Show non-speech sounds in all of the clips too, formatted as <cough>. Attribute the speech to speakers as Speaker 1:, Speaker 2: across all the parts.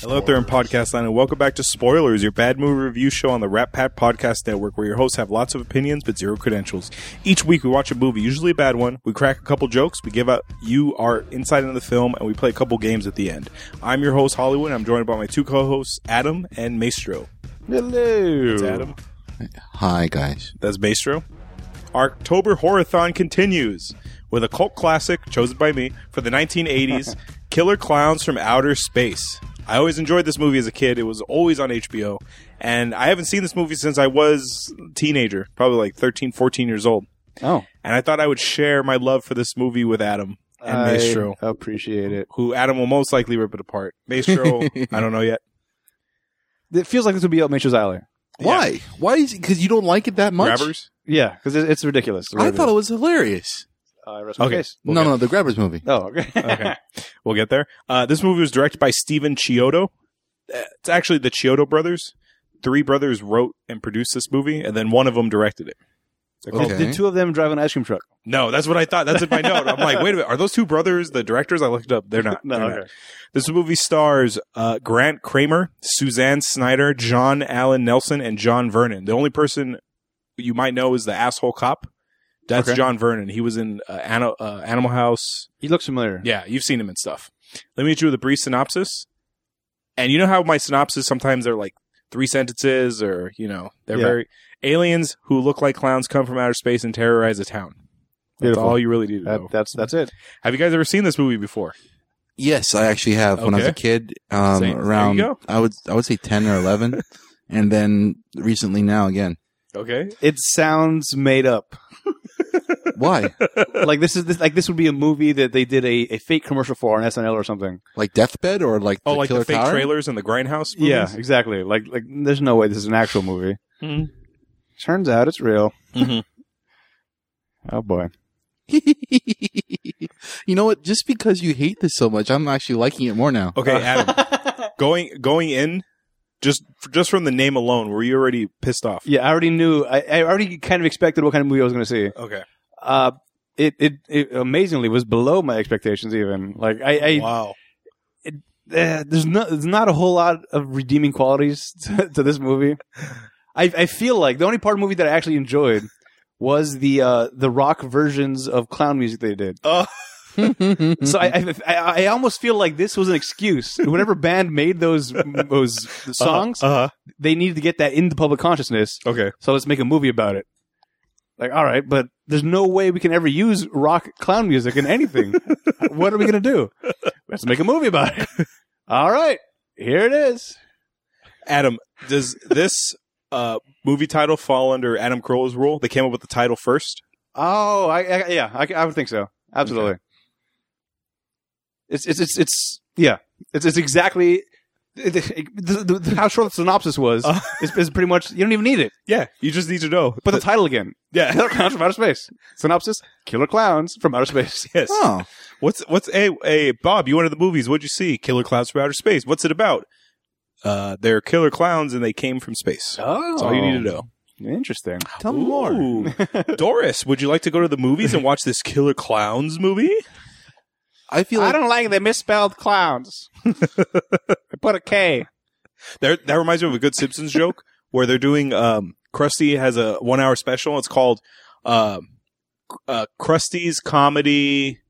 Speaker 1: Hello out there in podcast land, and welcome back to Spoilers, your bad movie review show on the Rat Pat Podcast Network, where your hosts have lots of opinions but zero credentials. Each week, we watch a movie, usually a bad one. We crack a couple jokes, we give out you our insight into the film, and we play a couple games at the end. I'm your host Hollywood. and I'm joined by my two co-hosts Adam and Maestro.
Speaker 2: Hello.
Speaker 1: That's Adam.
Speaker 3: Hi, guys.
Speaker 1: That's Maestro. Our October Horathon continues with a cult classic chosen by me for the
Speaker 2: <laughs>
Speaker 1: 1980s, Killer Clowns from Outer Space. I always enjoyed this movie as a kid. It was always on HBO. And I haven't seen this movie since I was a teenager, probably like 13, 14 years old.
Speaker 2: Oh,
Speaker 1: And I thought I would share my love for this movie with Adam and Maestro,
Speaker 2: I appreciate it.
Speaker 1: who Adam will most likely rip it apart.
Speaker 2: <laughs>
Speaker 1: Maestro, I don't know yet.
Speaker 2: It feels like this would be up Mitchell's Alley.
Speaker 3: Why? Why is it? Because you don't like it that much.
Speaker 1: Grabbers?
Speaker 2: Yeah, because it, it's ridiculous.
Speaker 3: I thought it was hilarious.
Speaker 2: Uh, rest my
Speaker 1: Okay.
Speaker 2: case.
Speaker 3: no, no, the Grabbers movie.
Speaker 2: Oh, <laughs> okay.
Speaker 1: okay. We'll get there. Uh, this movie was directed by Steven Chiodo. Uh, It's actually the Chiodo brothers. Three brothers wrote and produced this movie, and then one of them directed it.
Speaker 2: And
Speaker 3: Okay.
Speaker 2: Did two of them drive an ice cream truck?
Speaker 1: No, that's what I thought. That's in my note. I'm like, wait a minute. Are those two brothers the directors? I looked it up. They're
Speaker 2: <laughs>
Speaker 1: not.
Speaker 2: No,
Speaker 1: They're
Speaker 2: okay.
Speaker 1: not. This movie stars uh, Grant Kramer, Suzanne Snyder, John Allen Nelson, and John Vernon. The only person you might know is the asshole cop. That's
Speaker 2: Okay.
Speaker 1: John Vernon. He was in uh, Ano- uh, Animal House.
Speaker 2: He looks familiar.
Speaker 1: Yeah, you've seen him and stuff. Let me hit you with a brief synopsis. And you know how my synopsis sometimes they're like three sentences or, you know, they're
Speaker 2: Yeah.
Speaker 1: very aliens who look like clowns come from outer space and terrorize a town. That's
Speaker 2: Beautiful.
Speaker 1: all you really need to
Speaker 2: That,
Speaker 1: know.
Speaker 2: that's that's it.
Speaker 1: Have you guys ever seen this movie before?
Speaker 3: Yes, I actually have. When I was a
Speaker 1: Okay.
Speaker 3: kid, um,
Speaker 1: Same. There you
Speaker 3: around
Speaker 1: go.
Speaker 3: I would I would say ten or <laughs> eleven, and then recently now again.
Speaker 1: Okay.
Speaker 2: It sounds made up. <laughs>
Speaker 3: <laughs> Why?
Speaker 2: like this is this, like this would be a movie that they did a, a fake commercial for on SNL or something.
Speaker 3: like Deathbed or like
Speaker 1: Oh,
Speaker 3: the
Speaker 1: like
Speaker 3: Killer
Speaker 1: the fake
Speaker 3: Tower?
Speaker 1: trailers and the grindhouse movies?
Speaker 2: Yeah, exactly. Like like there's no way this is an actual movie.
Speaker 1: Mhm.
Speaker 2: Turns out it's real.
Speaker 1: Mhm. Mm-hmm.
Speaker 2: <laughs> Oh boy.
Speaker 3: <laughs> you know what? Just because you hate this so much, I'm actually liking it
Speaker 1: <laughs>
Speaker 3: more now.
Speaker 1: Okay,
Speaker 2: Uh,
Speaker 1: Adam.
Speaker 2: <laughs>
Speaker 1: going going in just just from the name alone, were you already pissed off?
Speaker 2: Yeah, I already knew. I, I already kind of expected what kind of movie I was going to see.
Speaker 1: Okay.
Speaker 2: Uh, it, it it amazingly was below my expectations. Even like I, I
Speaker 1: wow.
Speaker 2: eh, there's not there's not a whole lot of redeeming qualities <laughs> to, to
Speaker 1: <laughs>
Speaker 2: this movie. I I feel like the only part of the movie that I actually enjoyed was the uh, the rock versions of clown music they did.
Speaker 3: <laughs>
Speaker 2: So I,
Speaker 1: Mm-hmm.
Speaker 2: I I I almost feel like this was an excuse. Whatever band
Speaker 1: <laughs>
Speaker 2: made those those songs,
Speaker 1: Uh-huh.
Speaker 2: they needed to get that into public consciousness.
Speaker 1: uh-huh. Okay.
Speaker 2: So let's make a movie about it. Like, all right, but there's no way we can ever use rock clown music in <laughs> anything. what are we going to do? Let's make a movie about it. <laughs> All right, here it is.
Speaker 1: Adam, does this uh, movie title fall under Adam Carolla's rule? They came up with the title first.
Speaker 2: Oh, I, I yeah, I, I would think so. Absolutely. It's, it's it's it's yeah, it's it's exactly it, it- the, the, how short the synopsis was
Speaker 1: Uh.
Speaker 2: is, is pretty much you don't even need it.
Speaker 1: Yeah, you just need to know.
Speaker 2: But the title <laughs> again,
Speaker 1: <laughs> yeah,
Speaker 2: Killer Clowns from Outer Space. Synopsis: Killer Clowns from Outer Space.
Speaker 1: yes.
Speaker 3: oh,
Speaker 1: What's what's a hey Bob? You went to the movies. What'd you see? Killer clowns from outer space. What's it about? Uh, they're killer clowns and they came from space.
Speaker 2: Oh,
Speaker 1: That's all you need to know.
Speaker 2: Interesting.
Speaker 3: tell me
Speaker 2: <laughs>
Speaker 3: more.
Speaker 1: Ooh. Doris, would you like to go to the movies and watch this Killer Clowns movie?
Speaker 3: I feel like
Speaker 2: don't like the misspelled clowns. I put a K.
Speaker 1: There, that reminds me of a good Simpsons
Speaker 2: <laughs>
Speaker 1: joke where they're doing um, Krusty has a one hour special. It's called um, uh, Krusty's Comedy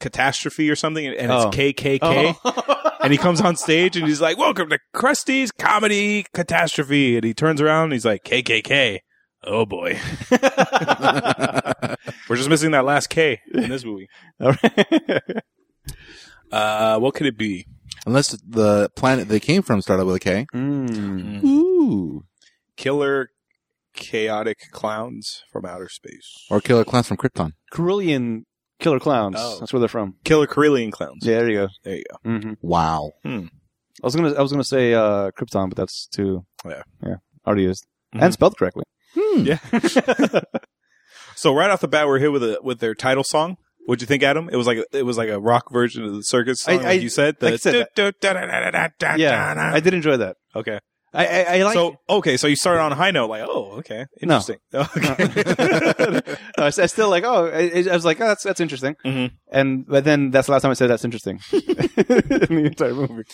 Speaker 1: Catastrophe or something, and it's
Speaker 2: Oh.
Speaker 1: KKK.
Speaker 2: Oh.
Speaker 1: And he comes on stage and he's like, "Welcome to Krusty's Comedy Catastrophe," and he turns around and he's like, "KKK." Oh boy, we're just missing that last K in this
Speaker 2: <laughs>
Speaker 1: movie.
Speaker 2: <laughs> All right.
Speaker 1: Uh, what could it be?
Speaker 3: <laughs> unless the planet they came from started with a K.
Speaker 2: Hmm.
Speaker 3: Ooh,
Speaker 1: Killer, chaotic clowns from outer space,
Speaker 3: or Killer Clowns from Krypton.
Speaker 2: Carillion killer clowns.
Speaker 1: Oh.
Speaker 2: That's where they're from.
Speaker 1: killer Karelian clowns.
Speaker 2: Yeah, there you go.
Speaker 1: There you
Speaker 2: go. hmm
Speaker 3: Wow.
Speaker 2: I was gonna, I was gonna say uh, Krypton, but that's too.
Speaker 1: Yeah.
Speaker 2: yeah, Mm-hmm. already used
Speaker 1: Mhm.
Speaker 2: and spelled correctly.
Speaker 3: Hmm.
Speaker 1: Yeah. so right off the bat, we're hit with a with their title song. What'd you think, Adam? It was like it was like a rock version of the circus song,
Speaker 2: I-
Speaker 1: like
Speaker 2: I-
Speaker 1: you said. The
Speaker 2: like I said,
Speaker 1: du- du- da- da- da- da- da-
Speaker 2: yeah,
Speaker 1: da-
Speaker 2: I did enjoy that.
Speaker 1: da. okay.
Speaker 2: I, I, I <laughs> like.
Speaker 1: so okay, so you started on a high note, like oh, okay,
Speaker 2: No.
Speaker 1: interesting. <laughs> Okay.
Speaker 2: I, was- I was still like, oh, I, I was like, oh, that's that's interesting.
Speaker 1: Mhm.
Speaker 2: <laughs> And but then that's the last time I said that's interesting in the entire movie.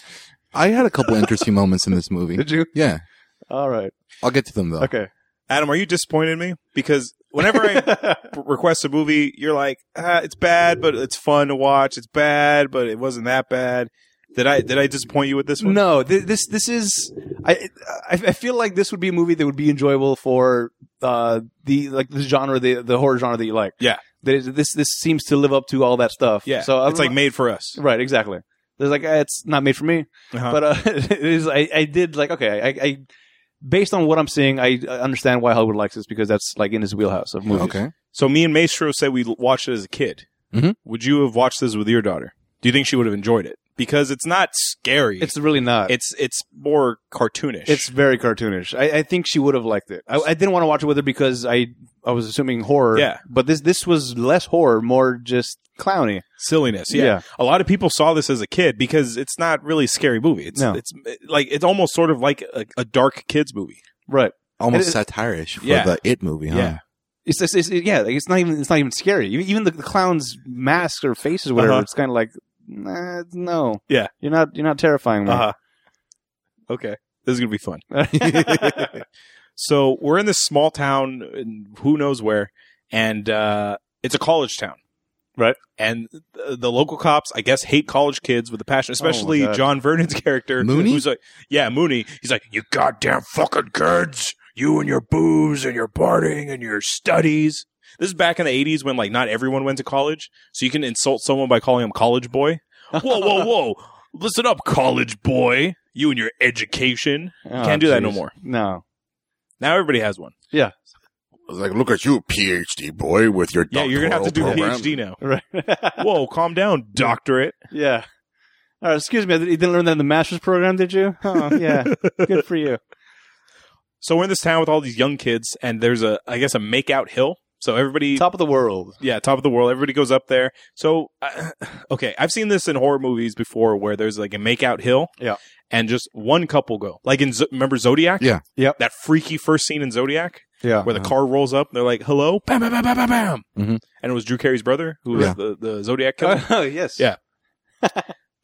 Speaker 3: I had a couple interesting moments in this movie.
Speaker 2: Did you?
Speaker 3: Yeah,
Speaker 2: All right.
Speaker 3: I'll get to them
Speaker 2: <laughs>
Speaker 3: though.
Speaker 2: Okay.
Speaker 1: <laughs> Adam, are you disappointed in me? Because whenever
Speaker 2: <laughs>
Speaker 1: I p- request a movie, you're like, ah, it's bad, but it's fun to watch. It's bad, but it wasn't that bad. Did I did I disappoint you with this one?
Speaker 2: no, th- this this is I, I I feel like this would be a movie that would be enjoyable for uh the like the genre the the horror genre that you like.
Speaker 1: Yeah.
Speaker 2: That is, this this seems to live up to all that stuff.
Speaker 1: Yeah,
Speaker 2: So I'm
Speaker 1: it's like
Speaker 2: not-
Speaker 1: made for us.
Speaker 2: right, exactly. There's like eh, it's not made for me,
Speaker 1: Uh-huh.
Speaker 2: but uh, <laughs> it is. I I did like okay. I, I based on what I'm seeing, I, I understand why Hollywood likes this because that's like in his wheelhouse of movies.
Speaker 3: Okay.
Speaker 1: so me and Maestro said we l- watched it as a kid.
Speaker 2: Mm-hmm.
Speaker 3: Mhm.
Speaker 1: Would you have watched this with your daughter? Do you think she would have enjoyed it? Because it's not scary.
Speaker 2: It's really not.
Speaker 1: it's it's more cartoonish.
Speaker 2: It's very cartoonish. I, I think she would have liked it. I, I didn't want to watch it with her because I I was assuming horror.
Speaker 1: Yeah.
Speaker 2: But this this was less horror, more just clowny.
Speaker 1: silliness. Yeah. a lot of people saw this as a kid because it's not really a scary movie. It's
Speaker 2: No.
Speaker 1: it's eh, like it's almost sort of like a, a dark kids movie.
Speaker 2: Right. It-
Speaker 3: Almost satirish for
Speaker 1: Yeah.
Speaker 3: the It movie, huh?
Speaker 1: Yeah.
Speaker 2: It's, it's, it's yeah. Like it's not even it's not even scary. Even, even the, the clown's mask or face or whatever.
Speaker 1: Uh-huh.
Speaker 2: It's kind of like nah, no.
Speaker 1: Yeah.
Speaker 2: You're not you're not terrifying me. <laughs>
Speaker 1: Uh-huh. Okay, this is gonna be fun. <laughs> So we're in this small town, in who knows where, and uh, it's a college town,
Speaker 2: Right.
Speaker 1: And the, the local cops, I guess, hate college kids with a passion, especially
Speaker 2: Oh God.
Speaker 1: John Vernon's character,
Speaker 3: Mooney?
Speaker 1: who's like, yeah, Mooney. He's like, you goddamn fucking kids, you and your booze and your partying and your studies. This is back in the '80s when like not everyone went to college, so you can insult someone by calling him college
Speaker 2: <laughs>
Speaker 1: boy. Whoa, whoa, whoa! Listen up, college boy. You and your education.
Speaker 2: Oh,
Speaker 1: Can't do that no
Speaker 2: jeez.
Speaker 1: more.
Speaker 2: No.
Speaker 1: Now everybody has one.
Speaker 3: I was like, look at you, PhD boy, with your
Speaker 1: Yeah, you're gonna have to do a
Speaker 3: doctoral program.
Speaker 1: PhD now.
Speaker 2: Right. <laughs>
Speaker 1: Whoa, calm down, doctorate.
Speaker 2: yeah. All right, excuse me. You didn't learn that in the master's program, did you? Oh, <laughs> yeah. Good for you.
Speaker 1: So we're in this town with all these young kids, and there's a, I guess, a makeout hill. So everybody,
Speaker 2: Top of the world.
Speaker 1: yeah, top of the world. Everybody goes up there. So, uh, <sighs> okay, I've seen this in horror movies before, where there's like a makeout hill,
Speaker 2: Yeah.
Speaker 1: and just one couple go. Like in Z- remember Zodiac?
Speaker 3: Yeah.
Speaker 2: Yep.
Speaker 1: That freaky first scene in Zodiac
Speaker 2: Yeah.
Speaker 1: where the car rolls up, and they're like, "Hello, bam, bam, bam, bam, bam, bam,"
Speaker 3: Mhm.
Speaker 1: and it was Drew Carey's brother who was
Speaker 3: Yeah.
Speaker 1: the, the Zodiac killer.
Speaker 2: <laughs> Oh yes.
Speaker 1: Yeah.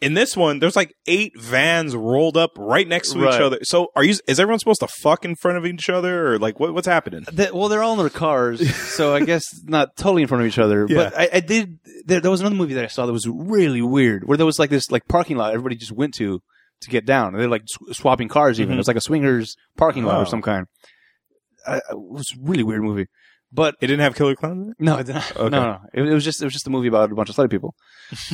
Speaker 1: in this one, there's like eight vans rolled up right next to each
Speaker 2: Right.
Speaker 1: other. So are you? Is everyone supposed to fuck in front of each other, or like what, what's happening?
Speaker 2: That, well, they're all in their cars,
Speaker 1: <laughs>
Speaker 2: so I guess not totally in front of each other.
Speaker 1: Yeah.
Speaker 2: But I, I did. There, there was another movie that I saw that was really weird, where there was like this like parking lot everybody just went to to get down, and they're like sw- swapping cars. Even
Speaker 1: Mhm.
Speaker 2: it was like a swingers parking lot
Speaker 1: Oh.
Speaker 2: or some kind. I, it was a really weird movie, but
Speaker 1: It didn't have killer clowns. In it?
Speaker 2: no, it did not.
Speaker 1: Okay.
Speaker 2: no, no. It, it was just it was just a movie about a bunch of slutty people.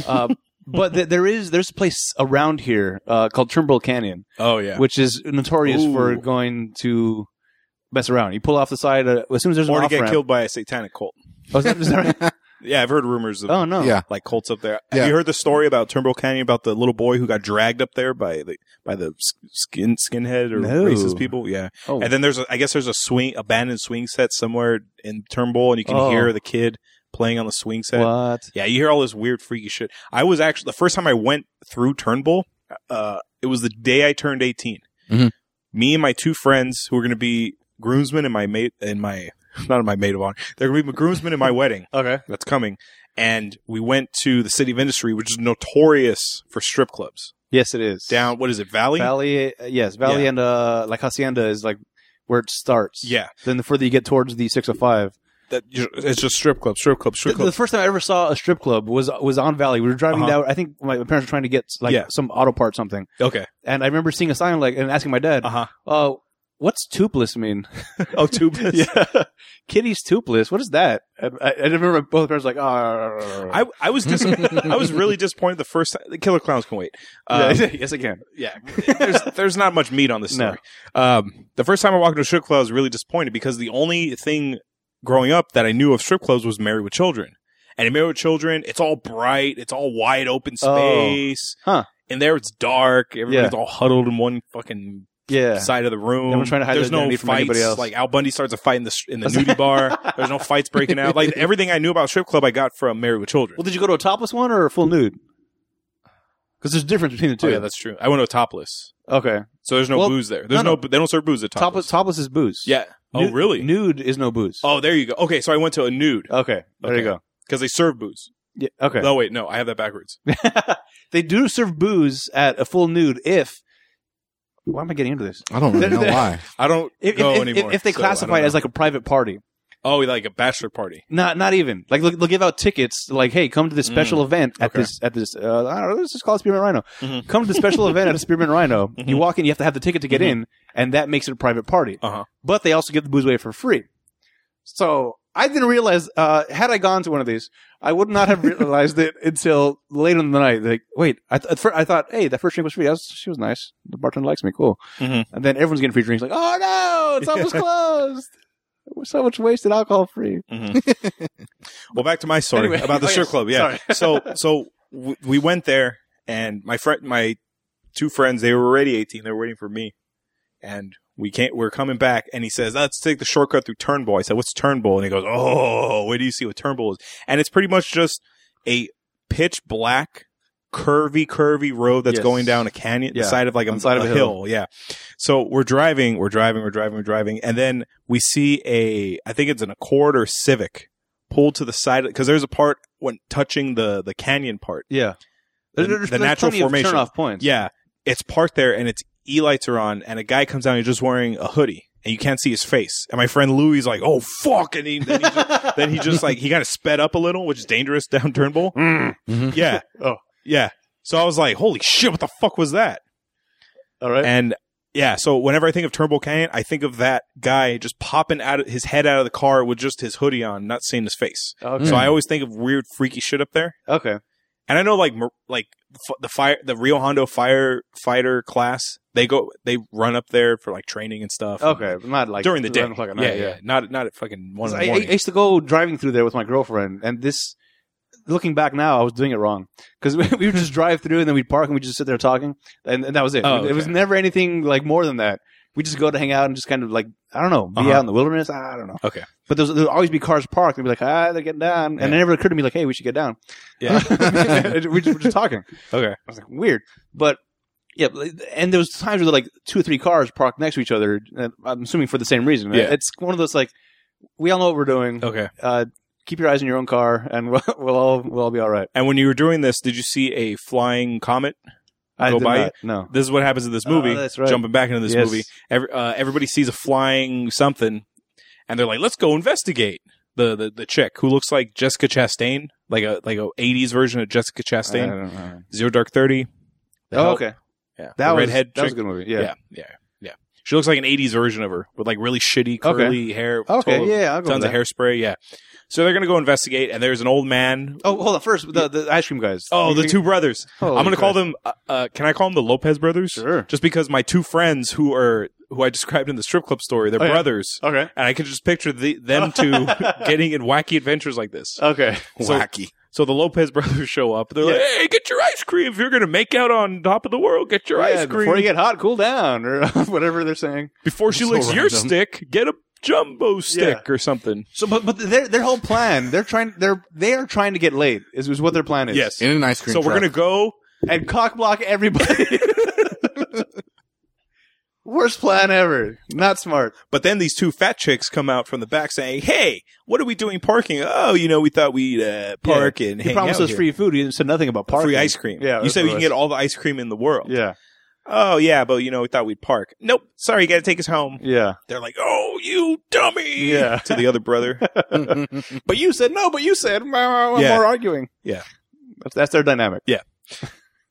Speaker 2: Uh, but th- there is there's a place around here uh, called Turnbull Canyon,
Speaker 1: Oh yeah,
Speaker 2: which is notorious for
Speaker 1: Ooh.
Speaker 2: going to mess around. You pull off the side uh, as soon as there's
Speaker 1: or
Speaker 2: an
Speaker 1: to
Speaker 2: off
Speaker 1: get
Speaker 2: ramp.
Speaker 1: killed by a satanic cult.
Speaker 2: Oh, is that- is
Speaker 1: <laughs>
Speaker 2: that right?
Speaker 1: Yeah, I've heard rumors of
Speaker 2: oh no!
Speaker 3: Yeah.
Speaker 1: like cults up there.
Speaker 3: Yeah.
Speaker 1: Have you heard the story about Turnbull Canyon about the little boy who got dragged up there by the by the s- skin skinhead or
Speaker 2: No.
Speaker 1: racist people? Yeah,
Speaker 2: Oh,
Speaker 1: and then there's a, I guess there's a swing abandoned swing set somewhere in Turnbull, and you can
Speaker 2: Oh.
Speaker 1: hear the kid playing on the swing set.
Speaker 2: what?
Speaker 1: Yeah, you hear all this weird, freaky shit. I was actually the first time I went through Turnbull. Uh, it was the day I turned 18
Speaker 3: Mhm.
Speaker 1: Me and my two friends who were going to be groomsmen and my mate and my <laughs> not in my maid of honor. They're going to be my groomsmen in my wedding <laughs>
Speaker 2: Okay.
Speaker 1: that's coming. And we went to the City of Industry, which is notorious for strip clubs.
Speaker 2: Yes, it is
Speaker 1: Down, what is it, Valley?
Speaker 2: Valley. uh, yes, Valley and uh, like Hacienda is like where it starts.
Speaker 1: Yeah,
Speaker 2: Then the further you get towards the 605,
Speaker 1: that it's just strip club, strip club,
Speaker 2: the,
Speaker 1: strip
Speaker 2: the
Speaker 1: club.
Speaker 2: first time I ever saw a strip club was was on Valley. We were driving
Speaker 1: Uh-huh.
Speaker 2: down. I think my parents were trying to get like
Speaker 1: Yeah.
Speaker 2: some auto part something,
Speaker 1: Okay,
Speaker 2: and I remember seeing a sign like and asking my dad,
Speaker 1: uh huh.
Speaker 2: "Oh, what's tubeless mean?"
Speaker 1: <laughs> Oh, tubeless.
Speaker 2: <laughs> yeah. Kitty's toothless. What is that? I, I, I remember both parents like, ah.
Speaker 1: I I was dis- <laughs> I was really disappointed the first time. The Killer Clowns can wait. Um,
Speaker 2: yeah, uh, <laughs> yes, I can.
Speaker 1: <laughs> yeah, <laughs> there's there's not much meat on this
Speaker 2: No.
Speaker 1: story. Um, the first time I walked into a strip club, I was really disappointed because the only thing growing up that I knew of strip clubs was Married with Children. And in Married with Children, it's all bright, it's all wide open
Speaker 2: Oh.
Speaker 1: space.
Speaker 2: Huh.
Speaker 1: And there it's dark. Everybody's all huddled in one fucking
Speaker 2: Yeah.
Speaker 1: side of the room.
Speaker 2: Everyone's trying to hide
Speaker 1: There's
Speaker 2: their
Speaker 1: no
Speaker 2: identity
Speaker 1: fights.
Speaker 2: from anybody else.
Speaker 1: Like Al Bundy starts a fight in the in the
Speaker 2: <laughs>
Speaker 1: nudie bar. There's no fights breaking out. Like everything I knew about strip club, I got from Married with Children.
Speaker 2: Well, did you go to a topless one or a full nude? Because there's a difference between the two.
Speaker 1: Oh, yeah, that's true. I went to a topless,
Speaker 2: okay.
Speaker 1: so there's no
Speaker 2: Well,
Speaker 1: booze there. There's
Speaker 2: no,
Speaker 1: no,
Speaker 2: no.
Speaker 1: They don't serve booze at topless.
Speaker 2: Topless, topless is booze.
Speaker 1: Yeah.
Speaker 2: Nu-
Speaker 1: oh, really?
Speaker 2: Nude is no booze.
Speaker 1: Oh, there you go. Okay, so I went to a nude
Speaker 2: Okay. There
Speaker 1: Okay.
Speaker 2: you go.
Speaker 1: because they serve booze.
Speaker 2: Yeah, okay.
Speaker 1: Oh wait, no, I have that backwards.
Speaker 2: <laughs> they do serve booze at a full nude if. Why am I getting into this?
Speaker 3: I
Speaker 1: <laughs>
Speaker 3: don't really know why.
Speaker 1: I don't
Speaker 2: If,
Speaker 1: go
Speaker 2: if, if-
Speaker 1: anymore.
Speaker 2: if they
Speaker 1: so I
Speaker 2: classify
Speaker 1: don't
Speaker 2: it as
Speaker 1: know.
Speaker 2: like a private party,
Speaker 1: oh, like a bachelor party.
Speaker 2: not not even like they'll, they'll give out tickets. Like, hey, come to this special event at
Speaker 1: Mm. okay.
Speaker 2: this at this. Uh, I don't know. Let's just call it Spearmint Rhino.
Speaker 1: Mhm.
Speaker 2: Come to
Speaker 1: <laughs>
Speaker 2: the special event at a Spearmint Rhino. You
Speaker 1: Mhm.
Speaker 2: walk in, you have to have the ticket to get
Speaker 1: Mhm.
Speaker 2: in, and that makes it a private party.
Speaker 1: Uh-huh.
Speaker 2: But they also give the booze away for free. So I didn't realize. Uh, had I gone to one of these, I would
Speaker 1: <laughs>
Speaker 2: not have realized it until late in the night. Like, wait, I, th- at fir- I thought, hey, that first drink was free. That was, she was nice. The bartender likes me. Cool.
Speaker 1: Mhm.
Speaker 2: And then everyone's getting free drinks. Like, oh no,
Speaker 1: <laughs>
Speaker 2: it's almost closed. So much wasted alcohol free.
Speaker 1: Mhm. well, back to my story
Speaker 2: Anyway.
Speaker 1: about the
Speaker 2: Oh,
Speaker 1: strip
Speaker 2: yes.
Speaker 1: club. Yeah. so so w- we went there, and my friend, my two friends, they were already eighteen. They were waiting for me, and we can't. We're coming back, and he says, "Let's take the shortcut through Turnbull." I said, "What's Turnbull?" And he goes, "Oh, where do you see what Turnbull is?" And it's pretty much just a pitch black. Curvy, curvy road that's
Speaker 2: Yes.
Speaker 1: going down a canyon,
Speaker 2: Yeah.
Speaker 1: the side of like a,
Speaker 2: On the side of
Speaker 1: a
Speaker 2: a hill.
Speaker 1: hill. Yeah. So we're driving, we're driving, we're driving, we're driving, and then we see a, I think it's an Accord or Civic pulled to the side because there's a part when touching the the canyon part.
Speaker 2: Yeah.
Speaker 1: The-
Speaker 2: There- there's-
Speaker 1: the
Speaker 2: there's
Speaker 1: natural
Speaker 2: plenty of
Speaker 1: formation.
Speaker 2: turnoff points.
Speaker 1: Yeah, it's parked there and it's e lights are on, and a guy comes down. He's just wearing a hoodie and you can't see his face. And my friend Louis is like, "Oh fuck!" And he, then, he just,
Speaker 2: <laughs>
Speaker 1: then he just like he kind of sped up a little, which is dangerous down Turnbull.
Speaker 3: Mhm.
Speaker 1: Yeah.
Speaker 2: Oh.
Speaker 1: Yeah. So I was like, "Holy shit! What the fuck was that?"
Speaker 2: All right.
Speaker 1: And yeah, so whenever I think of Turbo Canyon, I think of that guy just popping out of his head out of the car with just his hoodie on, not seeing his face.
Speaker 2: okay.
Speaker 1: So I always think of weird, freaky shit up there.
Speaker 2: okay.
Speaker 1: And I know like mer- like f- the fire, the Rio Hondo firefighter class, they go, they run up there for like training and stuff.
Speaker 2: Okay. But not like
Speaker 1: during the day.
Speaker 2: 11 o'clock at
Speaker 1: yeah,
Speaker 2: night,
Speaker 1: yeah, Not not at fucking one in
Speaker 2: I,
Speaker 1: the
Speaker 2: I- <laughs>
Speaker 1: morning.
Speaker 2: I used to go driving through there with my girlfriend, and this, looking back now, I was doing it wrong because <laughs> we, we would just drive through and then we'd park and we'd just sit there talking, and, and that was it.
Speaker 1: Oh,
Speaker 2: it, was
Speaker 1: okay.
Speaker 2: never anything like more than that. We just go to hang out and just kind of like I don't know, be
Speaker 1: Uh-huh.
Speaker 2: out in the wilderness. I don't know.
Speaker 1: Okay.
Speaker 2: but there would always be cars parked. and We'd be like, ah, they're getting down,
Speaker 1: Yeah.
Speaker 2: and it never occurred to me like, hey, we should get down. <laughs>
Speaker 3: Yeah.
Speaker 2: we just, we're just talking.
Speaker 1: okay.
Speaker 2: I was like, weird. But yeah, like, and there was times where like two or three cars parked next to each other. uh, I'm assuming for the same reason.
Speaker 1: Yeah. Oh.
Speaker 2: It's one of those like we all know what we're doing.
Speaker 1: Okay.
Speaker 2: Uh, keep your eyes on your own car, and we'll, <laughs> we'll all we'll all be all right.
Speaker 1: And when you were doing this, did you see a flying comet?
Speaker 2: I
Speaker 1: Go
Speaker 2: did
Speaker 1: by
Speaker 2: not-
Speaker 1: it?
Speaker 2: No.
Speaker 1: This is what happens in this
Speaker 2: Oh,
Speaker 1: movie.
Speaker 2: that's right.
Speaker 1: Jumping back into this
Speaker 2: Yes.
Speaker 1: movie, every, uh, everybody sees a flying something, and they're like, "Let's go investigate." The, the the chick who looks like Jessica Chastain, like a like a '80s version of Jessica
Speaker 2: I
Speaker 1: Chastain,
Speaker 2: don't know.
Speaker 1: Zero Dark Thirty. The
Speaker 2: Uh-huh. Oh,
Speaker 1: hel-
Speaker 2: okay.
Speaker 1: yeah,
Speaker 2: That
Speaker 1: the
Speaker 2: was
Speaker 1: redhead
Speaker 2: That was a
Speaker 1: chick.
Speaker 2: good movie.
Speaker 1: yeah.
Speaker 2: Yeah.
Speaker 1: yeah, yeah, She looks like an '80s version of her with like really shitty
Speaker 2: Okay.
Speaker 1: curly hair. with
Speaker 2: Okay.
Speaker 1: total-
Speaker 2: yeah. I'll go
Speaker 1: tons of
Speaker 2: with that.
Speaker 1: hairspray. Yeah. So they're gonna go investigate, and there's an old man.
Speaker 2: Oh, hold on. First, the, the ice cream guys.
Speaker 1: Oh, the two brothers.
Speaker 2: Holy
Speaker 1: I'm gonna call
Speaker 2: crap.
Speaker 1: them. Uh, uh, can I call them the Lopez brothers?
Speaker 2: Sure.
Speaker 1: just because my two friends who are who I described in the strip club story, they're
Speaker 2: Oh, yeah.
Speaker 1: brothers,
Speaker 2: Okay.
Speaker 1: and I could just picture the, them
Speaker 2: <laughs>
Speaker 1: two getting in wacky adventures like this.
Speaker 2: Okay.
Speaker 1: So-
Speaker 3: Wacky.
Speaker 1: So the Lopez <laughs> brothers show up. They're
Speaker 2: Yeah.
Speaker 1: like, "Hey, get your ice cream! If you're gonna make out on top of the world, get <laughs> your
Speaker 2: Yeah,
Speaker 1: ice cream
Speaker 2: Before you get hot, cool down, or <laughs> whatever they're saying.
Speaker 1: Before she
Speaker 3: So
Speaker 1: licks your
Speaker 3: random.
Speaker 1: stick. Get a jumbo stick or something."
Speaker 2: So, but but their their whole plan, they're trying they're they are trying to get laid is, is what their plan is.
Speaker 1: Yes.
Speaker 3: In an ice cream.
Speaker 1: So we're
Speaker 3: truck.
Speaker 1: gonna go.
Speaker 2: and cock block everybody. <laughs> Worst plan ever. Not smart.
Speaker 1: But then these two fat chicks come out from the back saying, "Hey, what are we doing parking? Oh, you know, we thought we'd uh, park and
Speaker 2: He
Speaker 1: hang
Speaker 2: promised
Speaker 1: out
Speaker 2: us
Speaker 1: here.
Speaker 2: free food. He said nothing about parking.
Speaker 1: free ice cream.
Speaker 2: Yeah,
Speaker 1: you
Speaker 2: that's
Speaker 1: said
Speaker 2: what
Speaker 1: we
Speaker 2: it
Speaker 1: can
Speaker 2: was.
Speaker 1: get all the ice cream in the world.
Speaker 2: Yeah,
Speaker 1: Oh yeah, but you know, we thought we'd park. Nope. Sorry, gotta take us home.
Speaker 2: yeah,
Speaker 1: They're like, Oh, you dummy
Speaker 2: Yeah.
Speaker 1: to the other
Speaker 2: <laughs>
Speaker 1: brother.
Speaker 2: but you said no. But you said "Well, I'm
Speaker 1: Yeah.
Speaker 2: more arguing.
Speaker 1: Yeah.
Speaker 2: that's, that's their dynamic.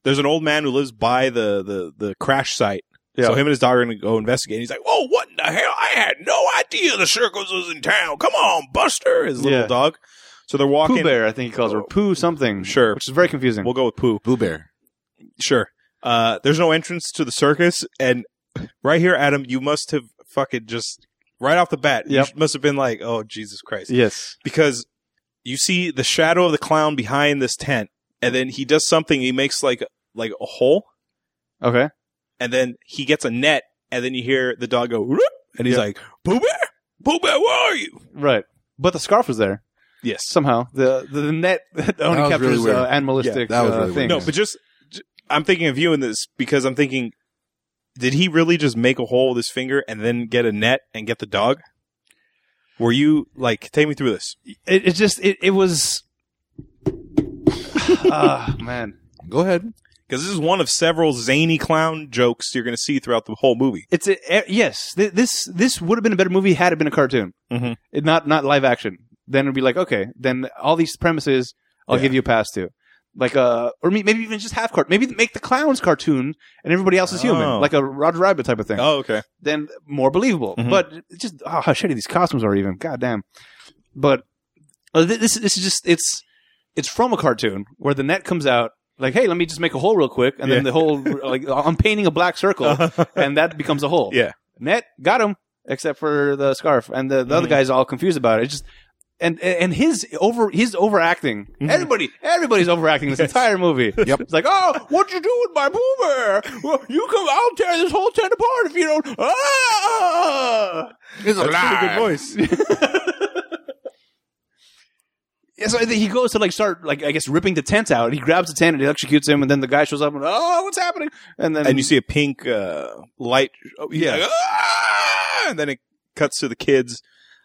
Speaker 1: There's an old man who lives by the the, the crash site.
Speaker 2: Yeah.
Speaker 1: So him and his daughter are gonna go investigate. And he's like, Oh, what in the hell? I had no idea the circus was in town. Come on, Buster, his little
Speaker 2: Yeah.
Speaker 1: dog. So they're
Speaker 2: Pooh
Speaker 1: walking. Oh.
Speaker 2: Bear, I think he calls her Pooh something.
Speaker 1: Sure.
Speaker 2: which is very confusing.
Speaker 1: We'll go with Pooh.
Speaker 3: Boo Bear.
Speaker 1: Sure. Uh, there's no entrance to the circus, and right here, Adam, you must have fucking just right off the bat.
Speaker 2: Yep.
Speaker 1: You must have been like, "Oh Jesus Christ!"
Speaker 2: yes.
Speaker 1: because you see the shadow of the clown behind this tent, and then he does something. He makes like like a hole,
Speaker 2: Okay.
Speaker 1: and then he gets a net, and then you hear the dog go, "Whoop," and he's
Speaker 2: Yeah.
Speaker 1: like, "Boo bear, boo bear, where are you?"
Speaker 2: Right. But the scarf was there
Speaker 1: Yes.
Speaker 2: somehow. The the, the net <laughs> only
Speaker 3: was
Speaker 2: captures
Speaker 3: really weird.
Speaker 2: uh, animalistic
Speaker 3: Yeah, that was
Speaker 2: uh,
Speaker 3: really weird.
Speaker 2: things.
Speaker 1: No, but just j- I'm thinking of you in this because I'm thinking, did he really just make a hole with his finger and then get a net and get the dog? Were you like, take me through this? <sighs>
Speaker 2: it, it just it, it was Ah, man.
Speaker 3: Go ahead.
Speaker 1: Because this is one of several zany clown jokes you're going to see throughout the whole movie.
Speaker 2: It's a, eh, yes. Th- this this would have been a better movie had it been a cartoon,
Speaker 1: Mhm.
Speaker 2: it, not not live action. Then it'd be like, okay, then all these premises, I'll
Speaker 1: Yeah.
Speaker 2: give you a pass to, like uh, or me- maybe even just half cart. Maybe make the clowns cartoon and everybody else is
Speaker 1: Oh.
Speaker 2: human, like a Roger Rabbit type of thing.
Speaker 1: Oh, okay.
Speaker 2: Then more believable.
Speaker 1: Mhm.
Speaker 2: But it's just oh, how shitty these costumes are, even. God damn. But uh, th- this this is just it's it's from a cartoon where the net comes out. Like, hey, let me just make a hole real quick, and
Speaker 1: Yeah. Uh-huh.
Speaker 2: then the whole like I'm painting a black circle,
Speaker 1: <laughs>
Speaker 2: <laughs> and that becomes a hole.
Speaker 1: Yeah.
Speaker 2: Net got him, except for the scarf, and the, the other
Speaker 1: Mhm.
Speaker 2: guys all confused about it. It's just and and his over his overacting.
Speaker 1: Mhm.
Speaker 2: Everybody everybody's overacting this entire <laughs> movie.
Speaker 3: Yep.
Speaker 2: It's like, oh, what you do with my boomer? Well, you come, I'll tear this whole tent apart if you don't. Ah! <laughs>
Speaker 3: It's a
Speaker 1: That's pretty good voice.
Speaker 2: Yeah, so he goes to like start like I guess ripping the tent out. He grabs the tent and he executes him, and then the guy shows up and oh, what's happening? And then
Speaker 1: and you see a pink uh, light. Oh, yeah. Ah! And then it cuts to the kids.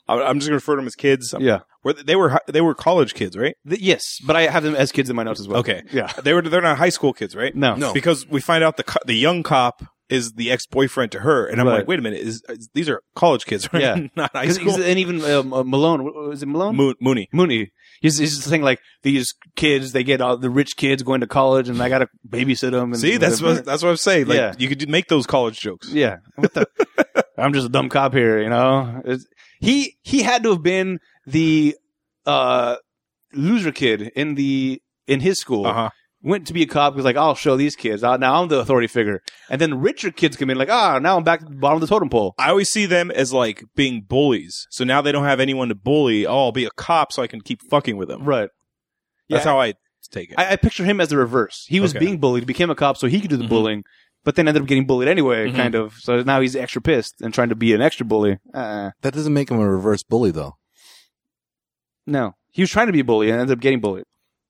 Speaker 1: I- I'm just going to refer to them as kids.
Speaker 2: yeah,
Speaker 1: Were they, they were hi- they were college kids, right?
Speaker 2: Th- yes, but I have them as kids in my notes as well.
Speaker 1: Okay.
Speaker 2: yeah,
Speaker 1: They were they're not high school kids, right?
Speaker 2: no,
Speaker 3: No.
Speaker 1: Because we find out the co- the young cop is the ex boyfriend to her, and I'm
Speaker 2: Right.
Speaker 1: like, wait a minute, is, is these are college kids, <laughs> right?
Speaker 2: Yeah.
Speaker 1: not high
Speaker 2: 'Cause- 'cause-
Speaker 1: school.
Speaker 2: and even um, uh, Malone, w- was it Malone?
Speaker 1: Mo- Mooney.
Speaker 2: Mooney. He's, he's just saying like these kids, they get all the rich kids going to college, and I gotta babysit them. And
Speaker 1: See, that's what that's what I'm saying. Like
Speaker 2: Yeah.
Speaker 1: you could do- make those college jokes.
Speaker 2: <laughs> Yeah. What the? I'm just a dumb cop here, you know. It's- he he had to have been the uh, loser kid in the in his school.
Speaker 1: Uh-huh.
Speaker 2: Went to be a cop. Was like, I'll show these kids. I, now I'm the authority figure. And then richer kids come in, like, ah, now I'm back to the bottom of the totem pole.
Speaker 1: I always see them as like being bullies. So now they don't have anyone to bully. Oh, I'll be a cop so I can keep fucking with them.
Speaker 2: Right.
Speaker 1: That's
Speaker 2: Yeah.
Speaker 1: how I take it.
Speaker 2: I, <laughs> I picture him as the reverse. He was
Speaker 1: Okay.
Speaker 2: being bullied, became a cop, so he could do the
Speaker 1: Mhm.
Speaker 2: bullying, but then ended up getting bullied anyway,
Speaker 1: Mhm.
Speaker 2: kind of. So now he's extra pissed and trying to be an extra bully. Uh,
Speaker 3: That doesn't make him a reverse bully, though.
Speaker 2: no, he was trying to be bullied and ended up getting bullied,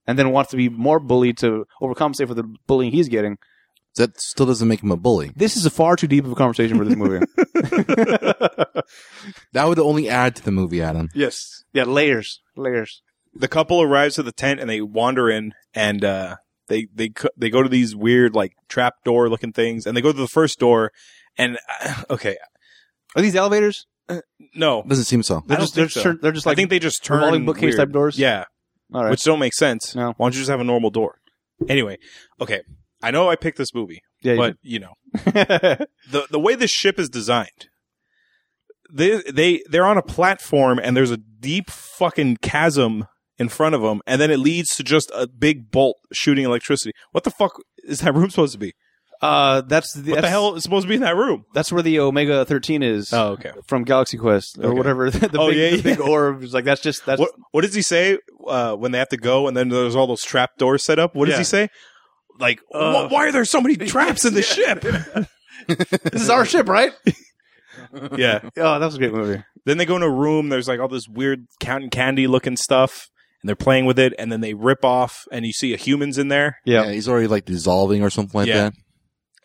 Speaker 2: and then wants to be more bullied to overcompensate for the bullying he's getting.
Speaker 3: That still doesn't make him a bully.
Speaker 2: This is a far too deep of a conversation for
Speaker 1: <laughs>
Speaker 2: this movie.
Speaker 3: That would only add to the movie, Adam.
Speaker 2: yes, yeah, layers, layers.
Speaker 1: the couple arrives to the tent and they wander in and uh, they they co- they go to these weird like trap door looking things and they go to the first door and <sighs> uh, okay
Speaker 2: Are these elevators?
Speaker 1: no
Speaker 3: Doesn't seem so.
Speaker 1: I
Speaker 2: They're
Speaker 1: don't
Speaker 2: just they're
Speaker 1: think
Speaker 2: just,
Speaker 1: so.
Speaker 2: turn- they're just
Speaker 1: I
Speaker 2: like
Speaker 1: think they just turn
Speaker 2: revolving bookcase
Speaker 1: weird.
Speaker 2: type doors.
Speaker 1: yeah
Speaker 2: all right.
Speaker 1: which don't make sense
Speaker 2: No.
Speaker 1: why don't you just have a normal door anyway okay I know I picked this movie
Speaker 2: yeah, you
Speaker 1: but you know
Speaker 2: do.
Speaker 1: the the way this ship is designed they they they're on a platform and there's a deep fucking chasm in front of them and then it leads to just a big bolt shooting electricity what the fuck is that room supposed to be
Speaker 2: uh, that's the,
Speaker 1: what the
Speaker 2: that's-
Speaker 1: hell is supposed to be in that room
Speaker 2: That's where the Omega Thirteen is.
Speaker 1: okay
Speaker 2: from Galaxy Quest or
Speaker 1: Okay.
Speaker 2: whatever. <laughs> the
Speaker 1: Oh,
Speaker 2: big,
Speaker 1: yeah,
Speaker 2: the big orb is like that's just that's
Speaker 1: what what does he say uh, when they have to go and then there's all those trap doors set up what does
Speaker 2: Yeah.
Speaker 1: he say like
Speaker 2: Uh,
Speaker 1: "Wh- why are there so many
Speaker 2: <laughs>
Speaker 1: traps in the ship
Speaker 2: this is our ship, right?
Speaker 1: yeah
Speaker 2: <laughs> Oh, that was a great movie.
Speaker 1: Then they go in a room. There's like all this weird Count Candy looking stuff, and they're playing with it. And then they rip off, and you see a humans in there.
Speaker 2: Yeah.
Speaker 3: Yeah, he's already like dissolving or something like
Speaker 1: Yeah.
Speaker 3: that.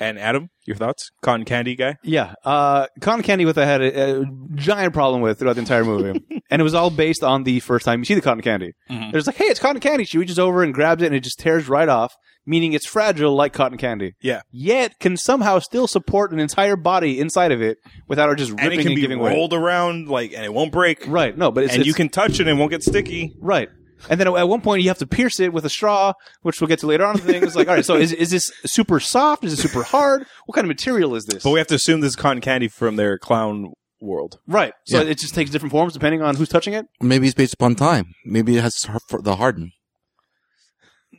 Speaker 1: And Adam, your thoughts? Cotton Candy guy.
Speaker 2: Yeah, uh, Con Candy with I had a, a giant problem with throughout the entire movie,
Speaker 1: <laughs>
Speaker 2: and it was all based on the first time you see the cotton candy.
Speaker 1: Mhm.
Speaker 2: There's like, hey, it's cotton candy. She reaches over and grabs it, and it just tears right off, meaning it's fragile like cotton candy.
Speaker 1: Yeah.
Speaker 2: yet can somehow still support an entire body inside of it without her just ripping
Speaker 1: And
Speaker 2: and,
Speaker 1: it can be
Speaker 2: giving way.
Speaker 1: rolled around like, and it won't break.
Speaker 2: Right? No, but it's,
Speaker 1: and
Speaker 2: it's
Speaker 1: you can touch it and it won't get sticky.
Speaker 2: Right. And then at one point you have to pierce it with a straw, which we'll get to later on in the thing. It's like, all right, so is, is this super soft? Is it super hard? What kind of material is this?
Speaker 1: But we have to assume this is cotton candy from their clown world.
Speaker 2: right. So
Speaker 3: Yeah.
Speaker 2: it just takes different forms depending on who's touching it.
Speaker 3: Maybe it's based upon time. Maybe it has har- for the harden.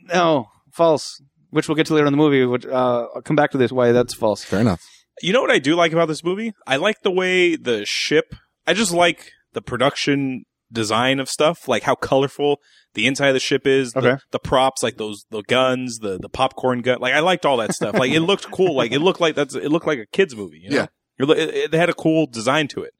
Speaker 2: No, false. Which we'll get to later in the movie. Which uh, I'll come back to this why that's false.
Speaker 3: Fair enough.
Speaker 1: You know what I do like about this movie? I like the way the ship. I just like the production design of stuff, like how colorful the inside of the ship is, the,
Speaker 2: Okay.
Speaker 1: the props, like those the guns, the the popcorn gun. Like I liked all that stuff. like it looked cool. Like it looked like that's it looked like a kids movie. You know?
Speaker 3: Yeah.
Speaker 1: It lo- it- it- they had a cool design to it,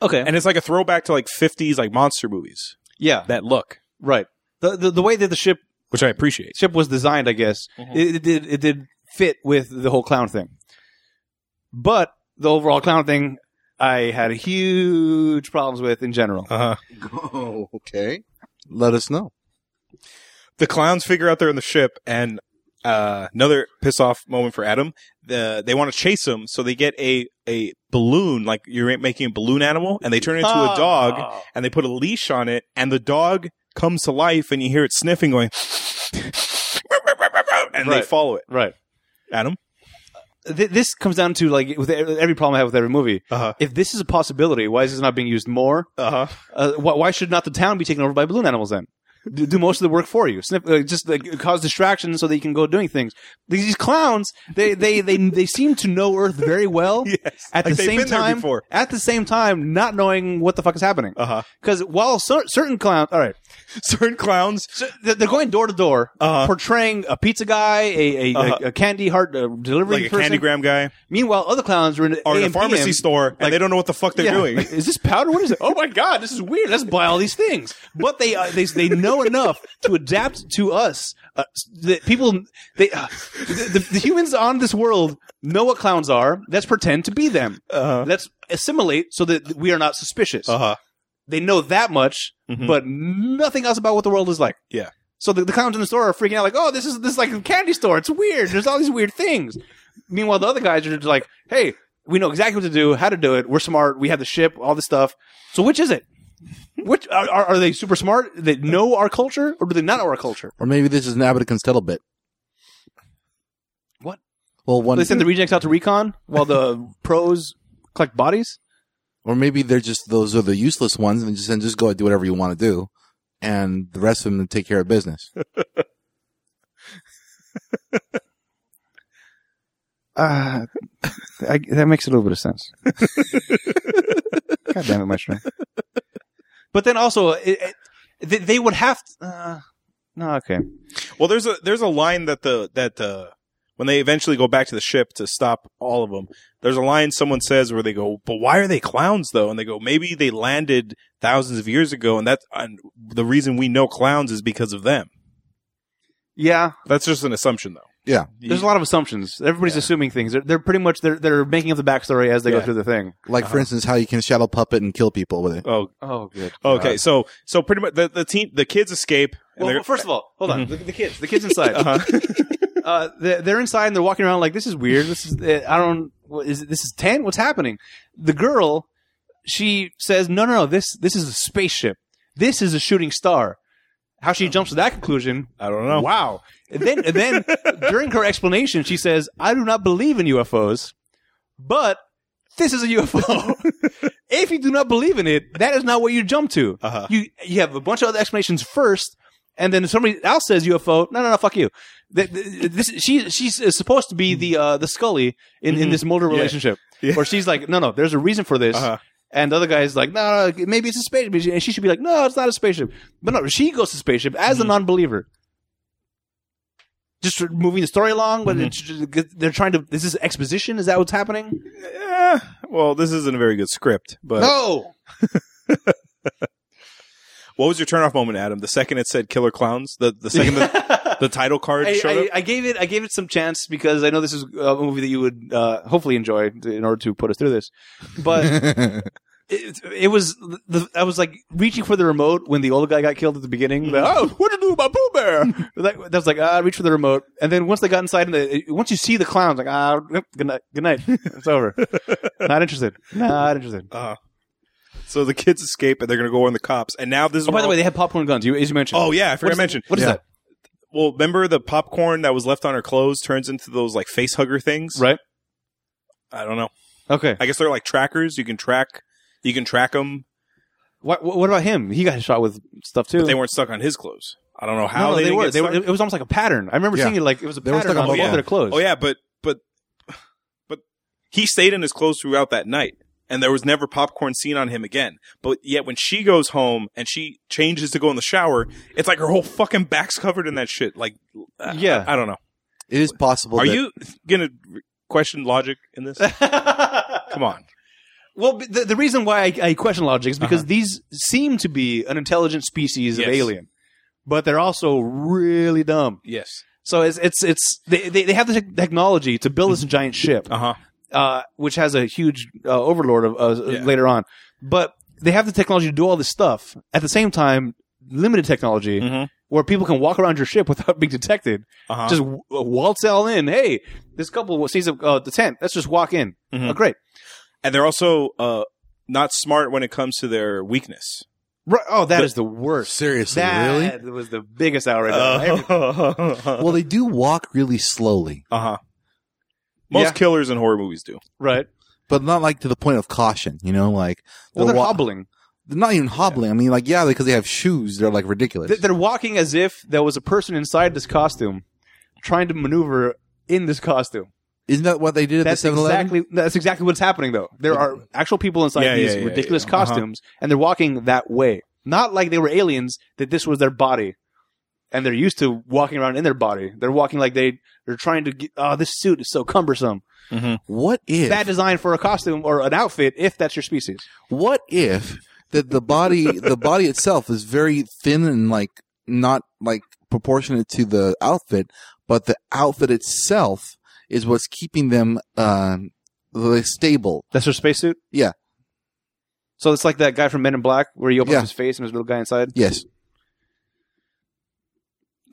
Speaker 2: Okay.
Speaker 1: and it's like a throwback to like '50s like monster movies.
Speaker 2: yeah.
Speaker 1: That look,
Speaker 2: Right. The, the the way that the ship
Speaker 1: which I appreciate.
Speaker 2: ship was designed, I guess,
Speaker 1: Mhm.
Speaker 2: it, it did it did fit with the whole clown thing. But the overall clown thing, I had huge problems with in general.
Speaker 1: Uh huh.
Speaker 3: Oh, okay. Let us know.
Speaker 1: the clowns figure out they're in the ship, and uh, another piss off moment for Adam. The they want to chase him, so they get a a balloon, like you're making a balloon animal, and they turn it into
Speaker 2: Ah.
Speaker 1: a dog, and they put a leash on it, and the dog comes to life, and you hear it sniffing, going, <laughs> and they
Speaker 2: Right.
Speaker 1: follow it.
Speaker 2: Right.
Speaker 1: Adam,
Speaker 2: Th- this comes down to like with e- every problem I have with every movie.
Speaker 1: Uh-huh.
Speaker 2: If this is a possibility, why is this not being used more?
Speaker 1: uh huh,
Speaker 2: Uh, why, why should not the town be taken over by balloon animals then? Do, do most of the work for you. Sniff, uh, just like, cause distraction so that you can go doing things. These, these clowns, they, they, they, they seem to know Earth
Speaker 1: <laughs>
Speaker 2: very well.
Speaker 1: <laughs> yes,
Speaker 2: At
Speaker 1: Like
Speaker 2: the
Speaker 1: they've
Speaker 2: same
Speaker 1: been there
Speaker 2: time,
Speaker 1: before.
Speaker 2: at the same time, not knowing what the fuck is happening.
Speaker 1: uh huh.
Speaker 2: Because while cer- certain clowns, all right,
Speaker 1: Certain clowns,
Speaker 2: so th- they're going door to door,
Speaker 1: Uh-huh.
Speaker 2: portraying a pizza guy, a a,
Speaker 1: Uh-huh.
Speaker 2: a, a candy heart uh, delivery
Speaker 1: like a
Speaker 2: person.
Speaker 1: candygram guy,
Speaker 2: Meanwhile, other clowns are in,
Speaker 1: are in
Speaker 2: a
Speaker 1: a pharmacy store, and
Speaker 2: like-
Speaker 1: they don't know what the fuck they're <laughs> doing.
Speaker 2: Is this powder? What is it? Oh my god, this is weird. Let's buy all these things. But they uh, they they know enough to adapt to us. Uh, the people they uh, the, the, the humans on this world know what clowns are. Let's pretend to be them.
Speaker 1: Uh
Speaker 2: Let's assimilate so that we are not suspicious.
Speaker 1: huh.
Speaker 2: They know that much,
Speaker 1: Mhm.
Speaker 2: but nothing else about what the world is like.
Speaker 1: Yeah.
Speaker 2: So the, the clowns in the store are freaking out, like, "Oh, this is this is like a candy store. It's weird. There's all these weird things." Meanwhile, the other guys are just like, "Hey, we know exactly what to do, how to do it. We're smart. We have the ship, all this stuff. So which is it? Which are, are, are they super smart? They know our culture, or do they not know our culture?
Speaker 3: Or maybe this is an Abbott and Costello bit.
Speaker 2: What?
Speaker 3: Well, one.
Speaker 2: They send the rejects out to recon while the pros collect bodies.
Speaker 3: or maybe they're just those are the useless ones, and just and just go and do whatever you want to do, and the rest of them take care of
Speaker 2: <laughs>
Speaker 3: business.
Speaker 2: Uh, I, that makes a little bit of sense. <laughs> God damn it, Maestro. But then also, it, it, they, they would have to. Uh, no, okay.
Speaker 1: Well, there's a there's a line that the that the when they eventually go back to the ship to stop all of them. There's a line someone says where they go, "But why are they clowns though?" And they go, "Maybe they landed thousands of years ago, and that's and the reason we know clowns is because of them."
Speaker 2: Yeah,
Speaker 1: That's just an assumption, though.
Speaker 3: Yeah.
Speaker 2: there's a lot of assumptions. Everybody's
Speaker 1: Yeah.
Speaker 2: assuming things. They're, they're pretty much they're they're making up the backstory as they
Speaker 1: Yeah.
Speaker 2: go through the thing.
Speaker 3: Like for instance, how you can shadow puppet and kill people with it.
Speaker 1: Oh,
Speaker 2: Oh, good.
Speaker 1: okay. so so pretty much the the teen the kids escape. and
Speaker 2: Well,
Speaker 1: they're- Mm-hmm.
Speaker 2: first of all, hold on. The, the kids, the kids
Speaker 1: <laughs>
Speaker 2: inside.
Speaker 1: Uh-huh.
Speaker 2: <laughs> uh, they're, they're inside and they're walking around like this is weird. This is uh, I don't what is it, this is ten. What's happening? The girl, she says, no, no, no. This this is a spaceship. This is a shooting star. How she jumps to that conclusion?
Speaker 1: I don't know.
Speaker 2: Wow. And then and then during her explanation, she says, I do not believe in UFOs, but this is a
Speaker 1: <laughs>
Speaker 2: UFO. if you do not believe in it, that is not what you jump to.
Speaker 1: Uh-huh.
Speaker 2: You you have a bunch of other explanations first, and then if somebody else says UFO. No, no, no, fuck you. Th- th- This she she's supposed to be the uh, the Scully in, in this Mulder
Speaker 1: Mm-hmm. Yeah.
Speaker 2: relationship,
Speaker 1: Yeah.
Speaker 2: where she's like, no, no, there's a reason for this,
Speaker 1: Uh-huh.
Speaker 2: and the other guy's like, no, no, maybe it's a spaceship, and she- and she should be like, no, it's not a spaceship, but no, she goes to spaceship as
Speaker 1: Mm-hmm.
Speaker 2: a non-believer, just moving the story along,
Speaker 1: Mm-hmm.
Speaker 2: but it's, they're trying to. This is exposition. Is that what's happening?
Speaker 1: Eh, well, this isn't a very good script, but
Speaker 2: No.
Speaker 1: what was your turnoff moment, Adam? The second it said "Killer Clowns," the the second
Speaker 2: <laughs>
Speaker 1: the, the title card
Speaker 2: I,
Speaker 1: showed up.
Speaker 2: I, I gave it I gave it some chance because I know this is a movie that you would uh, hopefully enjoy in order to put us through this. But
Speaker 1: <laughs>
Speaker 2: it, it was the, I was like reaching for the remote when the old guy got killed at the
Speaker 1: Mm-hmm.
Speaker 2: beginning. Like, oh, what would you do about Pooh Bear? like, that was like ah, reach for the remote, and then once they got inside, and the, once you see the clowns, like ah, good night, good night, it's <laughs> over. not interested. Not interested.
Speaker 1: Uh, <laughs> so the kids escape and they're gonna go on the cops. And now this is
Speaker 2: Oh, by
Speaker 1: where
Speaker 2: the way,
Speaker 1: all-
Speaker 2: they had popcorn guns. You as you mentioned.
Speaker 1: oh yeah, I forgot
Speaker 2: What
Speaker 1: to
Speaker 2: is-
Speaker 1: mention.
Speaker 2: What is
Speaker 3: Yeah.
Speaker 2: that?
Speaker 1: Well, remember the popcorn that was left on her clothes turns into those like face hugger things.
Speaker 2: Right.
Speaker 1: I don't know.
Speaker 2: Okay.
Speaker 1: I guess they're like trackers. You can track. You can track them.
Speaker 2: What, what about him? He got shot with stuff too.
Speaker 1: But they weren't stuck on his clothes. I don't know how
Speaker 2: no, no,
Speaker 1: they,
Speaker 2: they,
Speaker 1: didn't
Speaker 2: were.
Speaker 1: get
Speaker 2: They were.
Speaker 1: stuck.
Speaker 2: It was almost like a pattern. I remember
Speaker 3: Yeah.
Speaker 2: seeing it like it was a
Speaker 3: They were
Speaker 2: pattern
Speaker 3: stuck
Speaker 2: on
Speaker 3: on
Speaker 2: both
Speaker 1: both
Speaker 2: of their clothes.
Speaker 1: oh yeah, but but but he stayed in his clothes throughout that night, and there was never popcorn seen on him again. But yet when she goes home and she changes to go in the shower, it's like her whole fucking back's covered in that shit. Like I-
Speaker 2: Yeah.
Speaker 1: I, I don't know.
Speaker 3: <laughs> it is possible.
Speaker 1: Are
Speaker 3: that-
Speaker 1: you gonna question logic in
Speaker 2: <laughs>
Speaker 1: this? <laughs> Come on.
Speaker 2: well, but the, the reason why I, I question logic is because these seem to be an intelligent species of
Speaker 1: Uh-huh. Yes.
Speaker 2: alien, but they're also really dumb.
Speaker 1: Yes.
Speaker 2: So it's it's it's they they, they have the tech- technology to build this giant ship,
Speaker 1: Uh huh.
Speaker 2: uh, which has a huge uh, overlord of uh,
Speaker 1: Yeah.
Speaker 2: later on, but they have the technology to do all this stuff at the same time. Limited technology,
Speaker 1: Mhm.
Speaker 2: where people can walk around your ship <laughs> without being detected.
Speaker 1: Uh-huh.
Speaker 2: Mm-hmm. Just w- uh, waltz all in. Hey, this couple sees a, uh, the tent. Let's just walk in.
Speaker 1: Mhm.
Speaker 2: Oh, great.
Speaker 1: and they're also uh, not smart when it comes to their weakness.
Speaker 2: Right. Oh, that
Speaker 1: The-
Speaker 2: is the worst.
Speaker 3: Seriously, really?
Speaker 2: That was the biggest outrage. of everything.
Speaker 1: Uh
Speaker 2: <laughs>
Speaker 3: Well, they do walk really slowly,
Speaker 1: huh. Uh-huh. Most
Speaker 2: Yeah.
Speaker 1: killers in horror movies do.
Speaker 2: Right.
Speaker 3: but not like to the point of caution. You know, like
Speaker 2: Well,
Speaker 3: they're
Speaker 2: they're
Speaker 3: wa-
Speaker 2: hobbling.
Speaker 3: they're not even hobbling. I mean, like yeah, because they have shoes. They're like ridiculous.
Speaker 2: Th- They're walking as if there was a person inside this costume trying to maneuver in this costume.
Speaker 3: Isn't that what they did at
Speaker 2: That's
Speaker 3: the 7-Eleven?
Speaker 2: exactly that's exactly what's happening though. There are actual people inside
Speaker 1: Yeah, yeah,
Speaker 2: these
Speaker 1: yeah,
Speaker 2: ridiculous
Speaker 1: yeah. Uh-huh.
Speaker 2: costumes and they're walking that way. Not like they were aliens that this was their body. And they're used to walking around in their body. They're walking like they they're trying to get oh this suit is so cumbersome.
Speaker 3: What if?
Speaker 2: Bad design for a costume or an outfit if that's your species.
Speaker 3: what if that the
Speaker 2: <laughs>
Speaker 3: body the body itself is very thin and like not like proportionate to the outfit, but the outfit itself is what's keeping them um like, stable.
Speaker 2: That's her spacesuit?
Speaker 3: Yeah.
Speaker 2: So it's like that guy from Men in Black where he opens
Speaker 3: Yeah.
Speaker 2: his face and there's a little guy inside.
Speaker 3: Yes.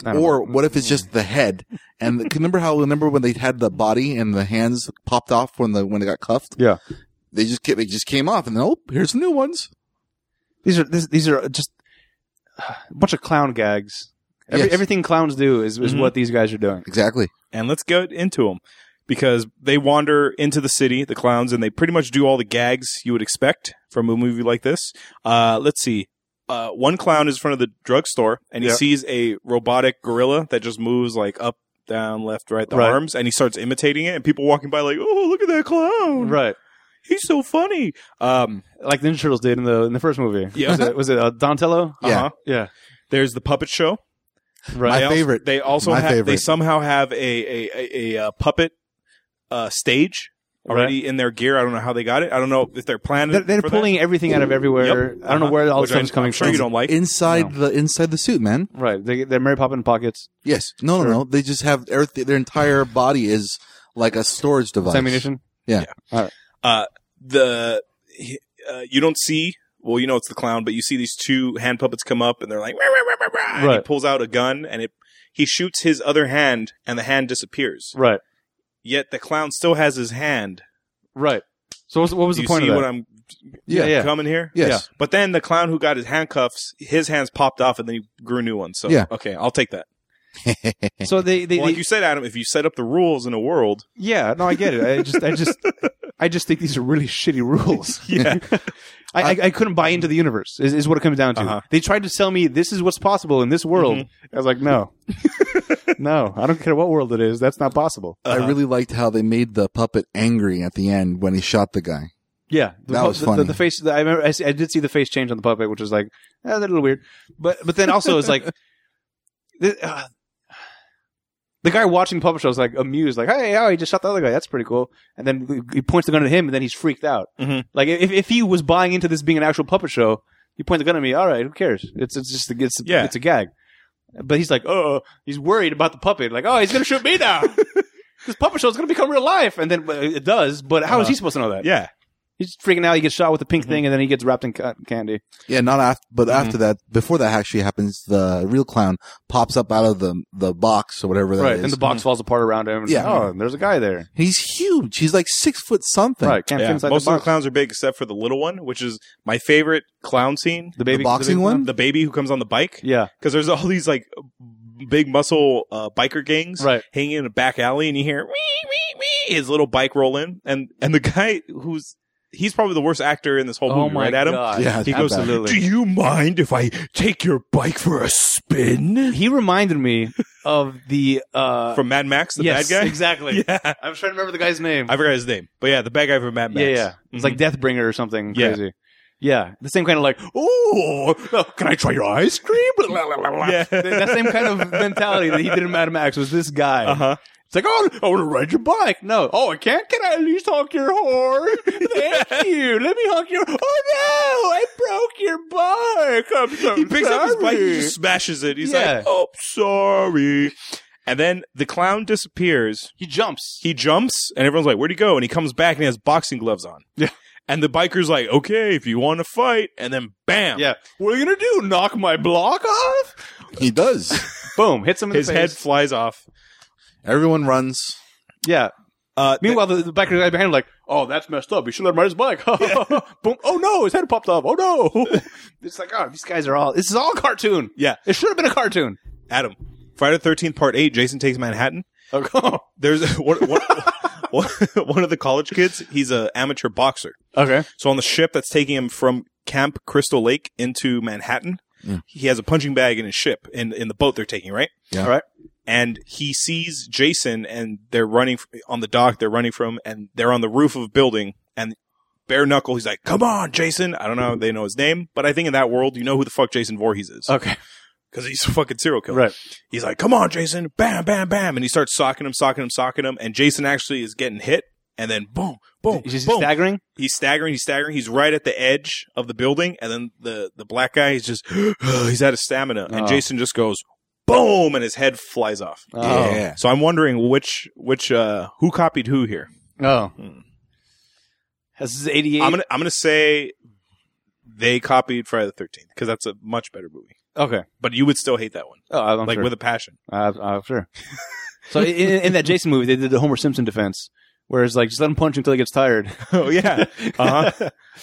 Speaker 2: I don't
Speaker 3: Or
Speaker 2: know.
Speaker 3: what if it's just the head?
Speaker 2: <laughs>
Speaker 3: And the, remember how remember when they had the body and the hands popped off when the when they got cuffed?
Speaker 2: Yeah.
Speaker 3: They just ca- they just came off and then, oh here's new ones.
Speaker 2: these are this, these are just <sighs> a bunch of clown gags. Every,
Speaker 3: Yes.
Speaker 2: Everything clowns do is, is
Speaker 1: Mhm.
Speaker 2: what these guys are doing.
Speaker 3: Exactly.
Speaker 1: and let's get into them because they wander into the city, the clowns, and they pretty much do all the gags you would expect from a movie like this. Uh, let's see. Uh, one clown is in front of the drugstore and he
Speaker 2: Yeah.
Speaker 1: sees a robotic gorilla that just moves like up, down, left, right, the
Speaker 2: Right.
Speaker 1: arms, and he starts imitating it. And people walking by like, "Oh, look at that clown!
Speaker 2: Right.
Speaker 1: He's so funny." Um,
Speaker 2: Like the Ninja Turtles did in the in the first movie.
Speaker 1: <laughs> Yeah.
Speaker 2: Was it, was it uh, Donatello?
Speaker 3: Yeah.
Speaker 1: uh-huh.
Speaker 2: Yeah.
Speaker 1: There's the puppet show.
Speaker 2: Right.
Speaker 1: they
Speaker 3: My
Speaker 1: also-
Speaker 3: favorite.
Speaker 1: they also
Speaker 3: My
Speaker 1: have, they
Speaker 3: favorite.
Speaker 1: somehow have a a, a, a, uh puppet uh, stage already in their gear. I don't know how they got it. I don't know if they're planning.
Speaker 2: they're they're pulling everything out of everywhere. I don't know where all
Speaker 1: this
Speaker 2: this stuff's
Speaker 1: Uh-huh.
Speaker 2: coming
Speaker 1: I'm sure
Speaker 2: from.
Speaker 1: You don't like.
Speaker 3: Inside the inside the suit, man.
Speaker 2: Right. They, they're Mary Poppins pockets.
Speaker 3: Yes. No,
Speaker 2: Sure.
Speaker 3: no, no. They just have everything. Their entire body is like a storage device.
Speaker 2: It's ammunition.
Speaker 1: the uh, you don't see well you know it's the clown but you see these two hand puppets come up and they're like "Rah, rah, rah, rah, rah," and he
Speaker 2: Right.
Speaker 1: pulls out a gun and it he shoots his other hand and the hand disappears
Speaker 2: Right.
Speaker 1: yet the clown still has his hand
Speaker 2: Right. So what's, what was
Speaker 1: Do
Speaker 2: the
Speaker 1: you
Speaker 2: point
Speaker 1: see
Speaker 2: of
Speaker 1: what
Speaker 2: that?
Speaker 1: i'm
Speaker 3: Yeah.
Speaker 2: Yeah.
Speaker 1: coming here
Speaker 3: Yes.
Speaker 1: but then the clown who got his handcuffs his hands popped off and then he grew new ones so
Speaker 3: Yeah.
Speaker 1: okay i'll take that
Speaker 2: So they they,
Speaker 1: Well,
Speaker 2: they
Speaker 1: like you said adam if you set up the rules in a world
Speaker 2: yeah no I get it I just I
Speaker 1: <laughs>
Speaker 2: just I just think these are really shitty rules.
Speaker 1: yeah
Speaker 2: <laughs> I, I, I couldn't buy into the universe. Is, is what it comes down to.
Speaker 1: Uh-huh. Mm-hmm.
Speaker 2: They tried to sell me this is what's possible in this world. I was like,
Speaker 1: <laughs>
Speaker 2: no, <laughs> no, I don't care what world it is. That's not possible.
Speaker 1: Uh-huh.
Speaker 3: I really liked how they made the puppet angry at the end when he shot the guy.
Speaker 2: Yeah, the,
Speaker 3: That
Speaker 2: pu-
Speaker 3: was
Speaker 2: the,
Speaker 3: funny.
Speaker 2: The, the face. The, I remember. I, see- I did see the face change on the puppet, which was like, eh, that's a little weird. But but then also it's like,
Speaker 3: <laughs>
Speaker 2: the, uh, the guy watching the puppet show is like amused, like, hey, oh, he just shot the other guy. That's pretty cool. And then he points the gun at him, and then he's freaked out.
Speaker 1: Mhm.
Speaker 3: Mm-hmm.
Speaker 2: Like if if he was buying into this being an actual puppet show, you point the gun at me. All right, who cares? It's it's just a, it's a,
Speaker 1: Yeah.
Speaker 2: it's a gag. But he's like, oh, he's worried about the puppet. Like, oh, he's gonna shoot me
Speaker 3: <laughs>
Speaker 2: now. this puppet show is gonna become real life, and then but it does. But how is
Speaker 1: Uh-huh.
Speaker 2: he supposed to know that?
Speaker 1: yeah
Speaker 2: He's freaking out. He gets shot with a pink
Speaker 1: Mhm.
Speaker 2: thing, and then he gets wrapped in ca- candy.
Speaker 3: Yeah, not after, but
Speaker 1: Mhm.
Speaker 3: after that, before that actually happens, the real clown pops up out of the the box or whatever that is.
Speaker 2: and the box falls apart around him. And
Speaker 3: Yeah.
Speaker 2: Mm-hmm. Oh, there's a guy there.
Speaker 3: He's huge. He's like six foot something.
Speaker 2: Right. Can't fit
Speaker 1: Yeah.
Speaker 2: inside
Speaker 1: most
Speaker 2: the
Speaker 1: of the
Speaker 2: box.
Speaker 1: clowns are big except for the little one which is my favorite clown scene
Speaker 2: the baby
Speaker 3: The boxing
Speaker 2: baby
Speaker 3: one?
Speaker 2: clown?
Speaker 1: the baby who comes on the bike
Speaker 2: Yeah.
Speaker 1: because there's all these like big muscle uh, biker gangs
Speaker 2: Right.
Speaker 1: hanging in a back alley, and you hear wee wee wee his little bike roll in, and and the guy who's he's probably the worst actor in this whole movie, right, Adam?
Speaker 2: Oh god.
Speaker 3: Yeah,
Speaker 1: He
Speaker 3: that
Speaker 1: goes,
Speaker 3: bad.
Speaker 1: "Do you mind if I take your bike for a spin?"
Speaker 2: He reminded me of the uh
Speaker 1: From Mad Max, the
Speaker 2: yes,
Speaker 1: bad guy.
Speaker 2: Exactly.
Speaker 1: <laughs> Yeah,
Speaker 2: I was trying to remember the guy's name.
Speaker 1: I forgot his name, but yeah, the bad guy from Mad Max.
Speaker 2: yeah, yeah. It's like
Speaker 1: Mhm.
Speaker 2: Deathbringer or something
Speaker 1: Yeah.
Speaker 2: crazy. Yeah, the same kind of like, oh, can I try your ice cream? Blah, blah, blah,
Speaker 1: <laughs>
Speaker 2: blah.
Speaker 1: Yeah.
Speaker 2: Th- that same kind of mentality that he did in Mad Max was this guy.
Speaker 1: <laughs> Uh-huh.
Speaker 2: It's like, oh, I want to ride your bike. No, oh, I can't. Can I at least honk your horn? <laughs> Thank you. Let me honk your. Oh no, I broke your bike. I'm so
Speaker 1: He picks up his bike,
Speaker 2: sorry.
Speaker 1: he just smashes it. He's
Speaker 2: Yeah.
Speaker 1: like, "Oh, sorry," and then the clown disappears.
Speaker 2: He jumps.
Speaker 1: he jumps and everyone's like, "Where'd he go?" And he comes back and he has boxing gloves on.
Speaker 2: Yeah.
Speaker 1: And the biker's like, okay, if you want to fight, and then bam,
Speaker 2: Yeah. What are you going to do? Knock my block off?
Speaker 1: <laughs>
Speaker 3: He does.
Speaker 2: Boom. Hits him in
Speaker 1: his
Speaker 2: the
Speaker 1: head
Speaker 2: face.
Speaker 1: flies off.
Speaker 3: Everyone runs.
Speaker 2: Yeah.
Speaker 1: Uh,
Speaker 2: Meanwhile, the, the biker guy behind him, like, oh, that's messed up. You should let him ride his bike. <laughs> Boom. Oh, no. His head popped off. Oh, no. <laughs> it's like, oh, these guys are all, this is all cartoon.
Speaker 1: Yeah.
Speaker 2: It should have been a cartoon.
Speaker 1: Adam, Friday the 13th, part 8, Jason Takes Manhattan.
Speaker 2: <laughs> okay.
Speaker 1: There's <laughs> one, one, one, one of the college kids, he's a amateur boxer. So on the ship that's taking him from Camp Crystal Lake into Manhattan,
Speaker 3: Yeah.
Speaker 1: he has a punching bag in his ship, in, in the boat they're taking, right?
Speaker 3: Yeah.
Speaker 1: All right. And he sees Jason and they're running f- on the dock, they're running from, and they're on the roof of a building. And bare knuckle, he's like, come on, Jason. I don't know if they know his name, but I think in that world, you know who the fuck Jason Voorhees is.
Speaker 2: Okay.
Speaker 1: Because he's a fucking serial killer.
Speaker 2: Uh, Right.
Speaker 1: He's like, come on, Jason. Bam, bam, bam. And he starts socking him, socking him, socking him. And Jason actually is getting hit. And then boom, boom,
Speaker 2: Is he
Speaker 1: boom.
Speaker 2: staggering?
Speaker 1: he's staggering, he's staggering. He's right at the edge of the building. And then the, the black guy, he's just, <gasps> he's out of stamina. And
Speaker 2: Oh.
Speaker 1: Jason just goes, boom, and his head flies off.
Speaker 2: Oh.
Speaker 3: Yeah.
Speaker 1: So I'm wondering which, which, uh, who copied who here?
Speaker 2: Oh.
Speaker 1: Hmm.
Speaker 2: This is 88.
Speaker 1: I'm going to, I'm going to say they copied Friday the 13th because that's a much better movie.
Speaker 2: okay.
Speaker 1: But you would still hate that one,
Speaker 2: Oh, I'm
Speaker 1: like
Speaker 2: sure.
Speaker 1: with a
Speaker 2: <laughs>
Speaker 1: passion.
Speaker 2: Uh,
Speaker 1: <laughs>
Speaker 2: I'm sure. so in, in in that Jason movie, they did the Homer Simpson defense, where it's like just let him punch until he
Speaker 1: <laughs>
Speaker 2: gets tired. Uh-huh.
Speaker 1: oh, yeah. Uh <laughs>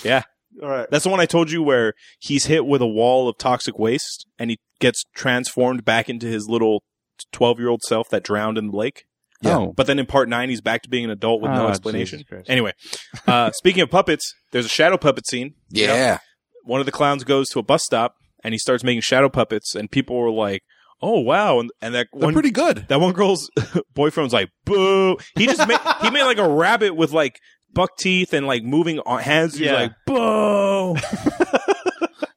Speaker 1: huh.
Speaker 2: All right.
Speaker 1: That's the one I told you where he's hit with a wall of toxic waste and he gets transformed back into his little 12 year old self that drowned in the lake.
Speaker 3: Yeah.
Speaker 2: Oh.
Speaker 1: But then in part nine, he's back to being an adult with no
Speaker 2: Ah,
Speaker 1: explanation.
Speaker 2: Jesus Christ.
Speaker 1: Anyway, uh, speaking of puppets, there's a shadow puppet scene. You know,
Speaker 3: Yeah.
Speaker 1: one of the clowns goes to a bus stop and he starts making shadow puppets, and people were like, oh, wow. And, and that
Speaker 3: They're
Speaker 1: one.
Speaker 3: pretty
Speaker 1: <laughs>
Speaker 3: good.
Speaker 1: that one girl's boyfriend was like, "Boo!" He just made he made like a rabbit with like buck teeth and like moving on hands. He's
Speaker 2: Yeah.
Speaker 1: like, "Boo!"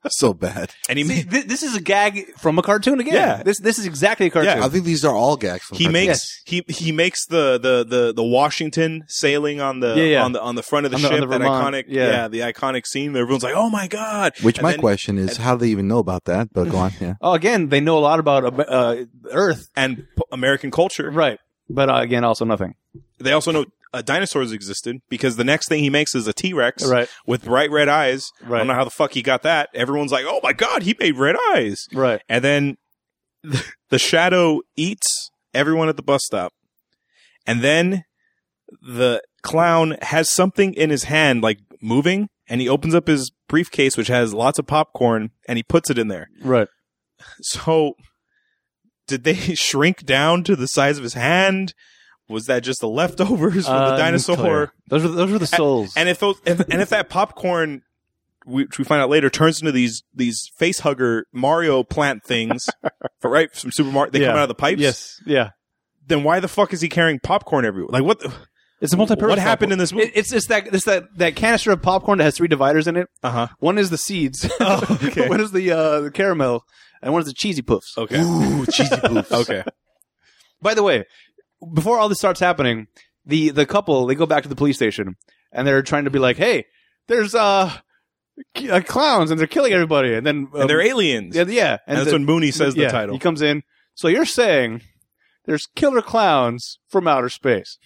Speaker 3: So bad.
Speaker 1: And he
Speaker 2: See, <laughs>
Speaker 1: made
Speaker 2: thi- this is a gag from a cartoon again.
Speaker 1: Yeah.
Speaker 2: This this is exactly a cartoon.
Speaker 3: I think these are all gags. From
Speaker 1: he
Speaker 3: cartoons.
Speaker 1: makes he he makes the the the the Washington sailing on the
Speaker 2: Yeah, yeah.
Speaker 1: on the on the front of the
Speaker 2: On the-
Speaker 1: ship
Speaker 2: on the
Speaker 1: that
Speaker 2: Vermont,
Speaker 1: iconic yeah.
Speaker 2: yeah.
Speaker 1: the iconic scene where everyone's like oh my god
Speaker 3: Which
Speaker 1: And
Speaker 3: my
Speaker 1: then-
Speaker 3: question is, how do they even know about that? But go on.
Speaker 1: <laughs>
Speaker 3: Yeah.
Speaker 2: Oh, again, they know a lot about uh, uh, Earth,
Speaker 1: and p- American culture
Speaker 2: right? But uh, again, also nothing,
Speaker 1: they also know uh, dinosaurs existed because the next thing he makes is a T Rex
Speaker 2: right?
Speaker 1: with bright red eyes I
Speaker 2: Right?
Speaker 1: don't know how the fuck he got that everyone's like oh my god he made red eyes
Speaker 2: right?
Speaker 1: and then the, the shadow eats everyone at the bus stop and then the clown has something in his hand like moving and he opens up his briefcase which has lots of popcorn and he puts it in there
Speaker 2: Right?
Speaker 1: so did they <laughs> shrink down to the size of his hand was that just the leftovers
Speaker 2: Uh,
Speaker 1: from the dinosaur
Speaker 2: Those were those were the souls.
Speaker 1: and if those if, and if that popcorn which we find out later turns into these these face hugger Mario plant
Speaker 2: <laughs>
Speaker 1: things, for, right? From Super Mario, they
Speaker 2: Yeah.
Speaker 1: come out of the pipes.
Speaker 2: yes, yeah.
Speaker 1: Then why the fuck is he carrying popcorn everywhere? Like what? the-
Speaker 2: It's a multi-purpose.
Speaker 1: What happened
Speaker 2: popcorn.
Speaker 1: in this movie?
Speaker 2: It, it's it's that it's that that canister of popcorn that has three dividers in it.
Speaker 1: Uh huh.
Speaker 2: One is the
Speaker 1: <laughs>
Speaker 2: seeds. <laughs>
Speaker 1: Oh, okay. Oh.
Speaker 2: one is the uh, the caramel, and one is the cheesy puffs.
Speaker 1: Okay.
Speaker 3: Ooh, cheesy <laughs> poofs.
Speaker 1: okay.
Speaker 2: By the way, before all this starts happening, the the couple they go back to the police station and they're trying to be like, "Hey, there's uh, c- uh clowns and they're killing everybody." And then
Speaker 1: <laughs>
Speaker 2: um,
Speaker 1: And they're aliens.
Speaker 2: yeah, yeah.
Speaker 1: and that's
Speaker 2: the-
Speaker 1: when Mooney says
Speaker 2: yeah,
Speaker 1: the title.
Speaker 2: He comes in. So you're saying there's killer clowns from outer space?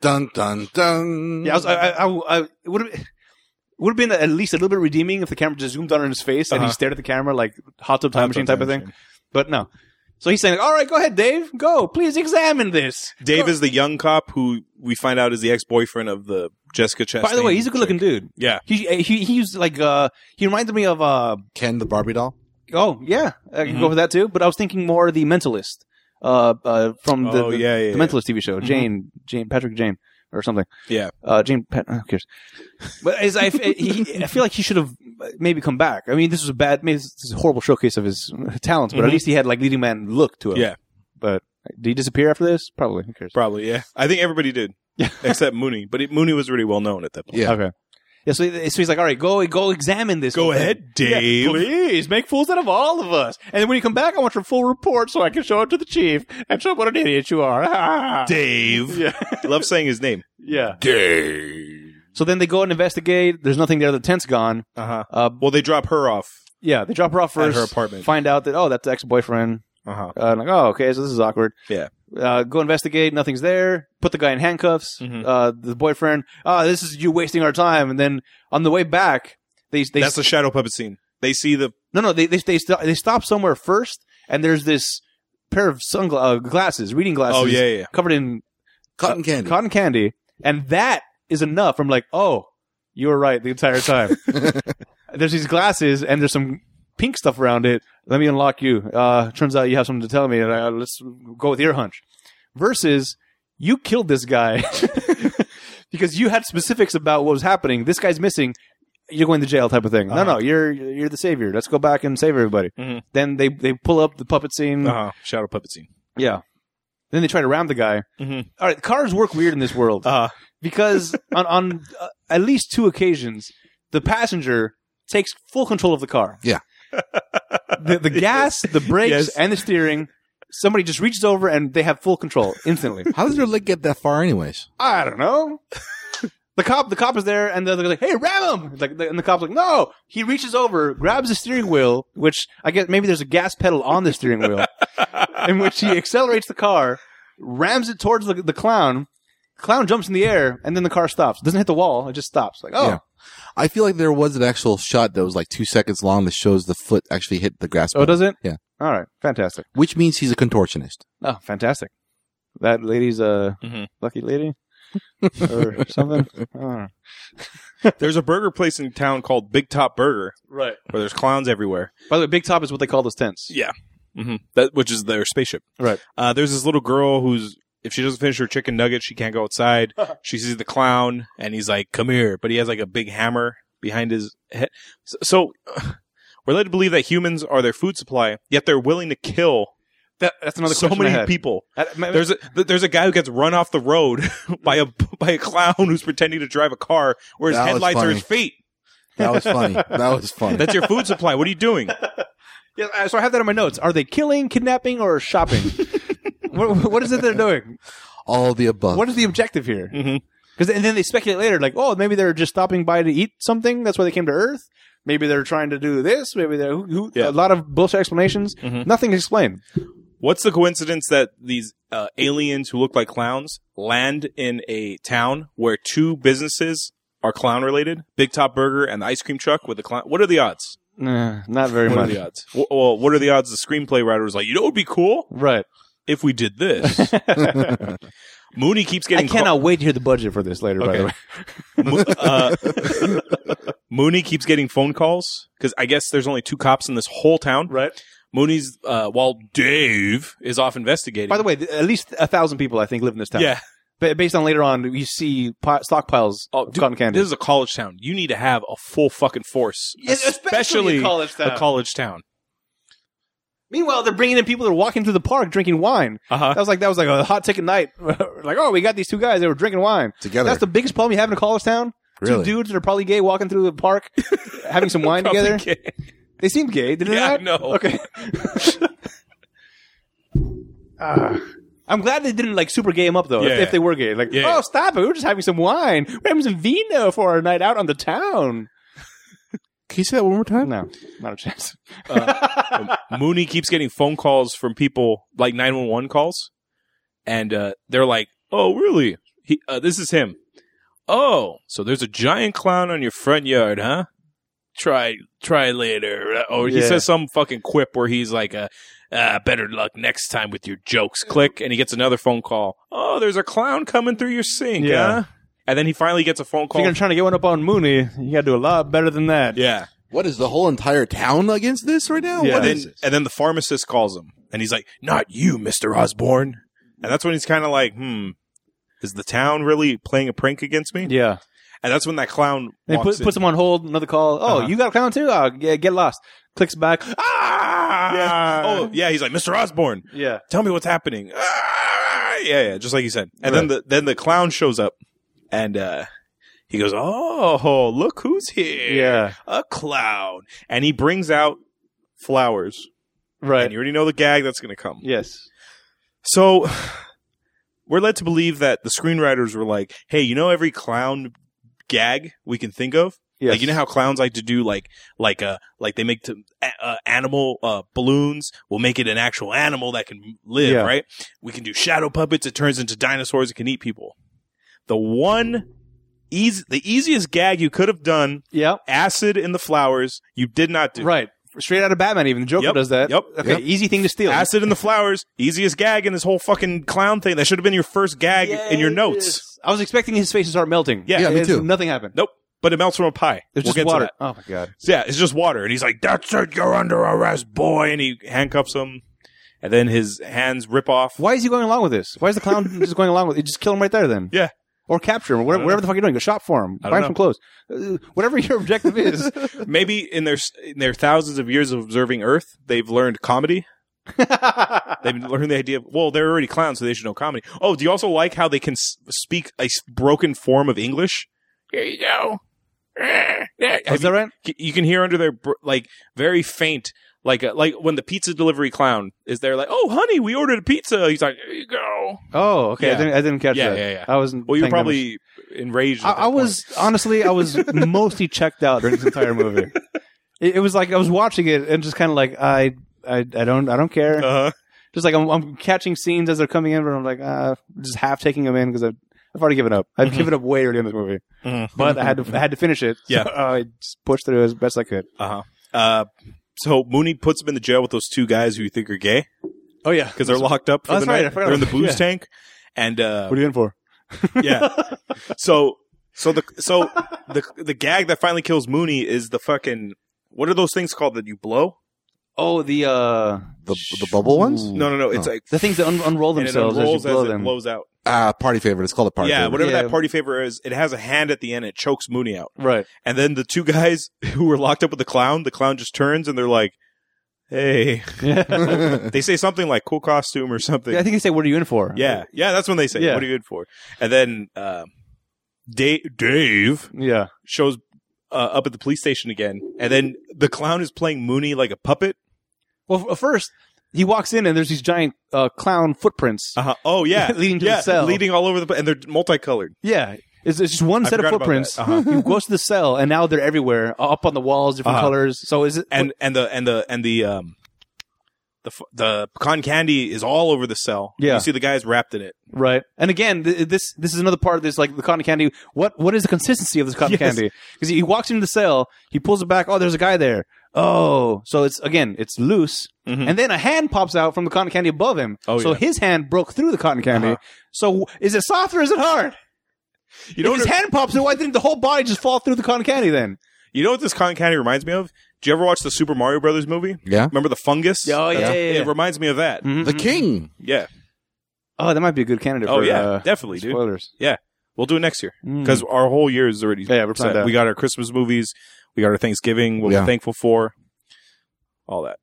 Speaker 3: Dun dun dun.
Speaker 2: Yeah, I was, I, I, I, I would have. Would have been at least a little bit redeeming if the camera just zoomed down on his face and
Speaker 1: Uh-huh.
Speaker 2: he stared at the camera like hot tub time machine type of thing. But no. So he's saying, "All right, go ahead, Dave. Go. Please examine this."
Speaker 1: Dave
Speaker 2: Go-
Speaker 1: is the young cop who we find out is the ex boyfriend of the Jessica Chastain.
Speaker 2: By the way, he's a good-looking dude.
Speaker 1: Yeah.
Speaker 2: He he he used like uh he reminded me of uh
Speaker 3: Ken the Barbie doll.
Speaker 2: oh yeah I can
Speaker 1: Mhm.
Speaker 2: go for that too. But I was thinking more of the Mentalist uh, uh from the,
Speaker 1: Oh
Speaker 2: the,
Speaker 1: yeah, yeah,
Speaker 2: the
Speaker 1: yeah.
Speaker 2: Mentalist TV show
Speaker 1: Mhm.
Speaker 2: Jane Jane Patrick Jane or something.
Speaker 1: Yeah.
Speaker 2: uh, Jane Pat who cares? But as I he, I feel like he should have maybe come back. I mean, this was a bad maybe this is a horrible showcase of his talents, but
Speaker 1: Mhm.
Speaker 2: at least he had like leading man look to him.
Speaker 1: Yeah.
Speaker 2: but. Did he disappear after this? Probably. Who cares?
Speaker 1: Probably yeah. I think everybody
Speaker 2: <laughs>
Speaker 1: did
Speaker 2: Yeah.
Speaker 1: except Mooney, but it, Mooney was really well known at that point.
Speaker 3: Yeah.
Speaker 2: Okay. Yeah, so, so he's like, all right, go go examine this.
Speaker 1: Go
Speaker 2: whole thing."
Speaker 1: ahead,
Speaker 2: Yeah,
Speaker 1: Dave.
Speaker 2: please make fools out of all of us. And then when you come back, I want your full report so I can show it to the chief and show him what an idiot you are. <laughs>
Speaker 1: Dave.
Speaker 2: yeah,
Speaker 1: Love saying his name.
Speaker 2: yeah.
Speaker 3: Dave.
Speaker 2: So then they go and investigate. There's nothing there. The tent's gone.
Speaker 1: Uh huh.
Speaker 2: Uh,
Speaker 1: Well, they drop her off
Speaker 2: yeah, they drop her off
Speaker 1: at
Speaker 2: first.
Speaker 1: her apartment.
Speaker 2: Find out that oh, that's ex boyfriend.
Speaker 1: Uh huh.
Speaker 2: Uh, like oh, okay, so this is awkward.
Speaker 1: Yeah.
Speaker 2: Uh, go investigate. Nothing's there. Put the guy in handcuffs.
Speaker 1: Mhm.
Speaker 2: Uh, the boyfriend. Ah, this is you wasting our time. And then on the way back, they they
Speaker 1: That's the shadow puppet scene. They see the
Speaker 2: no no they they they, sto- they stop somewhere first, and there's this pair of sunglasses, uh, glasses, reading glasses,
Speaker 1: oh yeah yeah, yeah.
Speaker 2: covered in
Speaker 3: Cotton candy.
Speaker 2: Uh, cotton candy, and that is enough. I'm like, oh, you were right the
Speaker 1: <laughs>
Speaker 2: entire time. there's these glasses, and there's some pink stuff around it. Let me unlock you. Uh, turns out you have something to tell me. Uh, let's go with your hunch. Versus, you killed this guy <laughs> because you had specifics about what was happening. This guy's missing. You're going to jail, type of thing. No,
Speaker 1: Uh-huh.
Speaker 2: no, you're you're the savior. Let's go back and save everybody.
Speaker 1: Mhm.
Speaker 2: Then they they pull up the puppet scene.
Speaker 1: Uh-huh. shadow puppet scene.
Speaker 2: Yeah. Then they try to ram the guy.
Speaker 1: Mhm.
Speaker 2: All right, cars work weird in this world
Speaker 1: Uh,
Speaker 2: because on, on uh, at least two occasions, the passenger takes full control of the car.
Speaker 3: Yeah.
Speaker 2: the, the gas, the brakes,
Speaker 1: Yes.
Speaker 2: and the steering. Somebody just reaches over and they have full control instantly.
Speaker 3: How does your leg get that far, anyways?
Speaker 2: I
Speaker 1: <laughs>
Speaker 2: don't know. The cop, the cop is there, and they're like, "Hey, ram him!" Like, and the cop's like, "No!" He reaches over, grabs the steering wheel, which I guess maybe there's a gas pedal on the steering wheel, in which he accelerates the car, rams it towards the, the clown. Clown jumps in the air, and then the car stops. Doesn't hit the wall; it just stops. Like, oh,
Speaker 3: Yeah. I feel like there was an actual shot that was like two seconds long that shows the foot actually hit the grass,
Speaker 2: oh, does it?
Speaker 3: Yeah.
Speaker 2: All right, fantastic.
Speaker 3: which means he's a contortionist.
Speaker 2: Oh, fantastic. That lady's a
Speaker 1: Mhm. <laughs>
Speaker 2: lucky lady, or something. I don't know.
Speaker 1: there's a burger place in town called Big Top Burger
Speaker 2: Right.
Speaker 1: where there's clowns everywhere.
Speaker 2: By the way, Big Top is what they call those tents.
Speaker 1: Yeah. hmm That which is their spaceship.
Speaker 2: Right.
Speaker 1: Uh, there's this little girl who's if she doesn't finish her chicken nugget, she can't go
Speaker 2: <laughs>
Speaker 1: outside. she sees the clown and he's like, "Come here," but he has like a big hammer behind his head. So, so <sighs> we're led to believe that humans are their food supply, yet they're willing to kill
Speaker 2: That, that's another
Speaker 1: so
Speaker 2: question I
Speaker 1: many
Speaker 2: had.
Speaker 1: people.
Speaker 2: I- my-
Speaker 1: There's a th- there's a guy who gets run off the road <laughs> by a by a clown who's pretending to drive a car where his
Speaker 3: That was
Speaker 1: headlights are
Speaker 3: funny.
Speaker 1: his feet.
Speaker 3: That
Speaker 2: <laughs>
Speaker 3: was funny. that was funny.
Speaker 1: That's your food supply. What are you
Speaker 3: <laughs>
Speaker 1: doing?
Speaker 2: Yeah, uh, so I have that in my notes. Are they killing, kidnapping,
Speaker 1: <laughs>
Speaker 2: or shopping? what, what is it they're doing?
Speaker 3: All the
Speaker 1: Uh,
Speaker 3: above.
Speaker 2: What is the objective here?
Speaker 3: Mm-hmm.
Speaker 1: Mhm.
Speaker 2: Because and then they speculate later, like, oh, maybe they're just stopping by to eat something. That's why they came to Earth. Maybe they're trying to do this. Maybe they're who, who,
Speaker 1: Yeah.
Speaker 2: a lot of bullshit explanations.
Speaker 1: Mhm.
Speaker 2: Nothing explained.
Speaker 1: What's the coincidence that these uh, aliens who look like clowns land in a town where two businesses are clown related? Big Top Burger and the ice cream truck with the clown. What are the odds?
Speaker 2: Nah, not very
Speaker 1: What are
Speaker 2: much.
Speaker 1: the odds? W- Well, what are the odds? The screenplay writer was like, you know, it would be cool
Speaker 2: Right.
Speaker 1: if we did
Speaker 3: <laughs>
Speaker 1: this. Mooney keeps
Speaker 2: I
Speaker 1: getting. ca-
Speaker 2: cannot wait to hear the budget for this later. By
Speaker 1: Okay. <laughs>
Speaker 2: the way,
Speaker 1: Mo- uh, Mooney keeps getting phone calls because I guess there's only two cops in this whole town.
Speaker 2: right?
Speaker 1: Mooney's uh, while Dave is off investigating.
Speaker 2: By the way, th- at least a thousand people I think live in this town.
Speaker 1: yeah,
Speaker 2: Ba- based on later on, you see pi- stockpiles
Speaker 1: Oh,
Speaker 2: of
Speaker 1: dude,
Speaker 2: cotton candy.
Speaker 1: this is a college town. You need to have a full fucking force,
Speaker 2: a college town.
Speaker 1: a college town.
Speaker 2: Meanwhile, they're bringing in people that are walking through the park drinking wine.
Speaker 1: Uh-huh.
Speaker 2: That was like that was like a hot ticket night. <laughs> like, oh, we got these two guys. They were drinking wine.
Speaker 3: Together.
Speaker 2: That's the biggest problem you have in a college town.
Speaker 3: Really?
Speaker 2: Two dudes that are probably gay walking through the park, <laughs> having some wine
Speaker 1: <laughs> Probably
Speaker 2: together.
Speaker 1: can't-
Speaker 2: They seemed gay, didn't
Speaker 1: Yeah, I
Speaker 2: they?
Speaker 1: know.
Speaker 2: not?
Speaker 1: <laughs>
Speaker 2: Okay. Ah. I'm glad they didn't like super gay them up though. if,
Speaker 1: Yeah.
Speaker 2: if they were gay, like,
Speaker 1: Yeah,
Speaker 2: oh,
Speaker 1: yeah.
Speaker 2: stop it! We were just having some wine. We're having some vino for our night out on the town.
Speaker 3: Can you say that one more time?
Speaker 2: No, not a chance.
Speaker 1: Mooney keeps getting phone calls from people like 911 calls, and uh, they're like, "Oh, really? He, uh, this is him. Oh, so there's a giant clown on your front yard, huh? Try, try later. Or he
Speaker 2: Yeah.
Speaker 1: says some fucking quip where he's like, uh, uh, better luck next time with your jokes. Click, and he gets another phone call. Oh, there's a clown coming through your sink, huh?
Speaker 2: Yeah.
Speaker 1: And then he finally gets a phone
Speaker 2: If
Speaker 1: call.
Speaker 2: you're trying to get one up on Mooney, you got to do a lot better than that.
Speaker 1: yeah.
Speaker 3: What is the whole entire town against this right now?
Speaker 2: Yeah.
Speaker 3: What
Speaker 1: And
Speaker 3: is
Speaker 1: then,
Speaker 3: this?
Speaker 1: and then the pharmacist calls him, and he's like, "Not you, Mister Osborne." And that's when he's kind of like, "Hmm, is the town really playing a prank against me?"
Speaker 2: Yeah.
Speaker 1: And that's when that clown
Speaker 2: They
Speaker 1: walks
Speaker 2: put,
Speaker 1: in.
Speaker 2: puts him on hold. Another call. Oh,
Speaker 1: Uh-huh.
Speaker 2: you got a clown too? Oh, yeah, get lost. Clicks back. <gasps>
Speaker 1: ah,
Speaker 2: Yeah.
Speaker 1: oh yeah, he's like, "Mister Osborne,
Speaker 2: Yeah.
Speaker 1: tell me what's happening." Ah, yeah, yeah, just like he said. And then the then the clown shows up, and uh, he goes, "Oh, look who's here!
Speaker 2: Yeah.
Speaker 1: A clown!" And he brings out flowers, and
Speaker 2: Right.
Speaker 1: you already know the gag that's going to come.
Speaker 2: Yes.
Speaker 1: So <sighs> we're led to believe that the screenwriters were like, "Hey, you know every clown gag we can think of?
Speaker 2: Yes.
Speaker 1: Like you know how clowns like to do like like uh like they make to, a, uh, animal uh, balloons. We'll make it an actual animal that can live.
Speaker 2: Yeah.
Speaker 1: Right? We can do shadow puppets. It turns into dinosaurs. It can eat people. The one easy, the easiest gag you could have done:
Speaker 2: yeah,
Speaker 1: acid in the flowers. You did not do.
Speaker 2: right. Straight out of Batman, even the Joker
Speaker 1: Yep.
Speaker 2: does that.
Speaker 1: Yep.
Speaker 2: Okay,
Speaker 3: Yep.
Speaker 2: easy thing to steal.
Speaker 1: Acid in the flowers. Easiest gag in this whole fucking clown thing. That should have been your first gag in your notes.
Speaker 2: I was expecting his face to start melting.
Speaker 1: Yeah.
Speaker 3: Yeah, me
Speaker 2: It's-
Speaker 3: too.
Speaker 2: Nothing happened.
Speaker 1: Nope. But it melts from a pie.
Speaker 2: There's
Speaker 1: We'll
Speaker 2: just
Speaker 1: get to
Speaker 2: water.
Speaker 1: that.
Speaker 2: Oh my god.
Speaker 1: Yeah, it's just water. And he's like, That's it, you're under arrest, boy. And he handcuffs him. And then his hands rip off.
Speaker 2: Why is he going along with this? Why is the <laughs> clown just going along with it? Just kill him right there, then.
Speaker 1: Yeah.
Speaker 2: Or capture him,
Speaker 1: I
Speaker 2: or
Speaker 1: don't
Speaker 2: whatever, whatever the fuck you're doing. Go shop for him.
Speaker 1: I don't
Speaker 2: Buy him
Speaker 1: know.
Speaker 2: some clothes. Uh, whatever your objective <laughs> is.
Speaker 1: Maybe in their in their thousands of years of observing Earth, they've learned comedy. They've
Speaker 2: Uh,
Speaker 1: learned the idea of well, they're already clowns, so they should know comedy. Oh, do you also like how they can s- speak a s- broken form of English? Here you go. Eh, eh. Have
Speaker 2: is that right?
Speaker 1: c- you can hear under their br- like very faint like a, like when the pizza delivery clown is there like oh honey we ordered a pizza he's like here you go
Speaker 2: Oh, okay.
Speaker 1: Yeah.
Speaker 2: I, didn't, I didn't catch
Speaker 1: Yeah,
Speaker 2: that.
Speaker 1: yeah, yeah.
Speaker 2: I wasn't.
Speaker 1: well you're
Speaker 2: paying that much
Speaker 1: probably enraged at
Speaker 2: I,
Speaker 1: that
Speaker 2: I was honestly, I was
Speaker 1: <laughs>
Speaker 2: mostly checked out during this entire movie. It, it was like I was watching it and just kind of like I, I, I don't, I don't care.
Speaker 1: point. uh-huh.
Speaker 2: just like I'm, I'm catching scenes as they're coming in, but I'm like, uh, just half taking them in because I've, I've already given up. I've
Speaker 1: Mhm.
Speaker 2: given up way early in this movie, Mm-hmm. but I had <laughs> to, I had to finish it.
Speaker 1: Yeah.
Speaker 2: so, uh, I just pushed through as best I could.
Speaker 1: uh-huh uh so Mooney puts him in the jail with those two guys who you think are gay
Speaker 2: Oh yeah,
Speaker 1: because they're locked up for
Speaker 2: Oh,
Speaker 1: the
Speaker 2: that's right.
Speaker 1: night
Speaker 2: I forgot
Speaker 1: they're in the
Speaker 2: about-
Speaker 1: booze
Speaker 2: yeah.
Speaker 1: tank and uh
Speaker 2: What are you in for?
Speaker 1: yeah
Speaker 2: <laughs>
Speaker 1: so so the so the the gag that finally kills Mooney is the fucking what are those things called that you blow
Speaker 2: Oh, the uh,
Speaker 3: The the bubble ones?
Speaker 1: no no no it's
Speaker 3: Oh.
Speaker 1: like
Speaker 2: the things that un- unroll
Speaker 1: and it
Speaker 2: themselves as you
Speaker 1: unrolls
Speaker 2: blow
Speaker 1: as it
Speaker 2: them.
Speaker 1: blows out
Speaker 3: Ah, party favorite. It's called a party
Speaker 1: yeah,
Speaker 3: favorite.
Speaker 1: whatever
Speaker 2: Yeah.
Speaker 1: that party favor is, it has a hand at the end. It chokes Mooney out,
Speaker 2: <laughs> right.
Speaker 1: and then the two <laughs> guys who were locked up with the clown, the clown just turns and they're like, "Hey,"
Speaker 2: yeah,
Speaker 3: <laughs>
Speaker 1: they say something like "cool costume" or something.
Speaker 2: I
Speaker 1: Yeah,
Speaker 2: think they say, "What are you in for?"
Speaker 1: yeah, that's when they say,
Speaker 2: Yeah.
Speaker 1: "What are you good for?" And then uh, Dave, Dave
Speaker 2: yeah.
Speaker 1: shows uh, up at the police station again, and then the clown is playing Mooney like a puppet.
Speaker 2: Well, f- first he walks in and there's these giant uh, clown footprints.
Speaker 1: Uh-huh. Oh yeah,
Speaker 2: <laughs> Leading to the
Speaker 1: yeah,
Speaker 2: cell.
Speaker 1: leading all over the place, and they're multicolored.
Speaker 2: Yeah. It's, it's just one
Speaker 1: I
Speaker 2: set of
Speaker 1: forgot about
Speaker 2: footprints.
Speaker 1: that. Uh-huh.
Speaker 2: <laughs> He goes to the cell, and now they're everywhere, uh, up on the walls, different
Speaker 1: Uh-huh.
Speaker 2: colors. So is it?
Speaker 1: and and the and the and the um the f- the pecan candy is all over the cell.
Speaker 2: Yeah.
Speaker 1: you see the guys wrapped in it.
Speaker 2: right. And again, th- this this is another part of this, like the cotton candy. What what is the consistency of this cotton
Speaker 1: <laughs> Yes.
Speaker 2: candy? Because he walks into the cell, he pulls it back. Oh, there's a guy there. Oh, so it's again, it's loose,
Speaker 1: Mhm.
Speaker 2: and then a hand pops out from the cotton candy above him.
Speaker 1: Oh,
Speaker 2: so
Speaker 1: yeah.
Speaker 2: his hand broke through the cotton candy.
Speaker 1: Uh-huh.
Speaker 2: So is it soft or is it hard?
Speaker 1: You know
Speaker 2: if his
Speaker 1: what,
Speaker 2: hand pops, then why didn't the whole body just fall through the cotton candy then?
Speaker 1: you know what this cotton candy reminds me of? Do you ever watch the Super Mario Brothers movie?
Speaker 3: Yeah.
Speaker 1: Remember the fungus?
Speaker 2: Oh, yeah,
Speaker 1: That's-
Speaker 2: yeah, yeah.
Speaker 1: It reminds me of that.
Speaker 3: The king.
Speaker 1: Yeah.
Speaker 2: Mm-hmm. Oh, that might be a good candidate.
Speaker 1: Oh
Speaker 2: for,
Speaker 1: yeah,
Speaker 2: uh,
Speaker 1: definitely, dude.
Speaker 2: spoilers.
Speaker 1: We'll do it next year
Speaker 2: Mm.
Speaker 1: because our whole year is already.
Speaker 2: Yeah, we're
Speaker 1: set.
Speaker 2: planned out.
Speaker 1: We got our Christmas movies. We got our Thanksgiving. What
Speaker 3: Yeah.
Speaker 1: we're thankful for. All that.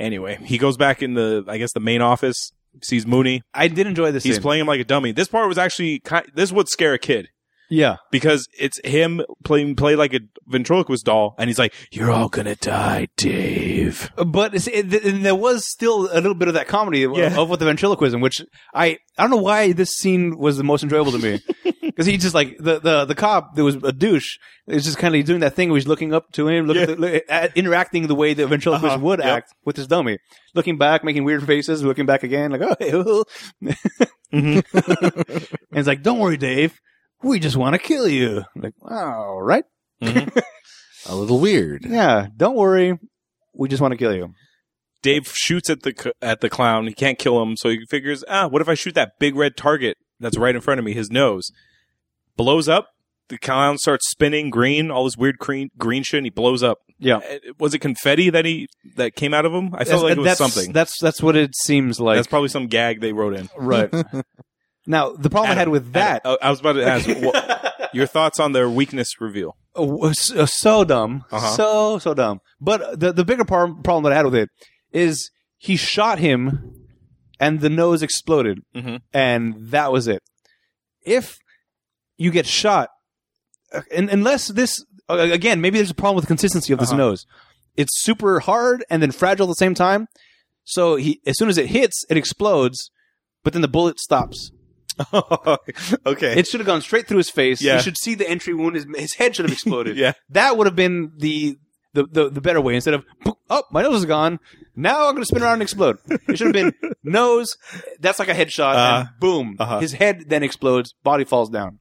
Speaker 1: Anyway, he goes back in the I guess the main office. Sees Mooney.
Speaker 2: I did enjoy this.
Speaker 1: He's
Speaker 2: scene.
Speaker 1: playing him like a dummy. This part was actually kind, this would scare a kid.
Speaker 2: yeah,
Speaker 1: because it's him playing play like a ventriloquist doll, and he's like, "You're all gonna die, Dave."
Speaker 2: but it's, it, th- and there was still a little bit of that comedy of-
Speaker 1: Yeah.
Speaker 2: of what the ventriloquism, which I I don't know why this scene was the most enjoyable
Speaker 1: <laughs>
Speaker 2: to me because he just like the, the the cop that was a douche is just kind of doing that thing where he's looking up to him, looking
Speaker 1: Yeah.
Speaker 2: at the- look- at- interacting the way the ventriloquist
Speaker 1: Uh-huh.
Speaker 2: would
Speaker 1: Yep.
Speaker 2: act with his dummy, looking back, making weird faces, looking back again, like <laughs> oh, hey, oh. Mm-hmm.
Speaker 1: Mhm.
Speaker 2: and it's like don't worry, Dave, we just want to kill you. like wow, right.
Speaker 3: A little weird.
Speaker 2: Yeah, don't worry. We just want to kill you.
Speaker 1: Dave shoots at the c- at the clown. He can't kill him, so he figures, "Ah, what if I shoot that big red target that's right in front of me? His nose blows up." The clown starts spinning green, all this weird green green shit, and he blows up.
Speaker 2: Yeah.
Speaker 1: Uh, was it confetti that he that came out of him? I felt like it was
Speaker 2: that's,
Speaker 1: something.
Speaker 2: That's that's what it seems like.
Speaker 1: that's probably some gag they wrote in.
Speaker 2: <laughs> right. now, the problem I had
Speaker 1: Adam,
Speaker 2: with that
Speaker 1: I, I was about to ask what,
Speaker 2: <laughs>
Speaker 1: your thoughts on their weakness reveal.
Speaker 2: was uh, so dumb,
Speaker 1: Uh-huh.
Speaker 2: so so dumb. But the the bigger par- problem that I had with it is he shot him, and the nose exploded,
Speaker 1: Mhm.
Speaker 2: and that was it. If you get shot, uh, un- unless this uh, again, maybe there's a problem with the consistency of this
Speaker 1: Uh-huh.
Speaker 2: nose. It's super hard and then fragile at the same time. So he, as soon as it hits, it explodes, but then the bullet stops. Oh,
Speaker 1: okay.
Speaker 2: It should have gone straight through his face.
Speaker 1: Yeah.
Speaker 2: You should see the entry wound. His, his head should have
Speaker 1: <laughs>
Speaker 2: exploded.
Speaker 1: Yeah.
Speaker 2: That would have been the the, the, the better way instead of "Boop, oh my nose is gone now I'm gonna spin around and explode. It should have been <laughs> nose. That's like a headshot.
Speaker 1: Uh,
Speaker 2: and boom.
Speaker 1: uh-huh.
Speaker 2: His head then explodes. Body falls down.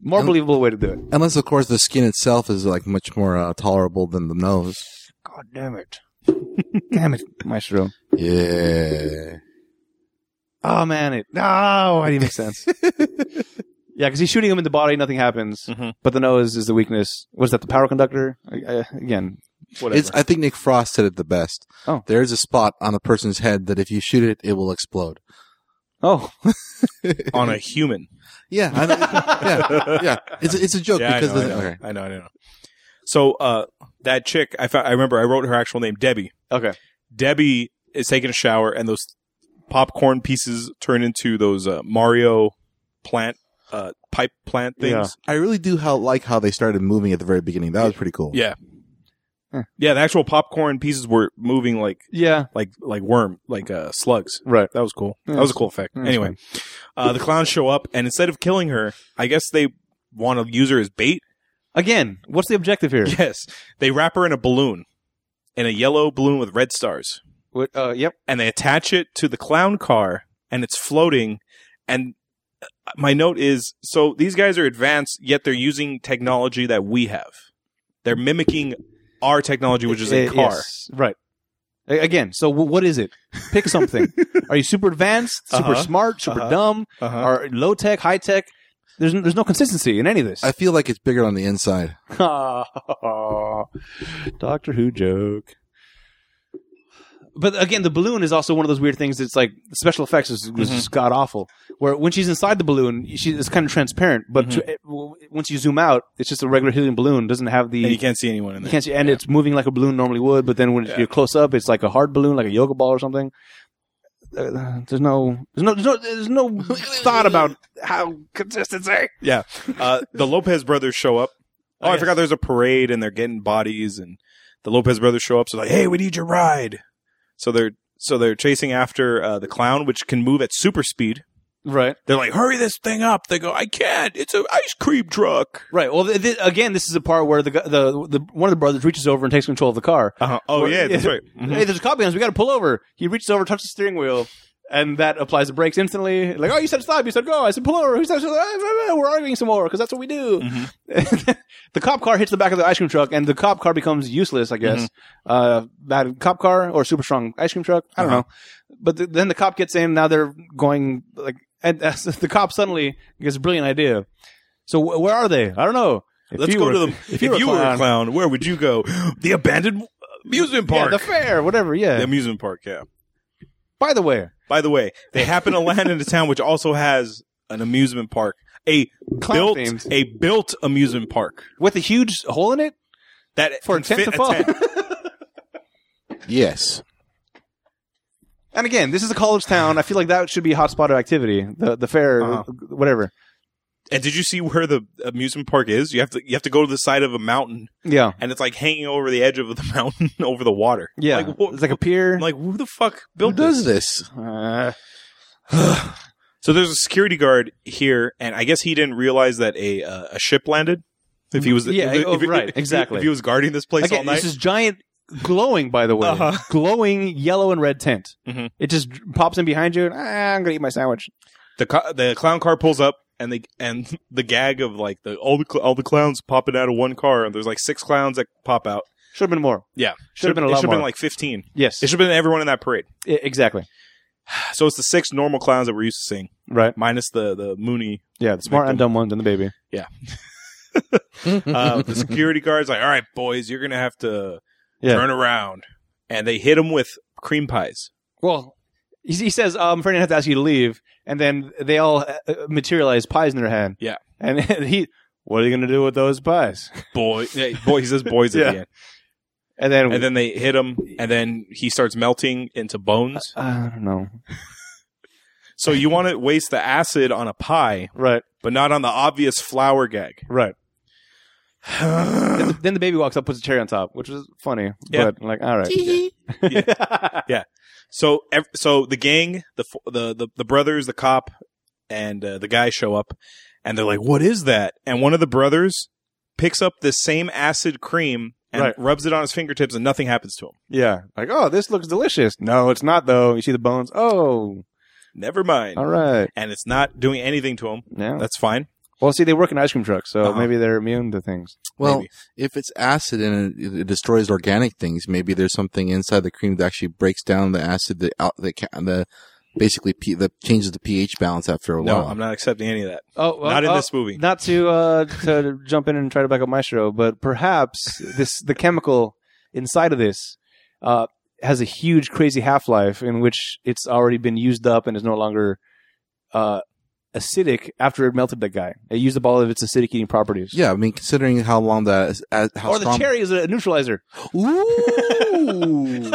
Speaker 2: More believable way to do it.
Speaker 3: Unless, of course, the skin itself is like much more uh, tolerable than the nose.
Speaker 2: God damn it. <laughs> damn it, Maestro.
Speaker 3: Yeah.
Speaker 2: Oh man, it. No, why do you
Speaker 1: <laughs>
Speaker 2: make sense? yeah, because he's shooting him in the body, nothing happens.
Speaker 1: Mhm.
Speaker 2: But the nose is the weakness. Was that the power conductor? I, I, again, <laughs> whatever.
Speaker 3: It's, I think Nick Frost said it the best.
Speaker 2: Oh.
Speaker 3: There is a spot on a person's head that if you shoot it, it will explode.
Speaker 2: oh, <laughs>
Speaker 1: on a human.
Speaker 3: Yeah. I know.
Speaker 1: <laughs>
Speaker 3: yeah. Yeah. It's, a- it's a joke
Speaker 1: yeah, I
Speaker 3: because
Speaker 1: know,
Speaker 3: the,
Speaker 1: I know,
Speaker 3: okay.
Speaker 1: I know, I know. So uh, that chick, I, fa- I remember I wrote her actual name, Debbie.
Speaker 2: okay.
Speaker 1: Debbie is taking a shower, and those popcorn pieces turn into those uh, Mario plant, uh, pipe plant things.
Speaker 2: Yeah.
Speaker 3: I really do how like how they started moving at the very beginning. That was pretty cool.
Speaker 1: Yeah.
Speaker 2: Huh.
Speaker 1: Yeah, the actual popcorn pieces were moving like
Speaker 2: Yeah,
Speaker 1: like like worm, like uh, slugs.
Speaker 2: right.
Speaker 1: That was cool.
Speaker 2: Yeah,
Speaker 1: that was a
Speaker 2: that's-
Speaker 1: cool effect.
Speaker 2: yeah, that's
Speaker 1: anyway, uh, the clowns show up, and instead of killing her, I guess they want to use her as bait.
Speaker 2: Again, what's the objective
Speaker 1: <laughs>
Speaker 2: here?
Speaker 1: Yes, they wrap her in a balloon, in a yellow balloon with red stars,
Speaker 2: <laughs> What, uh, yep.
Speaker 1: and they attach it to the clown car, and it's floating. And uh, my note is: so these guys are advanced, yet they're using technology that we have. They're mimicking our technology, which is a
Speaker 2: Uh,
Speaker 1: car.
Speaker 2: yes, Right. A- Again, so w- what is it? Pick <laughs> something. Are you super advanced, super
Speaker 1: Uh-huh.
Speaker 2: smart, super
Speaker 1: Uh-huh.
Speaker 2: dumb,
Speaker 1: Uh-huh.
Speaker 2: or low tech, high tech? There's n- there's no consistency in any of this.
Speaker 3: I feel like it's bigger on the inside.
Speaker 2: <laughs> Doctor Who joke. But again, the balloon is also one of those weird things. It's like the special effects is, was
Speaker 1: Mhm.
Speaker 2: just god awful. Where when she's inside the balloon, she is kind of transparent. But
Speaker 1: Mm-hmm.
Speaker 2: to, eh, w- once you zoom out, it's just a regular helium balloon. Doesn't have the
Speaker 1: and you can't see anyone in
Speaker 2: you <laughs>
Speaker 1: there.
Speaker 2: can't see, and it's moving like a balloon normally would. But then when
Speaker 1: Yeah.
Speaker 2: you're close up, it's like a hard balloon, like a yoga ball or something. Uh, there's no, there's no, there's no, there's no <laughs> thought about how consistency.
Speaker 1: uh, the Lopez brothers show up. Oh,
Speaker 2: Oh,
Speaker 1: I
Speaker 2: yes.
Speaker 1: forgot there's a parade and they're getting bodies and the Lopez brothers show up. So like, hey, we need your ride. So they're so they're chasing after uh, the clown, which can move at super speed.
Speaker 2: Right.
Speaker 1: They're like, hurry this thing up. They go, I can't. It's an ice cream truck.
Speaker 2: Right. Well, th- th- again, this is the part where the, gu- the the one of the brothers reaches over and takes control of the car.
Speaker 1: Uh-huh. Oh
Speaker 2: Well,
Speaker 1: yeah, that's
Speaker 2: yeah.
Speaker 1: right. Mhm.
Speaker 2: Hey, there's a cop behind us. We got to pull over. He reaches over, touches the steering wheel, and that applies the brakes instantly. Like, oh, you said stop. You said go. I said pull over. He said, "Ah, blah, blah, we're arguing some more because that's what we do.
Speaker 1: Mhm.
Speaker 2: <laughs> the cop car hits the back of the ice cream truck, and the cop car becomes useless. I guess uh, bad cop car or super strong ice cream truck. I don't
Speaker 1: Mm-hmm. Uh-huh.
Speaker 2: know. But th- then the cop gets in. Now they're going like, and <laughs> uh, the cop suddenly gets a brilliant idea. So wh- where are they? I don't know. <laughs> If
Speaker 1: Let's
Speaker 2: you
Speaker 1: go
Speaker 2: were-
Speaker 1: to the. If, you, were a clown, where would you go? the abandoned amusement
Speaker 2: yeah,
Speaker 1: park.
Speaker 2: the fair, whatever. Yeah.
Speaker 1: the amusement park. Yeah.
Speaker 2: By the way,
Speaker 1: By the way, they happen to land in a town which also has an amusement park, a
Speaker 2: Clown
Speaker 1: built
Speaker 2: themed.
Speaker 1: a built amusement park.
Speaker 2: with a huge hole in it
Speaker 1: that
Speaker 2: for a
Speaker 1: can
Speaker 2: tent to
Speaker 1: fit
Speaker 2: fall. <laughs>
Speaker 1: tent.
Speaker 3: Yes.
Speaker 2: and again, this is a college town. I feel like that should be a hot spot of activity. The the fair,
Speaker 1: Uh-huh.
Speaker 2: whatever.
Speaker 1: And did you see where the amusement park is? You have to you have to go to the side of a mountain,
Speaker 2: Yeah,
Speaker 1: and it's like hanging over the edge of the <laughs> mountain over the water.
Speaker 2: yeah.
Speaker 1: like, wh-
Speaker 2: it's like a pier.
Speaker 1: I'm like who the fuck
Speaker 3: Who
Speaker 1: built
Speaker 3: does
Speaker 1: this?
Speaker 3: this?
Speaker 2: Uh,
Speaker 1: <sighs> So there's a security guard here, and I guess he didn't realize that a uh, a ship landed. If he was
Speaker 2: Yeah,
Speaker 1: if,
Speaker 2: oh,
Speaker 1: if-
Speaker 2: right,
Speaker 1: if-
Speaker 2: exactly.
Speaker 1: If he was guarding this place all
Speaker 2: again,
Speaker 1: night,
Speaker 2: this is giant, glowing. By the way,
Speaker 1: Uh-huh.
Speaker 2: glowing yellow and red tent.
Speaker 1: Mhm.
Speaker 2: It just pops in behind you. and, ah, I'm gonna eat my sandwich.
Speaker 1: the co- the clown car pulls up. And the and <laughs> the gag of like the all the cl- all the clowns popping out of one car and there's like six clowns that pop out.
Speaker 2: Should have been more.
Speaker 1: Yeah,
Speaker 2: Should have been a
Speaker 1: it
Speaker 2: lot
Speaker 1: should have been
Speaker 2: more.
Speaker 1: like fifteen.
Speaker 2: Yes,
Speaker 1: It should have been everyone in that parade. <sighs>
Speaker 2: I- exactly.
Speaker 1: So it's the six normal clowns that we're used to seeing,
Speaker 2: Right.
Speaker 1: minus the the
Speaker 2: <laughs>
Speaker 1: Mooney.
Speaker 2: Yeah, the smart and dumb ones and the baby.
Speaker 1: <laughs> Uh,
Speaker 3: <laughs>
Speaker 1: the security guard's like, "All right, boys, you're gonna have to
Speaker 2: Yeah.
Speaker 1: turn around," and they hit him with cream pies.
Speaker 2: Well, he, he says, "I'm afraid I have to ask you to leave," and then they all uh, uh, materialize pies in their hand.
Speaker 1: Yeah.
Speaker 2: and <laughs> he, what are you going to do with those pies?
Speaker 1: Boy, yeah, boy, he says boys at the
Speaker 2: Yeah.
Speaker 1: end,
Speaker 2: And then,
Speaker 1: <laughs> and then they hit him, and then he starts melting into bones.
Speaker 2: I don't know.
Speaker 1: So you want to waste the acid on a pie,
Speaker 2: Right,
Speaker 1: but not on the obvious flour
Speaker 2: <sighs>
Speaker 1: gag.
Speaker 2: right. then,
Speaker 1: yeah,
Speaker 2: the, then the baby walks up, puts a cherry on top, which was funny.
Speaker 1: Yeah.
Speaker 2: But like, all right.
Speaker 1: So ev- so the gang, the f- the the, the brothers, the cop, and uh, the guy show up, and they're like, "What is that?" And one of the brothers picks up the same acid cream and
Speaker 2: Right.
Speaker 1: rubs it on his fingertips, and nothing happens to him.
Speaker 2: <laughs> Yeah. Like, oh, this looks delicious. No, it's not though. You see the bones. Oh,
Speaker 1: Never mind.
Speaker 2: all right.
Speaker 1: And it's not doing anything to him.
Speaker 2: Yeah.
Speaker 1: That's fine.
Speaker 2: Well, see, they work in ice cream trucks, so
Speaker 1: Uh-huh.
Speaker 2: maybe they're immune to things.
Speaker 3: Well,
Speaker 1: Maybe.
Speaker 3: if it's acid and it, it destroys organic things, maybe there's something inside the cream that actually breaks down the acid that out that can, the basically p, that changes the pH balance after a
Speaker 1: No,
Speaker 3: while.
Speaker 1: I'm not accepting any of that.
Speaker 2: Oh, well,
Speaker 1: not in
Speaker 2: oh,
Speaker 1: this movie.
Speaker 2: Not to uh, to jump in and try to back up my show, but perhaps this the chemical inside of this uh, has a huge, crazy half life in which it's already been used up and is no longer uh, acidic after it melted that guy. It used up all of its acidic eating properties.
Speaker 3: Yeah, I mean, considering how long that is, as, how
Speaker 2: or the
Speaker 3: strong.
Speaker 2: cherry is a neutralizer.
Speaker 1: <laughs>
Speaker 3: Ooh,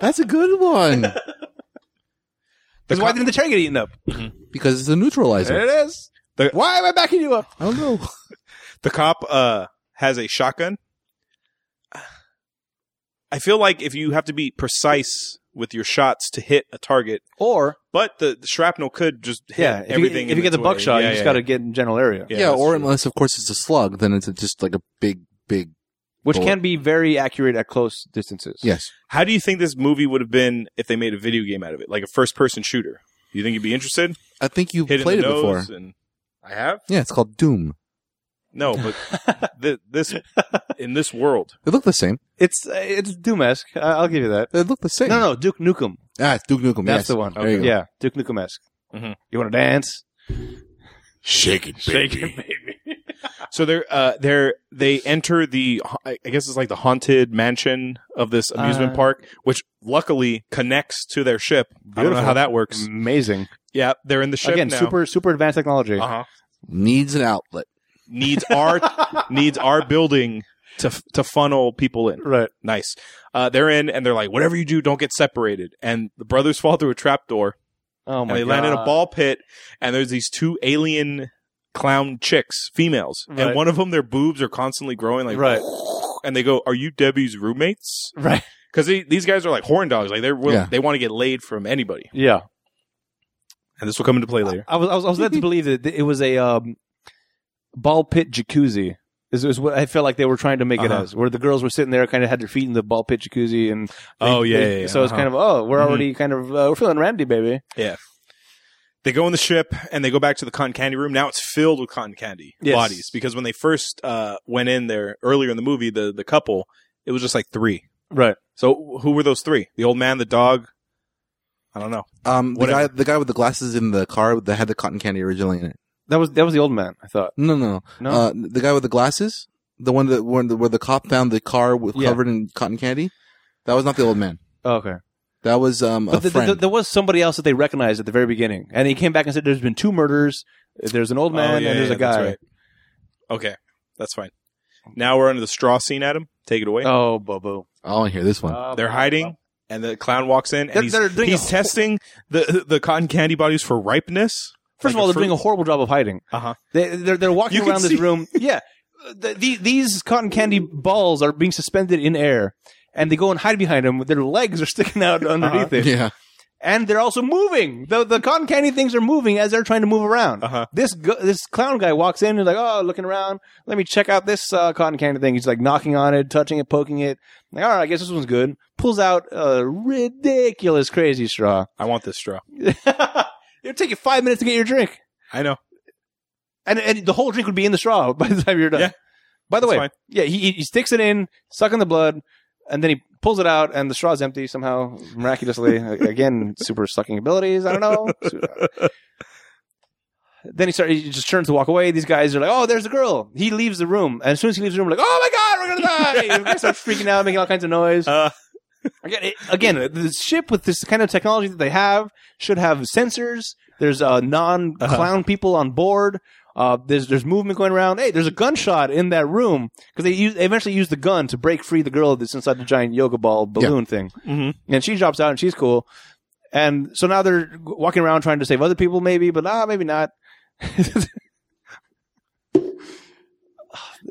Speaker 3: that's a good one
Speaker 2: That's why didn't the cherry get eaten up?
Speaker 3: because it's a neutralizer.
Speaker 1: Eh?
Speaker 2: There it is.
Speaker 1: The-
Speaker 2: why am I backing you up?
Speaker 3: I don't know.
Speaker 1: The cop uh, has a shotgun. I feel like if you have to be precise with your shots to hit a target,
Speaker 2: Or
Speaker 1: but the, the shrapnel could just hit
Speaker 2: yeah, if
Speaker 1: everything.
Speaker 2: you, if you get the buckshot, you just got to get in general area.
Speaker 3: Yeah,
Speaker 1: Yeah, that's
Speaker 3: or
Speaker 1: true.
Speaker 3: unless of course it's a slug, then it's just like a big, big
Speaker 2: which
Speaker 3: Bullet.
Speaker 2: can be very accurate at close distances.
Speaker 3: yes.
Speaker 1: How do you think this movie would have been if they made a video game out of it, like a first-person shooter? Do you think you'd be interested?
Speaker 3: I think you
Speaker 1: Hit in
Speaker 3: played it
Speaker 1: the
Speaker 3: before.
Speaker 1: nose and- I have.
Speaker 3: Yeah, it's called Doom.
Speaker 1: No,
Speaker 2: <laughs>
Speaker 1: but th- this in this world,
Speaker 3: They look the same.
Speaker 2: It's uh, it's Doom-esque. I- I'll give you that.
Speaker 3: They look the same.
Speaker 2: No, no, Duke Nukem.
Speaker 3: Ah, it's Duke Nukem.
Speaker 2: That's
Speaker 3: yes.
Speaker 2: the one.
Speaker 3: There you go.
Speaker 2: Yeah, Duke Nukem-esque.
Speaker 1: Mhm.
Speaker 2: You want to dance?
Speaker 4: Shake it, baby.
Speaker 1: so they're uh, they're they enter the I I guess it's like the haunted mansion of this amusement
Speaker 2: Uh,
Speaker 1: park, which luckily connects to their ship. I don't know
Speaker 2: Beautiful.
Speaker 1: how that works.
Speaker 2: Amazing.
Speaker 1: Yeah, they're in the ship
Speaker 2: Again,
Speaker 1: now.
Speaker 2: super super advanced technology. <laughs>
Speaker 1: uh-huh.
Speaker 3: Needs an outlet.
Speaker 1: needs our needs our building to f- to funnel people in.
Speaker 2: Right.
Speaker 1: Nice. Uh, they're in and they're like, whatever you do, don't get separated. And the brothers fall through a trapdoor
Speaker 2: Oh
Speaker 1: and
Speaker 2: my
Speaker 1: they
Speaker 2: god.
Speaker 1: land in a ball pit. And there's these two alien clown chicks, females, and
Speaker 2: Right.
Speaker 1: one of them, their boobs are constantly growing like
Speaker 2: Right.
Speaker 1: <laughs> And they go, "Are you Debbie's roommates?"
Speaker 2: Right.
Speaker 1: Because these guys are like horn dogs. Like they're willing,
Speaker 3: Yeah.
Speaker 1: they want to get laid from anybody.
Speaker 2: Yeah.
Speaker 1: And this will come into play later.
Speaker 2: I was I was, I was led to believe that it was a um, ball pit jacuzzi. Is, is what I felt like they were trying to make
Speaker 1: Uh-huh.
Speaker 2: it as, where the girls were sitting there, kind of had their feet in the ball pit jacuzzi, and they-
Speaker 1: Oh, yeah,
Speaker 2: they-
Speaker 1: yeah, yeah.
Speaker 2: so it's
Speaker 1: Uh-huh.
Speaker 2: kind of oh, we're
Speaker 1: Mhm.
Speaker 2: already kind of uh, we're feeling randy, baby.
Speaker 1: They go in the ship and they go back to the cotton candy room. Now it's filled with cotton candy
Speaker 2: Yes.
Speaker 1: bodies because when they first uh, went in there earlier in the movie, the the couple it was just like three.
Speaker 2: Right.
Speaker 1: So who were those three? The old man, the dog. I don't know.
Speaker 3: Um, the
Speaker 1: Whatever.
Speaker 3: guy, the guy with the glasses in the car that had the cotton candy originally in it.
Speaker 2: That was that was the old man. I thought
Speaker 3: No, no,
Speaker 2: no.
Speaker 3: no. Uh, the guy with the glasses, the one that where the, where the cop found the car with,
Speaker 2: Yeah.
Speaker 3: covered in cotton candy. That was not the old man.
Speaker 2: Oh, okay,
Speaker 3: That was um a
Speaker 2: but th- th-
Speaker 3: friend.
Speaker 2: th- there was somebody else that they recognized at the very beginning, and he came back and said, "There's been two murders. There's an old man
Speaker 1: Oh, yeah,
Speaker 2: and there's
Speaker 1: yeah,
Speaker 2: a
Speaker 1: that's
Speaker 2: guy."
Speaker 1: right. Okay, that's fine. Now we're under the straw scene. Adam, take it away.
Speaker 2: Oh, boo boo.
Speaker 3: I want to hear this one.
Speaker 2: Uh,
Speaker 1: They're hiding, and the clown walks in, and
Speaker 2: They're,
Speaker 1: he's
Speaker 2: they're doing. a-
Speaker 1: he's testing the the cotton candy bodies for ripeness.
Speaker 2: first of
Speaker 1: like
Speaker 2: all,
Speaker 1: a
Speaker 2: they're doing
Speaker 1: fruit.
Speaker 2: a horrible job of hiding.
Speaker 1: Uh-huh.
Speaker 2: They, they're they're walking
Speaker 1: You can
Speaker 2: around
Speaker 1: see-
Speaker 2: this room. Yeah, the, the, these cotton candy balls are being suspended in air, and they go and hide behind them. Their legs are
Speaker 1: <laughs>
Speaker 2: sticking out
Speaker 1: Uh-huh.
Speaker 2: underneath it,
Speaker 3: Yeah,
Speaker 2: and they're also moving. The the cotton candy things are moving as they're trying to move around.
Speaker 1: Uh huh.
Speaker 2: this go- this clown guy walks in and he's like, oh, looking around. Let me check out this uh, cotton candy thing. He's like knocking on it, touching it, poking it. Like, all right, I guess this one's good. Pulls out a ridiculous crazy straw.
Speaker 1: I want this straw.
Speaker 2: <laughs> It'll take you five minutes to get your drink,
Speaker 1: I know.
Speaker 2: and and the whole drink would be in the straw <laughs> by the time you're done.
Speaker 1: Yeah.
Speaker 2: By the
Speaker 1: That's
Speaker 2: way,
Speaker 1: fine.
Speaker 2: yeah, he he- he sticks it in, sucking the blood, and then he pulls it out, and the straw's empty somehow
Speaker 1: <laughs>
Speaker 2: miraculously. Again, super sucking abilities. I don't know. then he starts. He just turns to walk away. These guys are like, "Oh, there's a girl." He leaves the room, and as soon as he leaves the room, we're like, "Oh my god, we're gonna die!"
Speaker 1: <laughs>
Speaker 2: And they start freaking out, making all kinds of noise.
Speaker 1: Uh,
Speaker 2: Again, it, again, uh, the ship with this kind of technology that they have should have sensors. There's uh, non clown people on board. Uh, there's there's movement going around. Hey, there's a gunshot in that room because they use they eventually use the gun to break free the girl that's inside the giant yoga ball balloon thing,
Speaker 1: mhm.
Speaker 2: and she drops out and she's cool. And so now they're walking around trying to save other people, maybe, but ah, maybe not.
Speaker 3: there's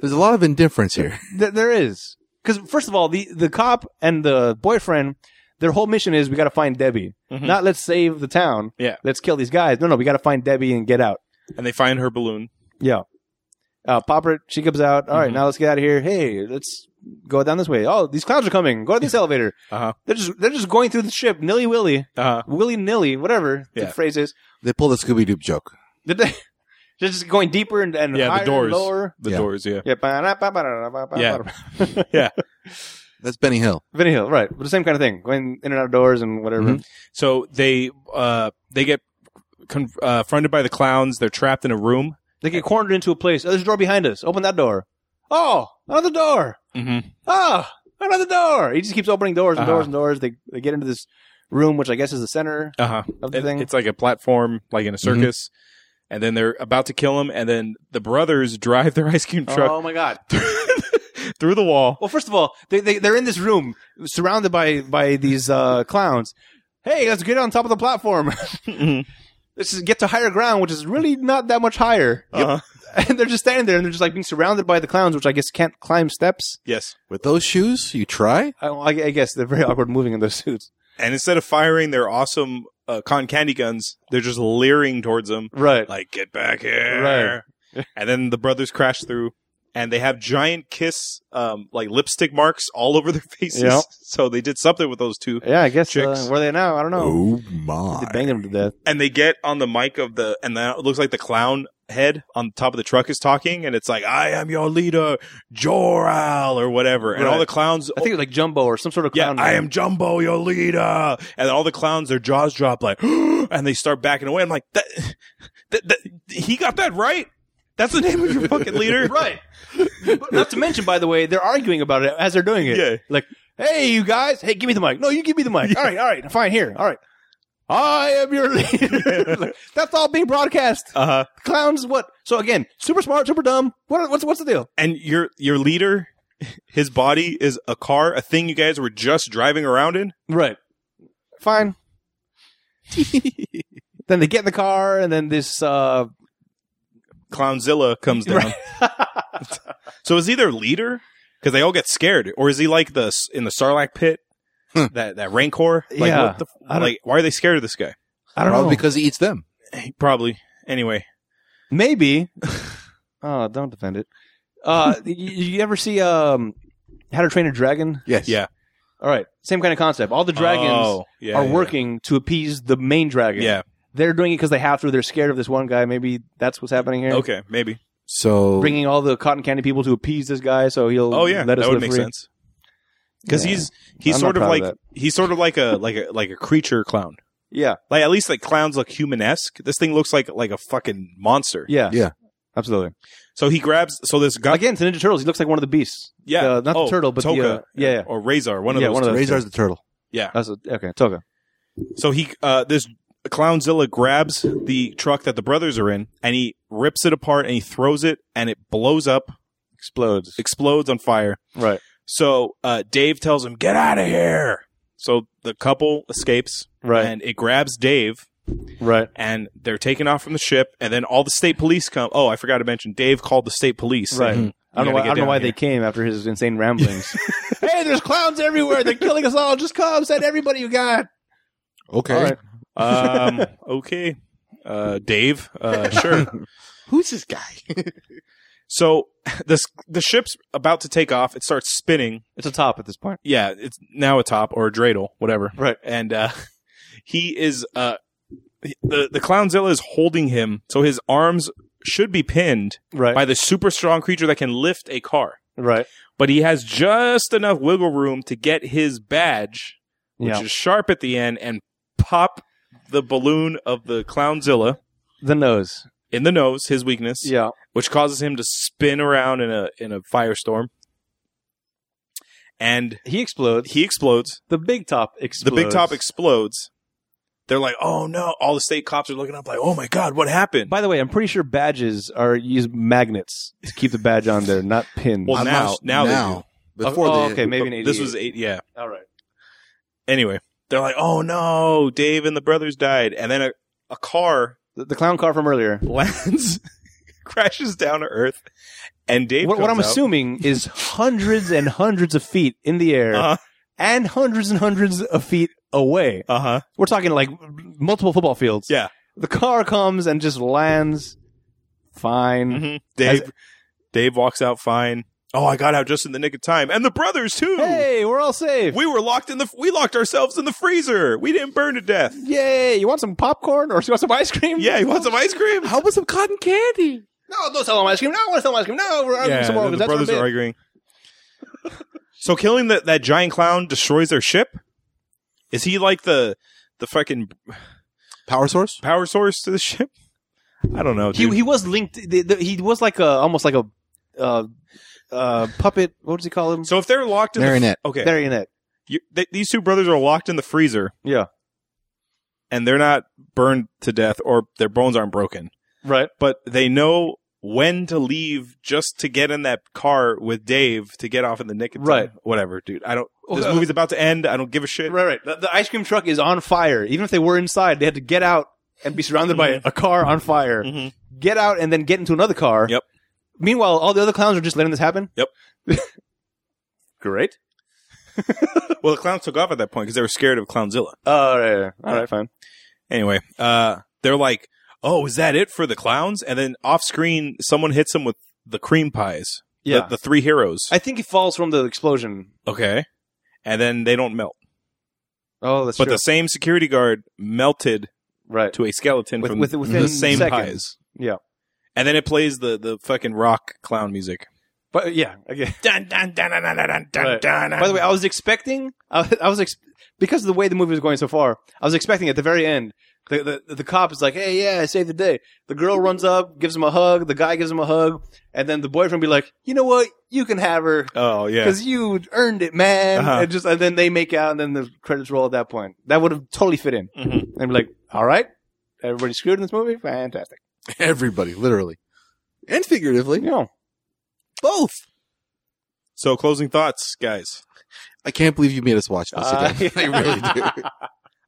Speaker 3: a lot of indifference here.
Speaker 2: Th- there is because first of all, the the cop and the boyfriend their whole mission is we got to find Debbie.
Speaker 1: Mhm.
Speaker 2: Not let's save the town.
Speaker 1: Yeah.
Speaker 2: Let's kill these guys. No, no, we got to find Debbie and get out.
Speaker 1: and they find her balloon.
Speaker 2: Uh, Popper, she comes out. All right,
Speaker 1: Mhm.
Speaker 2: now let's get out of here. Hey, let's go down this way. Oh, these clowns are coming. Go to this elevator.
Speaker 1: Uh-huh.
Speaker 2: They're just they're just going through the ship nilly willy,
Speaker 1: Uh,
Speaker 2: willy nilly, whatever
Speaker 1: Yeah.
Speaker 2: the phrase is.
Speaker 3: They pulled a Scooby Doo joke.
Speaker 2: Did they? They're just <laughs> going deeper and, and
Speaker 1: Yeah, the
Speaker 2: higher and
Speaker 1: doors.
Speaker 2: lower.
Speaker 1: the
Speaker 3: Yeah.
Speaker 1: doors, yeah.
Speaker 2: Yeah. ba-da-ba-ba-da-ba-ba-ba-ba.
Speaker 3: That's Benny Hill.
Speaker 2: Benny Hill, right. But the same kind of thing. Going in and out of doors and whatever.
Speaker 1: Mm-hmm.
Speaker 3: Mhm.
Speaker 1: So they uh, they get con- uh, confronted by the clowns. They're trapped in a room.
Speaker 2: They get cornered into a place. Oh, there's a door behind us. Open that door. Oh, another door.
Speaker 1: Mm-hmm.
Speaker 2: Ah, another door. He just keeps opening doors and
Speaker 1: Uh-huh.
Speaker 2: doors and doors. They they get into this room, which I guess is the center
Speaker 1: Uh huh.
Speaker 2: of the thing. Mm-hmm.
Speaker 1: It's like a platform, like in a circus. And then they're about to kill him. And then the brothers <laughs> drive their ice cream truck
Speaker 2: Oh my god.
Speaker 1: <laughs> through the wall.
Speaker 2: Well, first of all, they, they they're in this room surrounded by by these uh, clowns. Hey, let's get on top of the platform. <laughs>
Speaker 1: Mm-hmm.
Speaker 2: let's just get to higher ground, which is really not that much higher.
Speaker 1: Uh-huh.
Speaker 2: <laughs> And they're just standing there, and they're just like being surrounded by the clowns, which I guess can't climb steps.
Speaker 1: Yes.
Speaker 3: With those shoes, you try?
Speaker 2: I, I I guess they're very awkward moving in those <laughs> suits.
Speaker 1: And instead of firing their awesome uh, con candy guns, they're just leering towards them,
Speaker 2: Right.
Speaker 1: like "Get back here!" and then the brothers crash through, and they have giant kiss, um, like lipstick marks all over their <laughs> faces.
Speaker 2: Yep.
Speaker 1: So they did something with those two,
Speaker 2: Yeah, I guess. Uh,
Speaker 1: Chicks.
Speaker 2: where are they now? I don't know.
Speaker 3: Oh
Speaker 2: They
Speaker 3: my!
Speaker 2: banged them to death.
Speaker 1: and they get on the mic of the, and now it looks like the clown head on top of the truck is talking, and it's like, "I am your leader, Jor-Al," or whatever, and
Speaker 2: Right.
Speaker 1: all the <laughs> clowns.
Speaker 2: I think it was like Jumbo or some sort of
Speaker 1: Yeah,
Speaker 2: clown.
Speaker 1: I
Speaker 2: name.
Speaker 1: am
Speaker 2: <laughs>
Speaker 1: Jumbo, your leader. And all the clowns, their jaws drop like, <gasps> and they start backing away. I'm like, that, that, that, he got that right. That's the name of your fucking leader,
Speaker 2: <laughs> right. But Not to mention, by the way, they're arguing about it as they're doing it.
Speaker 1: Yeah.
Speaker 2: Like, hey, you guys, hey, give me the mic. No, you give me the mic. All right, all right, fine, here. All right. I am your
Speaker 1: <laughs>
Speaker 2: leader. <laughs> Like, that's all being broadcast.
Speaker 1: Uh huh.
Speaker 2: Clowns, what? So again, super smart, super dumb. What, what's what's the deal?
Speaker 1: And your your leader, his body is a car, a thing you guys were just driving around in.
Speaker 2: Right. Fine. <laughs> then they get in the car, and then this. uh
Speaker 1: Clownzilla comes down. <laughs> So is he their leader? Because they all get scared, or is he like the s- in the Sarlacc pit? that that rancor, like,
Speaker 2: Yeah.
Speaker 1: What the, f-
Speaker 2: I don't-
Speaker 1: like, why are they scared of this guy?
Speaker 2: I don't know.
Speaker 3: Probably because he eats them.
Speaker 1: Probably. Anyway,
Speaker 2: Maybe. <laughs> oh, don't defend it. Uh, you, you ever see um, How to Train a Dragon?
Speaker 3: Yes.
Speaker 1: Yeah.
Speaker 2: All right, same kind of concept. All the dragons
Speaker 1: Oh, yeah,
Speaker 2: are
Speaker 1: yeah,
Speaker 2: working to appease the main dragon.
Speaker 1: Yeah.
Speaker 2: they're doing it because they have to. They're scared of this one guy. Maybe that's what's happening here.
Speaker 1: Okay. Maybe.
Speaker 3: So
Speaker 2: Bringing all the cotton candy people to appease this guy, so he'll
Speaker 1: Oh yeah,
Speaker 2: let us
Speaker 1: that would
Speaker 2: live
Speaker 1: make
Speaker 2: free.
Speaker 1: sense. Because
Speaker 2: Yeah.
Speaker 1: he's he's
Speaker 2: I'm not
Speaker 1: sort of
Speaker 2: proud
Speaker 1: like
Speaker 2: of
Speaker 1: he's sort of like a like a like a creature clown.
Speaker 2: yeah,
Speaker 1: Like at least like clowns look human esque. This thing looks like like a fucking monster.
Speaker 2: yeah,
Speaker 3: Yeah.
Speaker 2: absolutely.
Speaker 1: So he grabs so this guy
Speaker 2: Again, to Ninja Turtles, he looks like one of the beasts.
Speaker 1: yeah Oh,
Speaker 2: uh, not the turtle, but the,
Speaker 1: Toka,
Speaker 2: uh, yeah, yeah.
Speaker 1: or Razor one of
Speaker 2: Yeah,
Speaker 1: those.
Speaker 2: one of
Speaker 1: two.
Speaker 3: Razor's the turtle.
Speaker 2: That's a, okay, Toga.
Speaker 1: So he uh this clownzilla grabs the truck that the brothers are in and he rips it apart and he throws it and it blows up,
Speaker 2: Explodes.
Speaker 1: explodes on fire.
Speaker 2: Right.
Speaker 1: So uh Dave tells him get out of here. So the couple escapes
Speaker 2: Right.
Speaker 1: and it grabs Dave
Speaker 2: right.
Speaker 1: and they're taken off from the ship, and then all the state police come. Oh, I forgot to mention, Dave called the state police. And
Speaker 2: Right. I don't
Speaker 1: Mm-hmm. You
Speaker 2: know why,
Speaker 1: gotta
Speaker 2: I
Speaker 1: get
Speaker 2: don't know why
Speaker 1: down
Speaker 2: they came after his insane
Speaker 1: <laughs>
Speaker 2: ramblings. hey, there's clowns everywhere. They're killing us all. Just come. Send everybody you got.
Speaker 3: Okay.
Speaker 2: All right.
Speaker 1: um, <laughs> okay, uh, Dave,
Speaker 2: <laughs>
Speaker 1: uh, sure.
Speaker 3: Who's this guy?
Speaker 1: So <laughs> this the ship's about to take off. It starts spinning.
Speaker 2: It's a top at this point.
Speaker 1: Yeah, it's now a top or a dreidel, whatever.
Speaker 2: Right.
Speaker 1: And uh, <laughs> he is uh, the the clownzilla is holding him, so his arms should be pinned
Speaker 2: Right.
Speaker 1: by the super strong creature that can lift a car.
Speaker 2: right.
Speaker 1: But he has just enough wiggle room to get his badge which
Speaker 2: Yeah.
Speaker 1: is sharp at the end, and pop the balloon of the clownzilla
Speaker 2: the nose.
Speaker 1: in the nose, his weakness,
Speaker 2: Yeah.
Speaker 1: which causes him to spin around in a in a firestorm. And
Speaker 2: He explodes.
Speaker 1: he explodes.
Speaker 2: The big top
Speaker 1: The
Speaker 2: explodes.
Speaker 1: big top explodes. They're like, "Oh no!" All the state cops are looking up, like, "Oh my god, what happened?"
Speaker 2: By the way, I'm pretty sure badges are use magnets to keep the badge on there, not pins.
Speaker 1: Well, now- now they
Speaker 3: before
Speaker 2: oh,
Speaker 3: they,
Speaker 2: okay, maybe an 88.
Speaker 1: this was eight. Yeah.
Speaker 2: all right.
Speaker 1: Anyway, they're like, "Oh no, Dave and the brothers died," and then a a car <laughs>
Speaker 2: The, the clown car from earlier.
Speaker 1: lands, crashes down to Earth, and Dave.
Speaker 2: What, what I'm
Speaker 1: comes out.
Speaker 2: assuming is hundreds and hundreds of feet in the air
Speaker 1: Uh-huh.
Speaker 2: and hundreds and hundreds of feet away.
Speaker 1: Uh huh.
Speaker 2: We're talking like multiple football fields.
Speaker 1: Yeah.
Speaker 2: The car comes and just lands. Fine.
Speaker 1: Mm-hmm. Dave. Dave walks out fine. Oh, I got out just in the nick of time, and the brothers too.
Speaker 2: Hey, we're all safe.
Speaker 1: We were locked in the. We locked ourselves in the freezer. We didn't burn to death.
Speaker 2: Yay! You want some popcorn or you want some ice cream?
Speaker 1: Yeah, you want some ice cream?
Speaker 3: How about some cotton candy?
Speaker 2: No, don't sell them ice cream. No, I want to sell them ice cream. No, we're arguing some more
Speaker 1: the
Speaker 2: because that's
Speaker 1: brothers
Speaker 2: our
Speaker 1: are
Speaker 2: bit.
Speaker 1: arguing. so killing that that giant clown destroys their ship. Is he like the the fucking
Speaker 3: Power source?
Speaker 1: power source to the <laughs> ship? I don't know.
Speaker 2: He
Speaker 1: dude.
Speaker 2: he was linked. The, the, he was like a almost like a uh, uh, puppet. What does he call him?
Speaker 1: so if they're locked in
Speaker 3: Marinette.
Speaker 1: the okay,
Speaker 2: Marionette.
Speaker 1: you, th- these two brothers are locked in the freezer.
Speaker 2: Yeah.
Speaker 1: and they're not burned to death or their bones aren't broken.
Speaker 2: Right.
Speaker 1: but they know when to leave just to get in that car with Dave to get off in the nick of time.
Speaker 2: Right.
Speaker 1: Whatever, dude. I don't. This
Speaker 2: Okay.
Speaker 1: movie's about to end. I don't give a shit.
Speaker 2: Oh, uh, Right. Right. The, the ice cream truck is on fire. Even if they were inside, they had to get out and be surrounded
Speaker 1: Mm-hmm.
Speaker 2: by a car on fire.
Speaker 1: Mhm.
Speaker 2: <laughs> Get out and then get into another car.
Speaker 1: Yep.
Speaker 2: Meanwhile, all the other clowns are just letting this happen.
Speaker 1: Yep.
Speaker 2: <laughs> Great.
Speaker 1: Well, the clowns took off at that point because they were scared of Clownzilla.
Speaker 2: All right. All right. All right. Fine.
Speaker 1: Anyway, uh, they're like, "Oh, is that it for the clowns?" And then off screen, someone hits him with the cream pies. The-
Speaker 2: Yeah.
Speaker 1: the, three heroes.
Speaker 2: I think he falls from the explosion.
Speaker 1: okay, and then they don't melt.
Speaker 2: Oh, that's
Speaker 1: But
Speaker 2: true.
Speaker 1: the same security guard melted
Speaker 2: right.
Speaker 1: to a skeleton
Speaker 2: With-
Speaker 1: from
Speaker 2: with- within
Speaker 1: the same
Speaker 2: seconds.
Speaker 1: pies.
Speaker 2: Yeah.
Speaker 1: And then it plays the the fucking rock clown music.
Speaker 2: But yeah. Okay.
Speaker 1: <laughs> Dun, dun, dun, dun, dun, dun, dun, dun,
Speaker 2: Right.
Speaker 1: dun, dun.
Speaker 2: By the way, I was expecting. I, was- I was ex- because of the way the movie was going so far. I was expecting at the very end, the the, the cop is like, "Hey, yeah, I saved the day." The girl runs up, gives him a hug. The guy gives him a hug, and then the boyfriend be like, "You know what? You can have her
Speaker 1: oh yeah,
Speaker 2: because you earned it, man."
Speaker 1: Uh-huh.
Speaker 2: And just and then they make out, and then the credits roll at that point. That would have totally fit in.
Speaker 1: Mhm.
Speaker 2: And be like, "All right, everybody screwed in this movie. Fantastic."
Speaker 3: <laughs> Everybody, literally. And figuratively.
Speaker 2: You know,
Speaker 3: Both.
Speaker 1: So closing thoughts, guys.
Speaker 3: I can't believe you made us watch this
Speaker 2: Uh,
Speaker 1: <laughs>
Speaker 3: again. I really do.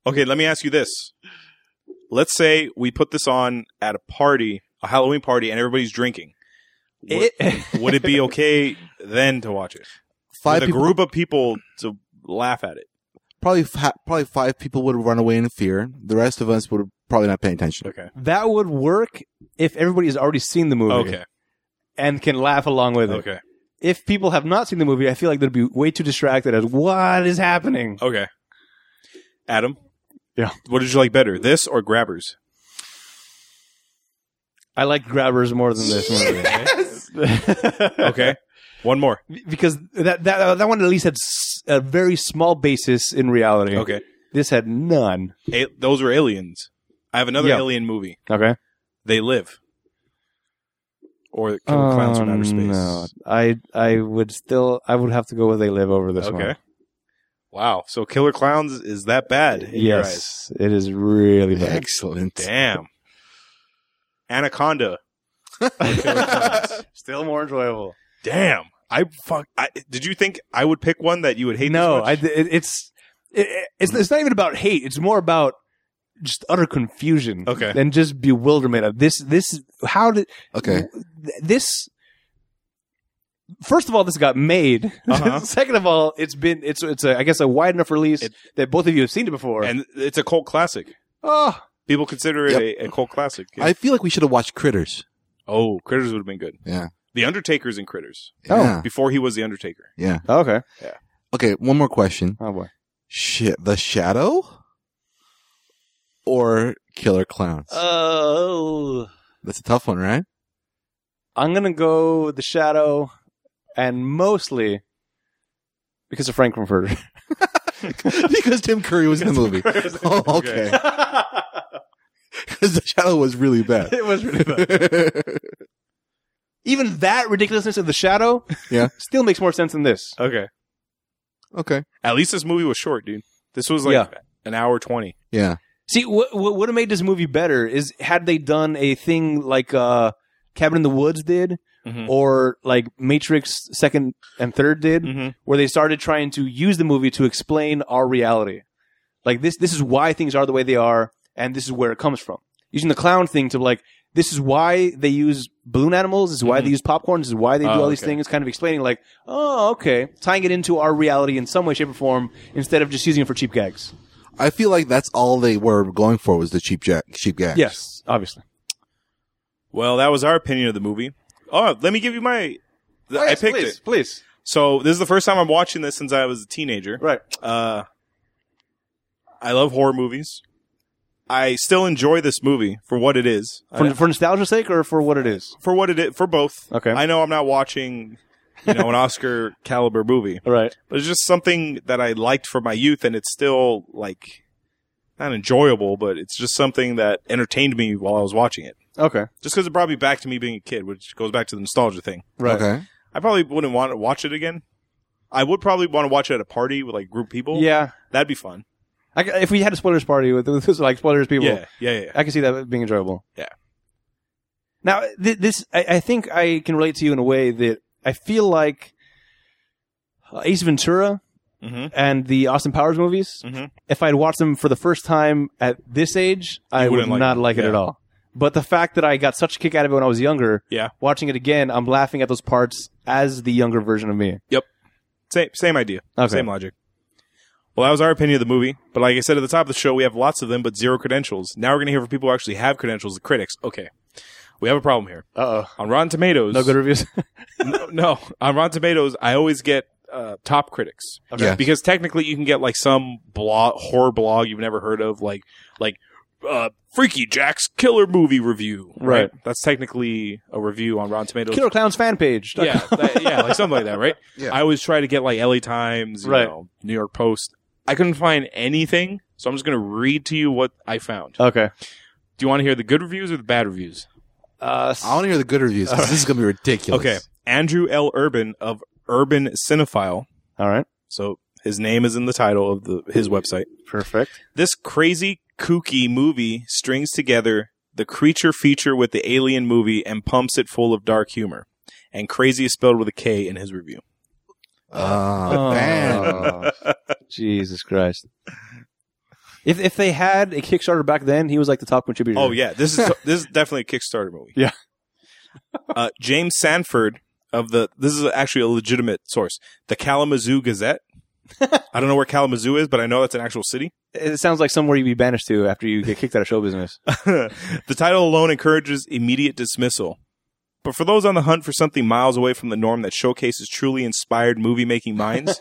Speaker 1: Okay, let me ask you this. Let's say we put this on at a party, a Halloween party, and everybody's drinking. Would
Speaker 2: <laughs> It-
Speaker 1: would it be okay then to watch it?
Speaker 3: Five
Speaker 1: With a
Speaker 3: people,
Speaker 1: group of people to laugh at it.
Speaker 3: probably fa- probably five people would run away in fear. The rest of us would probably not pay attention.
Speaker 1: Okay.
Speaker 2: <laughs> that would work if everybody has already seen the movie
Speaker 1: Okay.
Speaker 2: and can laugh along with it.
Speaker 1: Okay.
Speaker 2: if people have not seen the movie, I feel like they'd be way too distracted as what is happening.
Speaker 1: Okay. Adam.
Speaker 2: Yeah.
Speaker 1: What did you like better, this or
Speaker 2: <laughs>
Speaker 1: Grabbers?
Speaker 2: I like Grabbers more than this <laughs> movie.
Speaker 1: Okay. One more.
Speaker 2: because that that that one at least had s- a very small basis in reality.
Speaker 1: Okay.
Speaker 2: this had none.
Speaker 1: A- those were aliens. I have another
Speaker 2: Yeah.
Speaker 1: alien movie.
Speaker 2: Okay,
Speaker 1: They live. Or Killer Clowns from Outer Space.
Speaker 2: Oh, Um, No, I I would still I would have to go with They Live over this
Speaker 1: Okay.
Speaker 2: one.
Speaker 1: Wow. So Killer Clowns is that bad? in your eyes?
Speaker 2: Yes, it is really bad.
Speaker 3: Excellent.
Speaker 1: Damn. Anaconda.
Speaker 2: <laughs> still more enjoyable.
Speaker 1: Damn. I fuck. I, did you think I would pick one that you would hate?
Speaker 2: no,
Speaker 1: this
Speaker 2: I,
Speaker 1: much?
Speaker 2: it, it's it, it's it's not even about hate. It's more about just utter confusion, <laughs>
Speaker 1: Okay.
Speaker 2: and just bewilderment of this. This how did
Speaker 3: Okay.
Speaker 2: this? First of all, this got made. <laughs>
Speaker 1: Uh-huh.
Speaker 2: Second of all, it's been it's it's a, I guess a wide enough release
Speaker 1: It-
Speaker 2: that both of you have seen it before.
Speaker 1: and it's a cult classic.
Speaker 2: oh,
Speaker 1: People consider it a, a cult classic. Yeah.
Speaker 3: I feel like we should have watched Critters.
Speaker 1: oh, Critters would have been good.
Speaker 3: Yeah.
Speaker 1: The Undertaker's in Critters
Speaker 2: Oh.
Speaker 3: Yeah.
Speaker 1: before he was the Undertaker.
Speaker 2: okay.
Speaker 3: Okay, one more question.
Speaker 2: Oh boy.
Speaker 3: Shit, The Shadow or Killer Clowns?
Speaker 2: Uh. Oh,
Speaker 3: That's a tough one, right?
Speaker 2: I'm gonna go with the shadow, and mostly because of Frank <laughs> Frankfurter.
Speaker 3: because Tim Curry was in the movie. Oh, okay. <laughs> Because The Shadow was really
Speaker 2: <laughs>
Speaker 3: bad. <laughs>
Speaker 2: it was really bad. Even that ridiculousness of the shadow,
Speaker 3: Yeah.
Speaker 2: still makes more sense than this.
Speaker 1: Okay.
Speaker 3: okay.
Speaker 1: At least this movie was short, dude. This was like
Speaker 2: Yeah.
Speaker 1: an hour twenty.
Speaker 3: Yeah.
Speaker 2: See, what what would have made this movie better is had they done a thing like uh, Cabin in the Woods did,
Speaker 1: Mhm.
Speaker 2: or like Matrix Second and Third did,
Speaker 1: Mm-hmm.
Speaker 2: where they started trying to use the movie to explain our reality. Like this, this is why things are the way they are, and this is where it comes from. Using the clown thing to like, this is why they use balloon animals. This is why they use popcorn. This is why they do
Speaker 5: Oh,
Speaker 2: all these
Speaker 5: okay.
Speaker 2: things. Kind of explaining like, oh, okay, tying it into our reality in some way, shape, or form instead of just using it for cheap gags.
Speaker 3: I feel like that's all they were going for was the cheap jack, cheap gags.
Speaker 2: Yes, obviously.
Speaker 1: Well, that was our opinion of the movie. Oh, let me give you my. I picked
Speaker 2: Oh, please,
Speaker 1: it.
Speaker 2: Please,
Speaker 1: So this is the first time I'm watching this since I was a teenager.
Speaker 2: right?
Speaker 1: Uh, I love horror movies. I still enjoy this movie for what it is.
Speaker 2: For,
Speaker 1: I-
Speaker 2: for nostalgia's sake or for what it is?
Speaker 1: for what it is, for both.
Speaker 2: Okay.
Speaker 1: I know I'm not watching, you know, an Oscar <laughs> caliber movie,
Speaker 2: Right.
Speaker 1: but it's just something that I liked for my youth, and it's still like not enjoyable, but it's just something that entertained me while I was watching it.
Speaker 2: Okay.
Speaker 1: Just because it brought me back to me being a kid, which goes back to the nostalgia thing.
Speaker 2: Right.
Speaker 3: Okay.
Speaker 1: I probably wouldn't want to watch it again. I would probably want to watch it at a party with like group people.
Speaker 2: Yeah.
Speaker 1: that'd be fun.
Speaker 2: I, c- if we had a spoilers party with, with like spoilers people,
Speaker 1: Yeah, yeah, yeah.
Speaker 2: I can see that being enjoyable.
Speaker 1: Yeah.
Speaker 2: Now, th- this I, I think I can relate to you in a way that I feel like uh, Ace Ventura
Speaker 1: Mm-hmm.
Speaker 2: and the Austin Powers movies.
Speaker 1: Mhm.
Speaker 2: If I'd watched them for the first time at this age, I would
Speaker 1: wouldn't like
Speaker 2: not
Speaker 1: it.
Speaker 2: like it
Speaker 1: Yeah.
Speaker 2: at all. But the fact that I got such a kick out of it when I was younger,
Speaker 1: Yeah.
Speaker 2: watching it again, I'm laughing at those parts as the younger version of me.
Speaker 1: Same, same idea.
Speaker 2: Okay.
Speaker 1: Same logic. Well, that was our opinion of the movie. But like I said at the top of the show, we have lots of them, but zero credentials. Now we're going to hear from people who actually have credentials, the critics. Okay. We have a problem here.
Speaker 2: Uh oh.
Speaker 1: On Rotten Tomatoes.
Speaker 2: No good reviews.
Speaker 1: no, no. On Rotten Tomatoes, I always get uh, top critics.
Speaker 2: Okay.
Speaker 3: <laughs> Yeah.
Speaker 1: Because technically, you can get like some blog, horror blog you've never heard of, like, like, uh, Freaky Jack's killer movie review.
Speaker 2: Right.
Speaker 1: That's technically a review on Rotten Tomatoes.
Speaker 2: Killer Clowns fan page.
Speaker 1: yeah,
Speaker 2: <laughs>
Speaker 1: that- yeah, like something like that, right?
Speaker 3: Yeah.
Speaker 1: I always try to get like LA Times, you
Speaker 2: Right.
Speaker 1: know, New York Post. I couldn't find anything, so I'm just gonna read to you what I found.
Speaker 2: Okay.
Speaker 1: Do you want to hear the good reviews or the bad reviews?
Speaker 2: Uh,
Speaker 3: I want to hear the good reviews. 'cause This is gonna be ridiculous.
Speaker 1: Okay, Andrew L. Urban of Urban Cinephile.
Speaker 2: all right.
Speaker 1: So his name is in the title of the his website.
Speaker 2: Perfect.
Speaker 1: This crazy kooky movie strings together the creature feature with the alien movie and pumps it full of dark humor. And crazy is spelled with a K in his review.
Speaker 3: Ah,
Speaker 2: Oh.
Speaker 3: man.
Speaker 2: <laughs> Jesus Christ. If if they had a Kickstarter back then, he was like the top contributor.
Speaker 1: Oh yeah, this is <laughs> this is definitely a Kickstarter movie.
Speaker 2: Yeah.
Speaker 1: uh, James Sanford of the this is actually a legitimate source, the Kalamazoo Gazette. I don't know where Kalamazoo is, but I know that's an actual city.
Speaker 2: It sounds like somewhere you'd be banished to after you get kicked out of show business.
Speaker 1: <laughs> the title alone encourages immediate dismissal. But for those on the hunt for something miles away from the norm that showcases truly inspired movie making minds,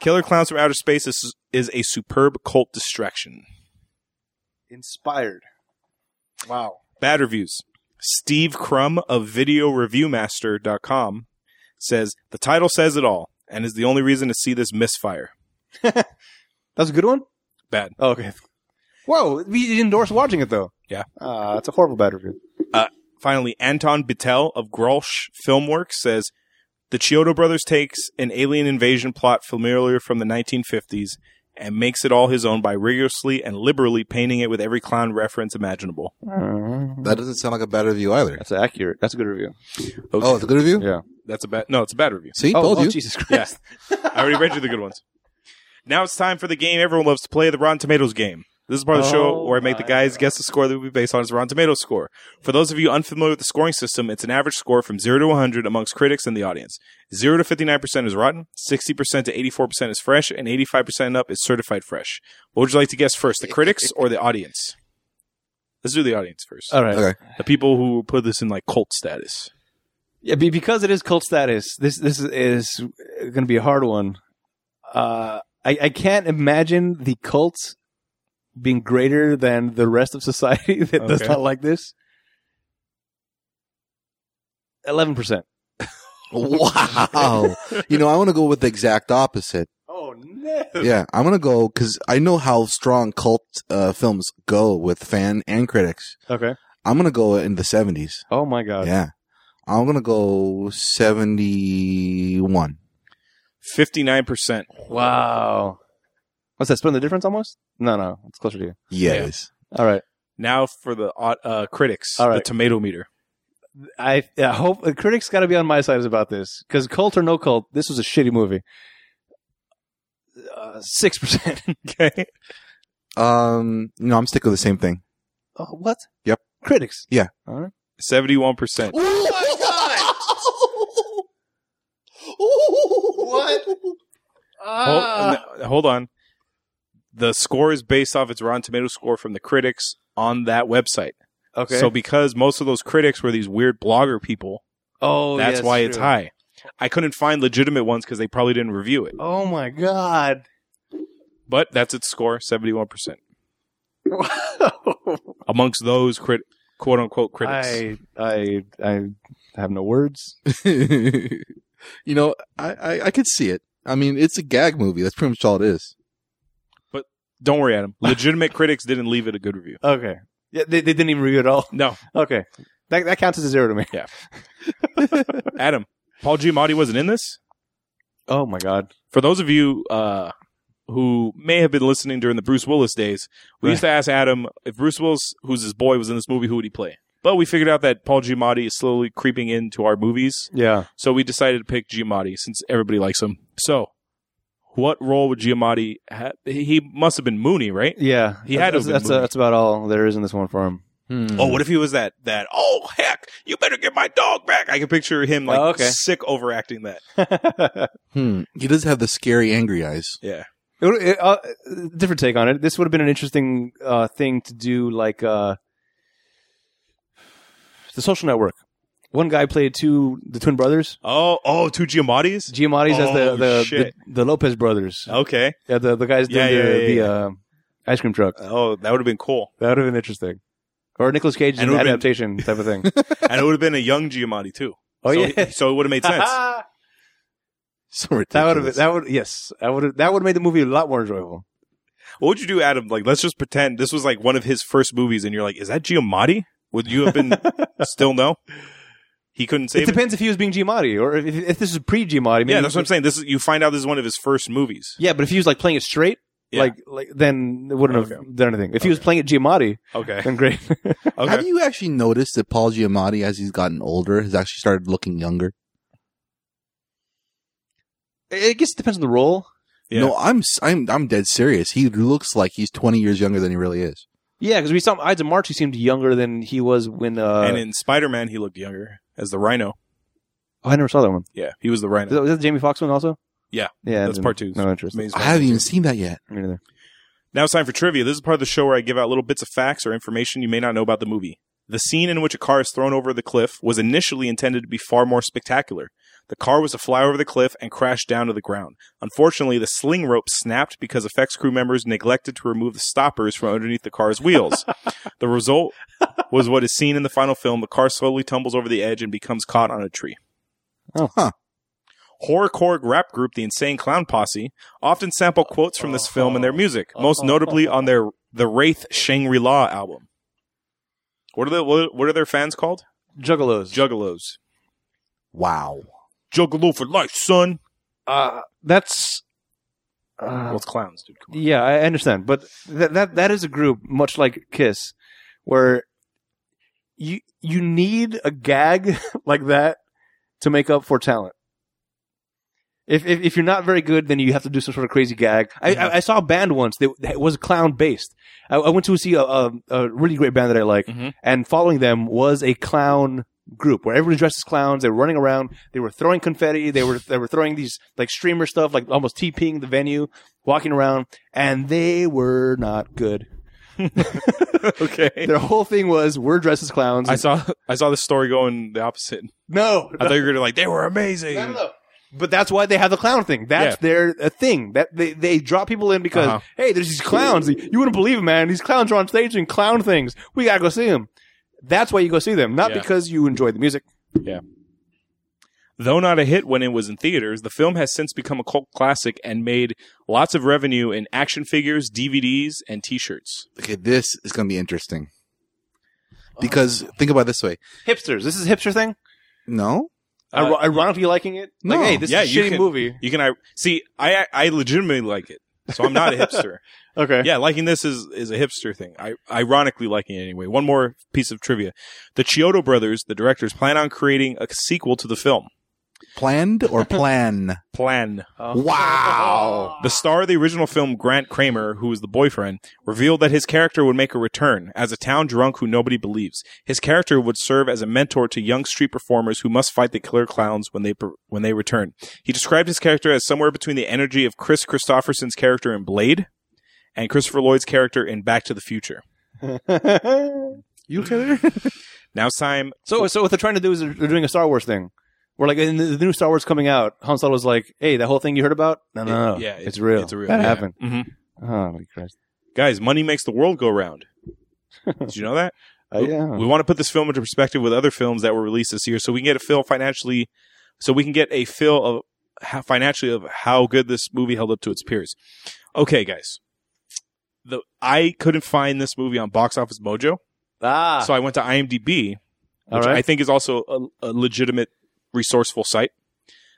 Speaker 1: Killer Clowns from Outer Space is, is a superb cult distraction.
Speaker 2: <laughs> Inspired. Wow.
Speaker 1: Bad reviews. Steve Crum of VideoReviewMaster.com says the title says it all and is the only reason to see this misfire.
Speaker 2: That's a good one?
Speaker 1: Bad.
Speaker 2: Oh, okay. Whoa, we endorsed watching it though.
Speaker 1: Yeah.
Speaker 2: Uh, it's a horrible bad review.
Speaker 1: Finally, Anton Bittel of Grolsch Filmworks says the Chiodo brothers takes an alien invasion plot familiar from the 1950s and makes it all his own by rigorously and liberally painting it with every clown reference imaginable.
Speaker 2: Uh,
Speaker 3: That doesn't sound like a bad review either.
Speaker 2: That's accurate. That's a good review.
Speaker 3: Oh, it's a good review.
Speaker 2: Yeah.
Speaker 1: That's a bad. No, it's a bad review.
Speaker 3: See,
Speaker 2: oh,
Speaker 3: told
Speaker 2: oh,
Speaker 3: you.
Speaker 2: Jesus Christ.
Speaker 1: Yes. I already read you the good ones. Now it's time for the game everyone loves to play, the Rotten Tomatoes game. This is part of the show
Speaker 2: Oh
Speaker 1: where I make the
Speaker 2: my
Speaker 1: guys guess the score that will be based on his Rotten Tomatoes score. For those of you unfamiliar with the scoring system, it's an average score from 0 to 100 amongst critics and the audience. 0 to 59% is rotten, 60% to 84% is fresh, and 85% and up is certified fresh. What would you like to guess first, the critics or the audience? Let's do the audience first.
Speaker 2: All right.
Speaker 3: Okay.
Speaker 1: the people who put this in like cult status.
Speaker 2: Yeah, be, because it is cult status. This this is going to be a hard one. Uh, I I can't imagine the cult being greater than the rest of society <laughs> that does
Speaker 1: Okay.
Speaker 2: not like this. Eleven percent.
Speaker 3: Wow. you know, I want to go with the exact opposite.
Speaker 2: Oh no!
Speaker 3: Yeah, I'm gonna go because I know how strong cult uh, films go with fan and critics.
Speaker 2: Okay.
Speaker 3: I'm gonna go in the 70s.
Speaker 2: Oh my god.
Speaker 3: Yeah, I'm gonna go 71.
Speaker 1: 59%.
Speaker 2: Wow. What's that? Split the difference almost? No, no. It's closer to you.
Speaker 3: Yes.
Speaker 2: All right.
Speaker 1: Now for the au- uh, critics,
Speaker 2: All
Speaker 1: the
Speaker 2: right.
Speaker 1: tomato meter.
Speaker 2: I, I hope the critics got to be on my side about this because cult or no cult, this was a shitty movie. Uh, Six percent. <laughs>
Speaker 1: Okay.
Speaker 3: Um, no, I'm sticking with the same thing.
Speaker 2: Oh, what?
Speaker 3: Yep.
Speaker 2: Critics.
Speaker 3: Yeah.
Speaker 2: All right.
Speaker 1: Seventy-one percent.
Speaker 5: Oh my god! what?
Speaker 1: Hold,
Speaker 5: Ah.
Speaker 1: no, hold on. The score is based off its Rotten Tomato score from the critics on that website.
Speaker 2: Okay.
Speaker 1: So because most of those critics were these weird blogger people,
Speaker 2: oh,
Speaker 1: that's
Speaker 2: yes,
Speaker 1: why it's
Speaker 2: true.
Speaker 1: high. I couldn't find legitimate ones because they probably didn't review it.
Speaker 2: Oh my god.
Speaker 1: But that's its score, seventy-one percent
Speaker 2: Wow.
Speaker 1: amongst those crit- quote unquote <laughs> critics.
Speaker 2: I I I have no words.
Speaker 3: <laughs> you know, I, I I could see it. I mean, it's a gag movie. That's pretty much all it is.
Speaker 1: Don't worry, Adam. Legitimate <laughs> critics didn't leave it a good review.
Speaker 2: Okay. Yeah, they, they didn't even review it at all.
Speaker 1: No,
Speaker 2: Okay. That that counts as a zero to me.
Speaker 1: Adam. Paul Giamatti wasn't in this.
Speaker 2: Oh my god.
Speaker 1: for those of you uh, who may have been listening during the Bruce Willis days, we used to ask Adam if Bruce Willis, who's his boy, was in this movie, who would he play? But we figured out that Paul Giamatti is slowly creeping into our movies,
Speaker 2: Yeah.
Speaker 1: so we decided to pick Giamatti since everybody likes him. So, what role would Giamatti have? He must have been Mooney, right?
Speaker 2: Yeah.
Speaker 1: He had to have
Speaker 2: that's
Speaker 1: been
Speaker 2: that's,
Speaker 1: moving.
Speaker 2: that's about all there is in this one for him. <laughs>
Speaker 1: Oh, what if he was that? That oh heck, you better get my dog back. I can picture him like
Speaker 2: Oh, okay.
Speaker 1: sick overacting that.
Speaker 3: Hmm. He does have the scary, angry eyes. <laughs>
Speaker 2: It would- it, uh, different take on it. This would have been an interesting uh, thing to do, like uh, the Social Network. One guy played two the twin brothers,
Speaker 1: Oh, oh, two Giamattis.
Speaker 2: Giamatti's as the
Speaker 1: Oh,
Speaker 2: the,
Speaker 1: shit.
Speaker 2: the the Lopez brothers.
Speaker 1: Okay.
Speaker 2: Yeah, the the guys doing
Speaker 1: Yeah, yeah,
Speaker 2: the,
Speaker 1: yeah,
Speaker 2: the
Speaker 1: yeah.
Speaker 2: Uh, ice cream truck.
Speaker 1: Oh, that would have been cool.
Speaker 2: That would have been interesting. Or Nicolas Cage
Speaker 1: And it
Speaker 2: an
Speaker 1: would've been-
Speaker 2: adaptation type
Speaker 1: <laughs>
Speaker 2: of thing.
Speaker 1: and it would have been a young Giamatti too.
Speaker 2: Oh
Speaker 1: so,
Speaker 2: yeah.
Speaker 1: so it would have made
Speaker 2: <laughs>
Speaker 1: sense.
Speaker 3: So ridiculous.
Speaker 2: that would have that would yes that would that would have made the movie a lot more enjoyable.
Speaker 1: what would you do, Adam? Like, let's just pretend this was like one of his first movies, and you're like, is that Giamatti? Would you have been still no? He couldn't
Speaker 2: It
Speaker 1: save it.
Speaker 2: depends if he was being Giamatti or if, if this is pre Giamatti.
Speaker 1: Yeah, that's what I'm saying. This is you find out this is one of his first movies.
Speaker 2: Yeah, but if he was like playing it straight,
Speaker 1: Yeah.
Speaker 2: like like then it wouldn't
Speaker 1: Okay.
Speaker 2: have done anything. If he was playing it Giamatti,
Speaker 1: Okay, <laughs>
Speaker 2: then great.
Speaker 1: okay.
Speaker 3: Have you actually noticed that Paul Giamatti, as he's gotten older, has actually started looking younger?
Speaker 2: I guess it depends on the role.
Speaker 1: Yeah.
Speaker 3: No, I'm s- I'm I'm dead serious. He looks like he's 20 years younger than he really is.
Speaker 2: Yeah, because we saw him Ides of March. He seemed younger than he was when. Uh,
Speaker 1: and in Spider Man, he looked younger as the Rhino.
Speaker 2: oh, I never saw that one.
Speaker 1: Yeah, he was the
Speaker 2: Is
Speaker 1: Rhino.
Speaker 2: that, is that the Jamie Foxx one also?
Speaker 1: Yeah.
Speaker 2: yeah,
Speaker 1: That's
Speaker 2: then
Speaker 1: part two.
Speaker 2: No interest.
Speaker 1: Amazing.
Speaker 3: I haven't even seen that yet.
Speaker 2: Me neither.
Speaker 1: Now it's time for trivia. This is part of the show where I give out little bits of facts or information you may not know about the movie. The scene in which a car is thrown over the cliff was initially intended to be far more spectacular. The car was to fly over the cliff and crash down to the ground. Unfortunately, the sling rope snapped because effects crew members neglected to remove the stoppers from underneath the car's wheels. the result was what is seen in the final film. The car slowly tumbles over the edge and becomes caught on a tree.
Speaker 2: Oh.
Speaker 3: Huh.
Speaker 1: Horrorcore rap group The Insane Clown Posse often sample quotes from this film in their music, most notably on their The Wraith Shangri-La album. What are the what what are their fans called?
Speaker 2: Juggalos.
Speaker 1: Juggalos.
Speaker 3: Wow.
Speaker 1: Juggalo for life, son.
Speaker 2: uh, that's.
Speaker 1: Well,
Speaker 2: Uh,
Speaker 1: it's clowns, dude. Come on.
Speaker 2: yeah, I understand, but that that that is a group much like Kiss, where you you need a gag like that to make up for talent. If, if, if you're not very good, then you have to do some sort of crazy gag. I, I, I saw a band once that, that was clown based. I, I went to see a, a, a really great band that I like,
Speaker 1: Mhm.
Speaker 2: and following them was a clown group where everybody dressed as clowns. They were running around. They were throwing confetti. They were they were throwing these like streamer stuff, like almost TPing the venue, walking around, and they were not good.
Speaker 1: <laughs> okay.
Speaker 2: Their whole thing was we're dressed as clowns.
Speaker 1: I saw I saw this story going the opposite.
Speaker 2: no,
Speaker 1: I thought you were gonna like they were amazing.
Speaker 2: No, no, no. But that's why they have the clown thing. That's
Speaker 1: Yeah.
Speaker 2: their uh, thing. That they, they drop people in because
Speaker 1: Uh-huh.
Speaker 2: hey, there's these clowns. You wouldn't believe it, man. These clowns are on stage doing clown things. We gotta go see them. That's why you go see them, not
Speaker 1: Yeah.
Speaker 2: because you enjoy the music.
Speaker 1: Though not a hit when it was in theaters, the film has since become a cult classic and made lots of revenue in action figures, DVDs, and T-shirts.
Speaker 3: Okay, this is going to be interesting. Because think about it this way.
Speaker 2: Hipsters. This is a hipster thing.
Speaker 3: No?
Speaker 1: Uh,
Speaker 2: Iro- ironically liking it.
Speaker 3: No.
Speaker 2: Like, hey, this
Speaker 1: Yeah,
Speaker 2: is a
Speaker 1: you
Speaker 2: shitty
Speaker 1: can-
Speaker 2: movie.
Speaker 1: You can I see I I legitimately like it, so I'm not a hipster.
Speaker 2: Okay.
Speaker 1: yeah, liking this is is a hipster thing. I ironically liking it anyway. One more piece of trivia: the Chiodo brothers, the directors, plan on creating a sequel to the film. <laughs>
Speaker 3: planned or plan?
Speaker 1: Plan.
Speaker 2: Oh.
Speaker 3: wow.
Speaker 2: <laughs>
Speaker 1: The star of the original film, Grant Kramer, who was the boyfriend, revealed that his character would make a return as a town drunk who nobody believes. His character would serve as a mentor to young street performers who must fight the killer clowns when they per- when they return. He described his character as somewhere between the energy of Chris Christopherson's character in Blade and Christopher Lloyd's character in Back to the Future.
Speaker 3: You okay there?
Speaker 1: Now it's time.
Speaker 2: so, so what they're trying to do is they're, they're doing a Star Wars thing. Where like in the, the new Star Wars coming out, Han Solo was like, "Hey, that whole thing you heard about? No, no, no.
Speaker 1: yeah,
Speaker 2: it's real.
Speaker 1: it's real,
Speaker 2: That
Speaker 1: yeah.
Speaker 2: happened.
Speaker 1: Mhm.
Speaker 2: Holy Oh, Christ!
Speaker 1: Guys, money makes the world go
Speaker 2: <laughs>
Speaker 1: round. Did you know that?
Speaker 2: Uh, yeah.
Speaker 1: We want to put this film into perspective with other films that were released this year, so we can get a feel financially, so we can get a feel of how, financially of how good this movie held up to its peers. Okay, guys, the I couldn't find this movie on Box Office Mojo,
Speaker 2: Ah,
Speaker 1: so I went to IMDb,
Speaker 2: all
Speaker 1: which I
Speaker 2: right.
Speaker 1: think is also a, a legitimate, resourceful site.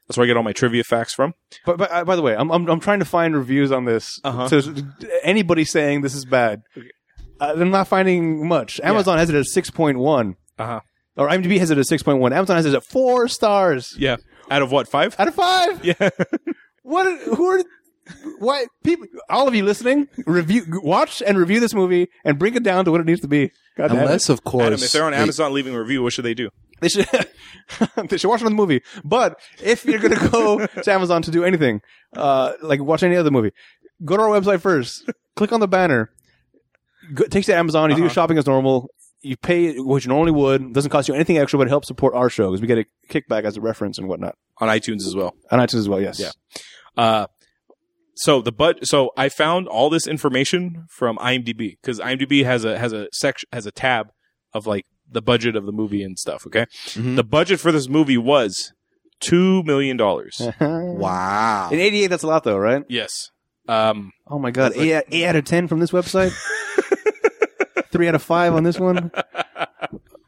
Speaker 1: That's where I get all my trivia facts from.
Speaker 2: But, but uh, by the way, I'm, I'm I'm trying to find reviews on this.
Speaker 1: Uh-huh.
Speaker 2: So anybody saying this is bad, uh, I'm not finding much. Amazon has it at six point one,
Speaker 1: Uh-huh.
Speaker 2: or IMDb has it at six point one. Amazon has it at four stars
Speaker 1: Yeah, out of what five?
Speaker 2: out of
Speaker 1: <laughs>
Speaker 2: five.
Speaker 1: Yeah,
Speaker 2: What? Who are? What people? All of you listening, review, watch and review this movie and bring it down to what it needs to be. God damn it.
Speaker 3: Unless, of course,
Speaker 1: Adam. If they're on
Speaker 3: they-
Speaker 1: Amazon leaving a review, what should they do?
Speaker 2: They should <laughs> they should watch another movie. But if you're gonna
Speaker 1: <laughs>
Speaker 2: go to Amazon to do anything, uh, like watch any other movie, go to our website first. click on the banner. Go, takes you to Amazon. You do your
Speaker 1: Uh-huh.
Speaker 2: shopping as normal. You pay what you normally would. Doesn't cost you anything extra, but it helps support our show because we get a kickback as a reference and whatnot
Speaker 1: On iTunes as well.
Speaker 2: on iTunes as well. Yes.
Speaker 1: Yeah. Uh, so the but so I found all this information from IMDb because IMDb has a has a section has a tab of like the budget of the movie and stuff. Okay,
Speaker 3: Mhm.
Speaker 1: the budget for this movie was two million dollars.
Speaker 2: <laughs> Eh.
Speaker 3: wow.
Speaker 2: In '88, that's a lot though, right?
Speaker 1: yes. Um.
Speaker 2: Oh my god,
Speaker 1: That's like-
Speaker 2: eight, out- eight out of ten from
Speaker 1: <laughs>
Speaker 2: this website. Three out of five on this one.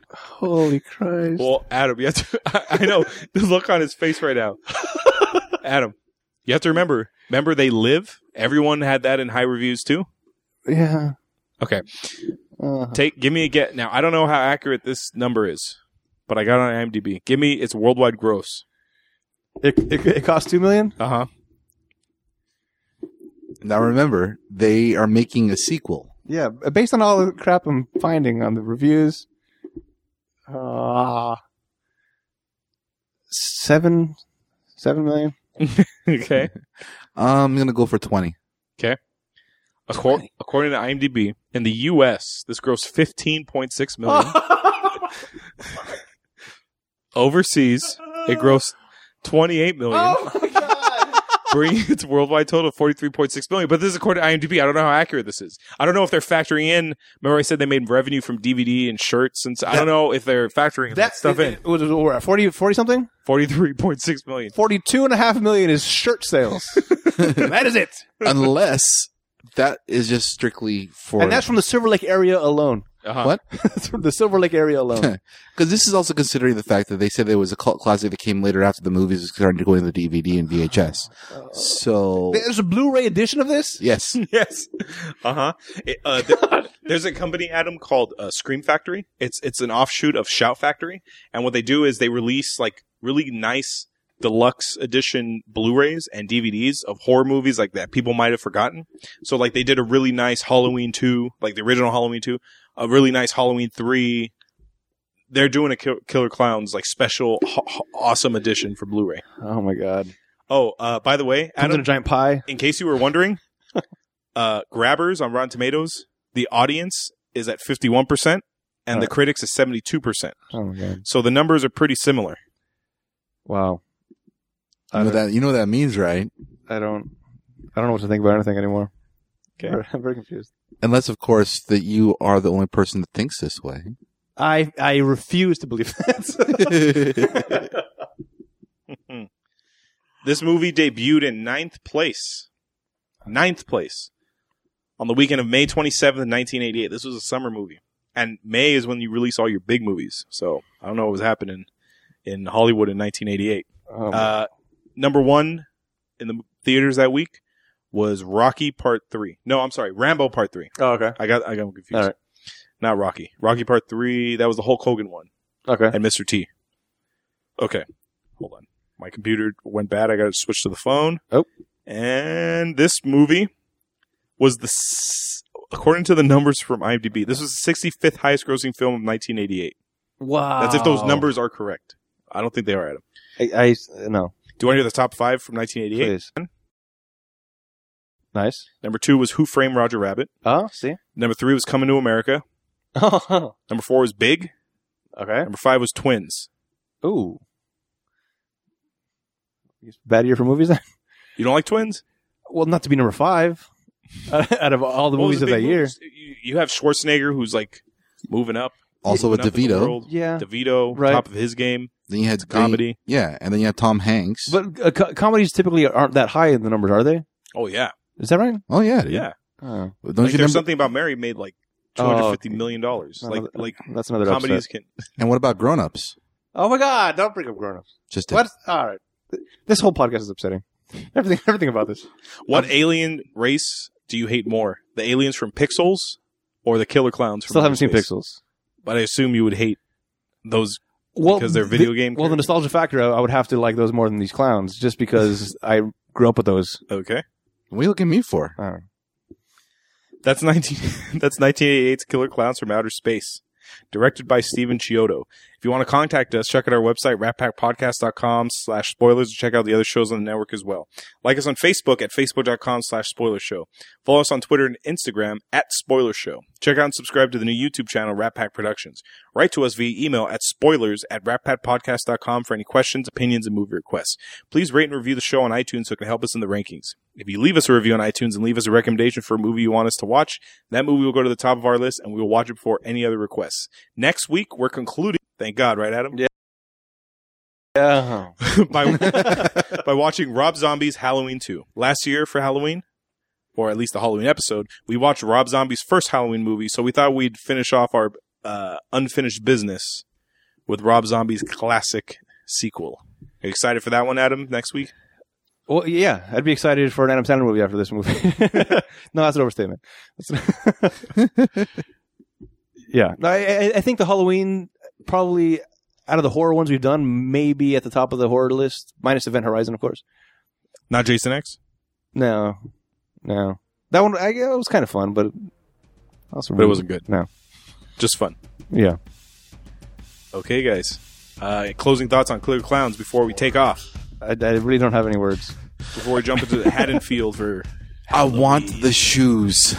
Speaker 2: Holy Christ!
Speaker 1: Well, Adam, you have to. <laughs> I, I know the look on his face right now. Adam, you have to remember. Remember, they live. Everyone had that in high reviews too.
Speaker 2: Yeah.
Speaker 1: Okay.
Speaker 2: Uh,
Speaker 1: Take give me a get now. I don't know how accurate this number is, but I got it on IMDb. Give me its worldwide gross.
Speaker 2: it, it, it costs two million.
Speaker 1: Uh huh.
Speaker 3: Now remember, they are making a sequel.
Speaker 2: Yeah, based on all the crap I'm finding on the reviews, uh, seven, seven million.
Speaker 1: <laughs> <laughs> okay.
Speaker 3: I'm gonna go
Speaker 1: <laughs>
Speaker 3: for twenty.
Speaker 1: Acor- according to IMDb, in the U.S., this grossed fifteen point six <laughs> million.
Speaker 2: <laughs>
Speaker 1: Overseas, it grossed twenty eight million,
Speaker 2: Oh
Speaker 1: <laughs>
Speaker 2: my god!
Speaker 1: bringing <laughs> its worldwide total to forty three point six million. But this is according to IMDb. I don't know how accurate this is. I don't know if they're factoring in. Remember, I said they made revenue from DVD and shirts, and so, I don't know if they're factoring that,
Speaker 2: That
Speaker 1: stuff in.
Speaker 2: It, was it, we're at 40, 40 something?
Speaker 1: Forty three point six million.
Speaker 2: 42 and a half million is
Speaker 1: <laughs>
Speaker 2: shirt sales. that is it.
Speaker 3: Unless that is just strictly for
Speaker 2: And that's from the Silver Lake area alone. <laughs>
Speaker 1: Uh-huh.
Speaker 3: What?
Speaker 2: That's from the Silver Lake
Speaker 1: <laughs>
Speaker 2: area alone.
Speaker 3: because this is also considering the fact that they said there was a cult classic that came later after the movies was starting to go into the DVD and VHS. So
Speaker 2: Uh, There's a Blu-ray edition of this?
Speaker 1: <laughs>
Speaker 3: yes,
Speaker 1: yes. Uh-huh. It- uh th- There's a company Adam called uh, Scream Factory. It's it's an offshoot of Shout Factory, and what they do is they release like really nice deluxe edition Blu-rays and DVDs of horror movies like that people might have forgotten. So like they did a really nice Halloween 2, like the original Halloween 2, a really nice Halloween 3. They're doing a Kill- Killer Clowns like special ha- ha- awesome edition for Blu-ray.
Speaker 2: Oh my god. Comes
Speaker 1: Oh, uh by the way,
Speaker 2: in a giant pie.
Speaker 1: in case you were wondering, <laughs> uh, grabbers on Rotten Tomatoes, the audience is at 51% and the
Speaker 2: Alright.
Speaker 1: critics is 72%.
Speaker 2: Oh my god.
Speaker 1: So the numbers are pretty similar.
Speaker 2: Wow.
Speaker 3: you know that you know what that means, right?
Speaker 2: I don't. I don't know what to think about anything anymore.
Speaker 1: Okay.
Speaker 2: <laughs> I'm very confused.
Speaker 3: Unless, of course, that you are the only person that thinks this way.
Speaker 1: <laughs>
Speaker 2: I I refuse to believe that.
Speaker 1: This movie debuted in ninth place. Ninth place. On the weekend of May 27th, 1988. This was a summer movie. And May is when you release all your big movies. So I don't know what was happening in Hollywood in 1988.
Speaker 2: <laughs> oh, my-
Speaker 1: Uh, number one in the theaters that week was Rocky Part Three. No, I'm sorry, Rambo Part Three.
Speaker 2: oh, okay.
Speaker 1: I got I got confused.
Speaker 2: All right.
Speaker 1: Not Rocky. Rocky Part Three. That was the Hulk Hogan one
Speaker 2: Okay.
Speaker 1: and Mr. T. Okay, hold on. My computer went bad. I got to switch to the phone.
Speaker 2: Oh.
Speaker 1: And this movie was the, s- according to the numbers from IMDb, this was the 65th highest grossing film of 1988.
Speaker 2: Wow.
Speaker 1: That's if those numbers are correct. I don't think they are, Adam.
Speaker 2: I, I no.
Speaker 1: Do you want to hear the top five from 1988?
Speaker 2: Please. Nice.
Speaker 1: Number two was Who Framed Roger Rabbit.
Speaker 2: Oh, <laughs> see.
Speaker 1: Number three was Coming to America.
Speaker 2: Oh.
Speaker 1: Number four was Big.
Speaker 2: okay.
Speaker 1: Number five was Twins.
Speaker 2: Ooh. Bad year for movies. then?
Speaker 1: You don't like Twins?
Speaker 2: well, not to be number <laughs> five out of all the
Speaker 1: What was
Speaker 2: movies of
Speaker 1: big
Speaker 2: that year.
Speaker 1: movies? You- You have Schwarzenegger, who's like moving up,
Speaker 3: Also with
Speaker 1: moving up in the
Speaker 3: DeVito.
Speaker 1: world.
Speaker 2: Yeah,
Speaker 1: DeVito,
Speaker 2: Right.
Speaker 1: top of his game,
Speaker 3: Then you had
Speaker 1: comedy.
Speaker 3: Yeah, and then you have Tom Hanks.
Speaker 2: but uh, co- comedies typically aren't that high in the numbers, are they?
Speaker 1: Oh yeah,
Speaker 2: Is that right?
Speaker 3: oh yeah, dude.
Speaker 1: yeah.
Speaker 2: Oh,
Speaker 3: Don't
Speaker 1: Like,
Speaker 3: you
Speaker 1: there's
Speaker 3: remember?
Speaker 1: something about Mary made like two hundred fifty million dollars.
Speaker 2: Oh,
Speaker 1: Like
Speaker 2: okay.
Speaker 1: like
Speaker 2: that's another
Speaker 1: comedies
Speaker 2: upset.
Speaker 1: can.
Speaker 3: and what about Grown Ups?
Speaker 2: Oh my god! Don't bring up grown-ups.
Speaker 3: Just
Speaker 2: What? All right. Th- This whole podcast is upsetting. <laughs> Everything, everything about this.
Speaker 1: What alien race do you hate more? The aliens from Pixels or the killer clowns? From
Speaker 2: Still
Speaker 1: outer
Speaker 2: haven't seen
Speaker 1: space?
Speaker 2: Pixels.
Speaker 1: but I assume you would hate those
Speaker 2: Well,
Speaker 1: because they're
Speaker 2: th-
Speaker 1: video game.
Speaker 2: well, the nostalgia factor. I I would have to like those more than these clowns, just <laughs> because I grew up with those.
Speaker 1: okay,
Speaker 3: What are you looking at me for?
Speaker 2: I don't know.
Speaker 1: that's nineteen. <laughs> that's nineteen eighty eight's Killer Clowns from Outer Space, directed by Steven Chiodo. If you want to contact us, check out our website ratpackpodcast.com slash spoilers and check out the other shows on the network as well. Like us on Facebook at facebook.com slash spoiler show. Follow us on Twitter and Instagram at spoiler show. Check out and subscribe to the new YouTube channel Rat Pack Productions. Write to us via email at spoilers at ratpackpodcast.com for any questions, opinions, and movie requests. Please rate and review the show on iTunes so it can help us in the rankings. If you leave us a review on iTunes and leave us a recommendation for a movie you want us to watch, that movie will go to the top of our list and we will watch it before any other requests. Next week, we're concluding, thank God, right, Adam?
Speaker 2: Yeah. <laughs>
Speaker 1: by, <laughs> by watching Rob Zombie's Halloween 2. Last year for Halloween, or at least the Halloween episode, we watched Rob Zombie's first Halloween movie, so we thought we'd finish off our uh, unfinished business with Rob Zombie's classic sequel. Are you excited for that one, Adam, next week?
Speaker 2: Well, yeah, I'd be excited for an Adam Sandler movie after this movie. <laughs> no, that's an overstatement. <laughs> That's yeah, no, I, I- I think the Halloween probably out of the horror ones we've done, maybe at the top of the horror list, minus Event Horizon, of course.
Speaker 1: Not Jason X?
Speaker 2: No, no, that one I, it was kind of fun, but also
Speaker 1: But it wasn't good.
Speaker 2: No,
Speaker 1: Just fun.
Speaker 2: yeah,
Speaker 1: Okay, guys. Uh, closing thoughts on Clear Clowns before we take off,
Speaker 2: I, I really don't have any words.
Speaker 1: before we jump into the Haddonfield for.
Speaker 3: I want the shoes.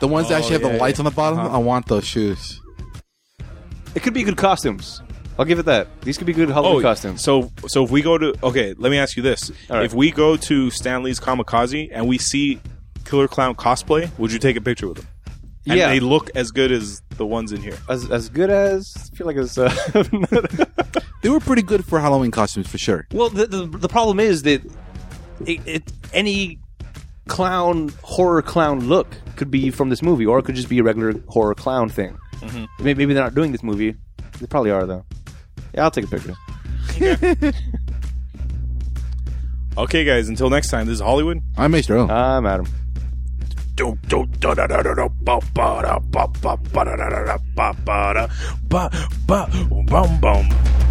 Speaker 3: the ones that actually have
Speaker 1: Oh, yeah, Uh-huh.
Speaker 3: the lights on the bottom. I want those shoes.
Speaker 2: It could be good costumes. I'll give it that. These could be good Halloween
Speaker 1: Oh,
Speaker 2: costumes.
Speaker 1: So so if we go to okay, let me ask you this:
Speaker 2: All right.
Speaker 1: If we go to Stanley's Kamikaze and we see Killer Clown cosplay, would you take a picture with them? And
Speaker 2: yeah,
Speaker 1: they look as good as the ones in here.
Speaker 2: as as good as I feel like as uh, <laughs>
Speaker 3: They were pretty good for Halloween costumes for sure.
Speaker 2: Well, the, the the problem is that it, it, any clown horror clown look could be from this movie, or it could just be a regular horror clown thing. Maybe, maybe they're not doing this movie. They probably are though. Yeah, I'll take a picture.
Speaker 1: Okay, guys. Until next time, this is Hollywood.
Speaker 3: I'm Maester Owen.
Speaker 2: I'm Adam.
Speaker 4: Do do da da da da da ba ba da ba ba ba da da da da ba ba da ba ba bum bum.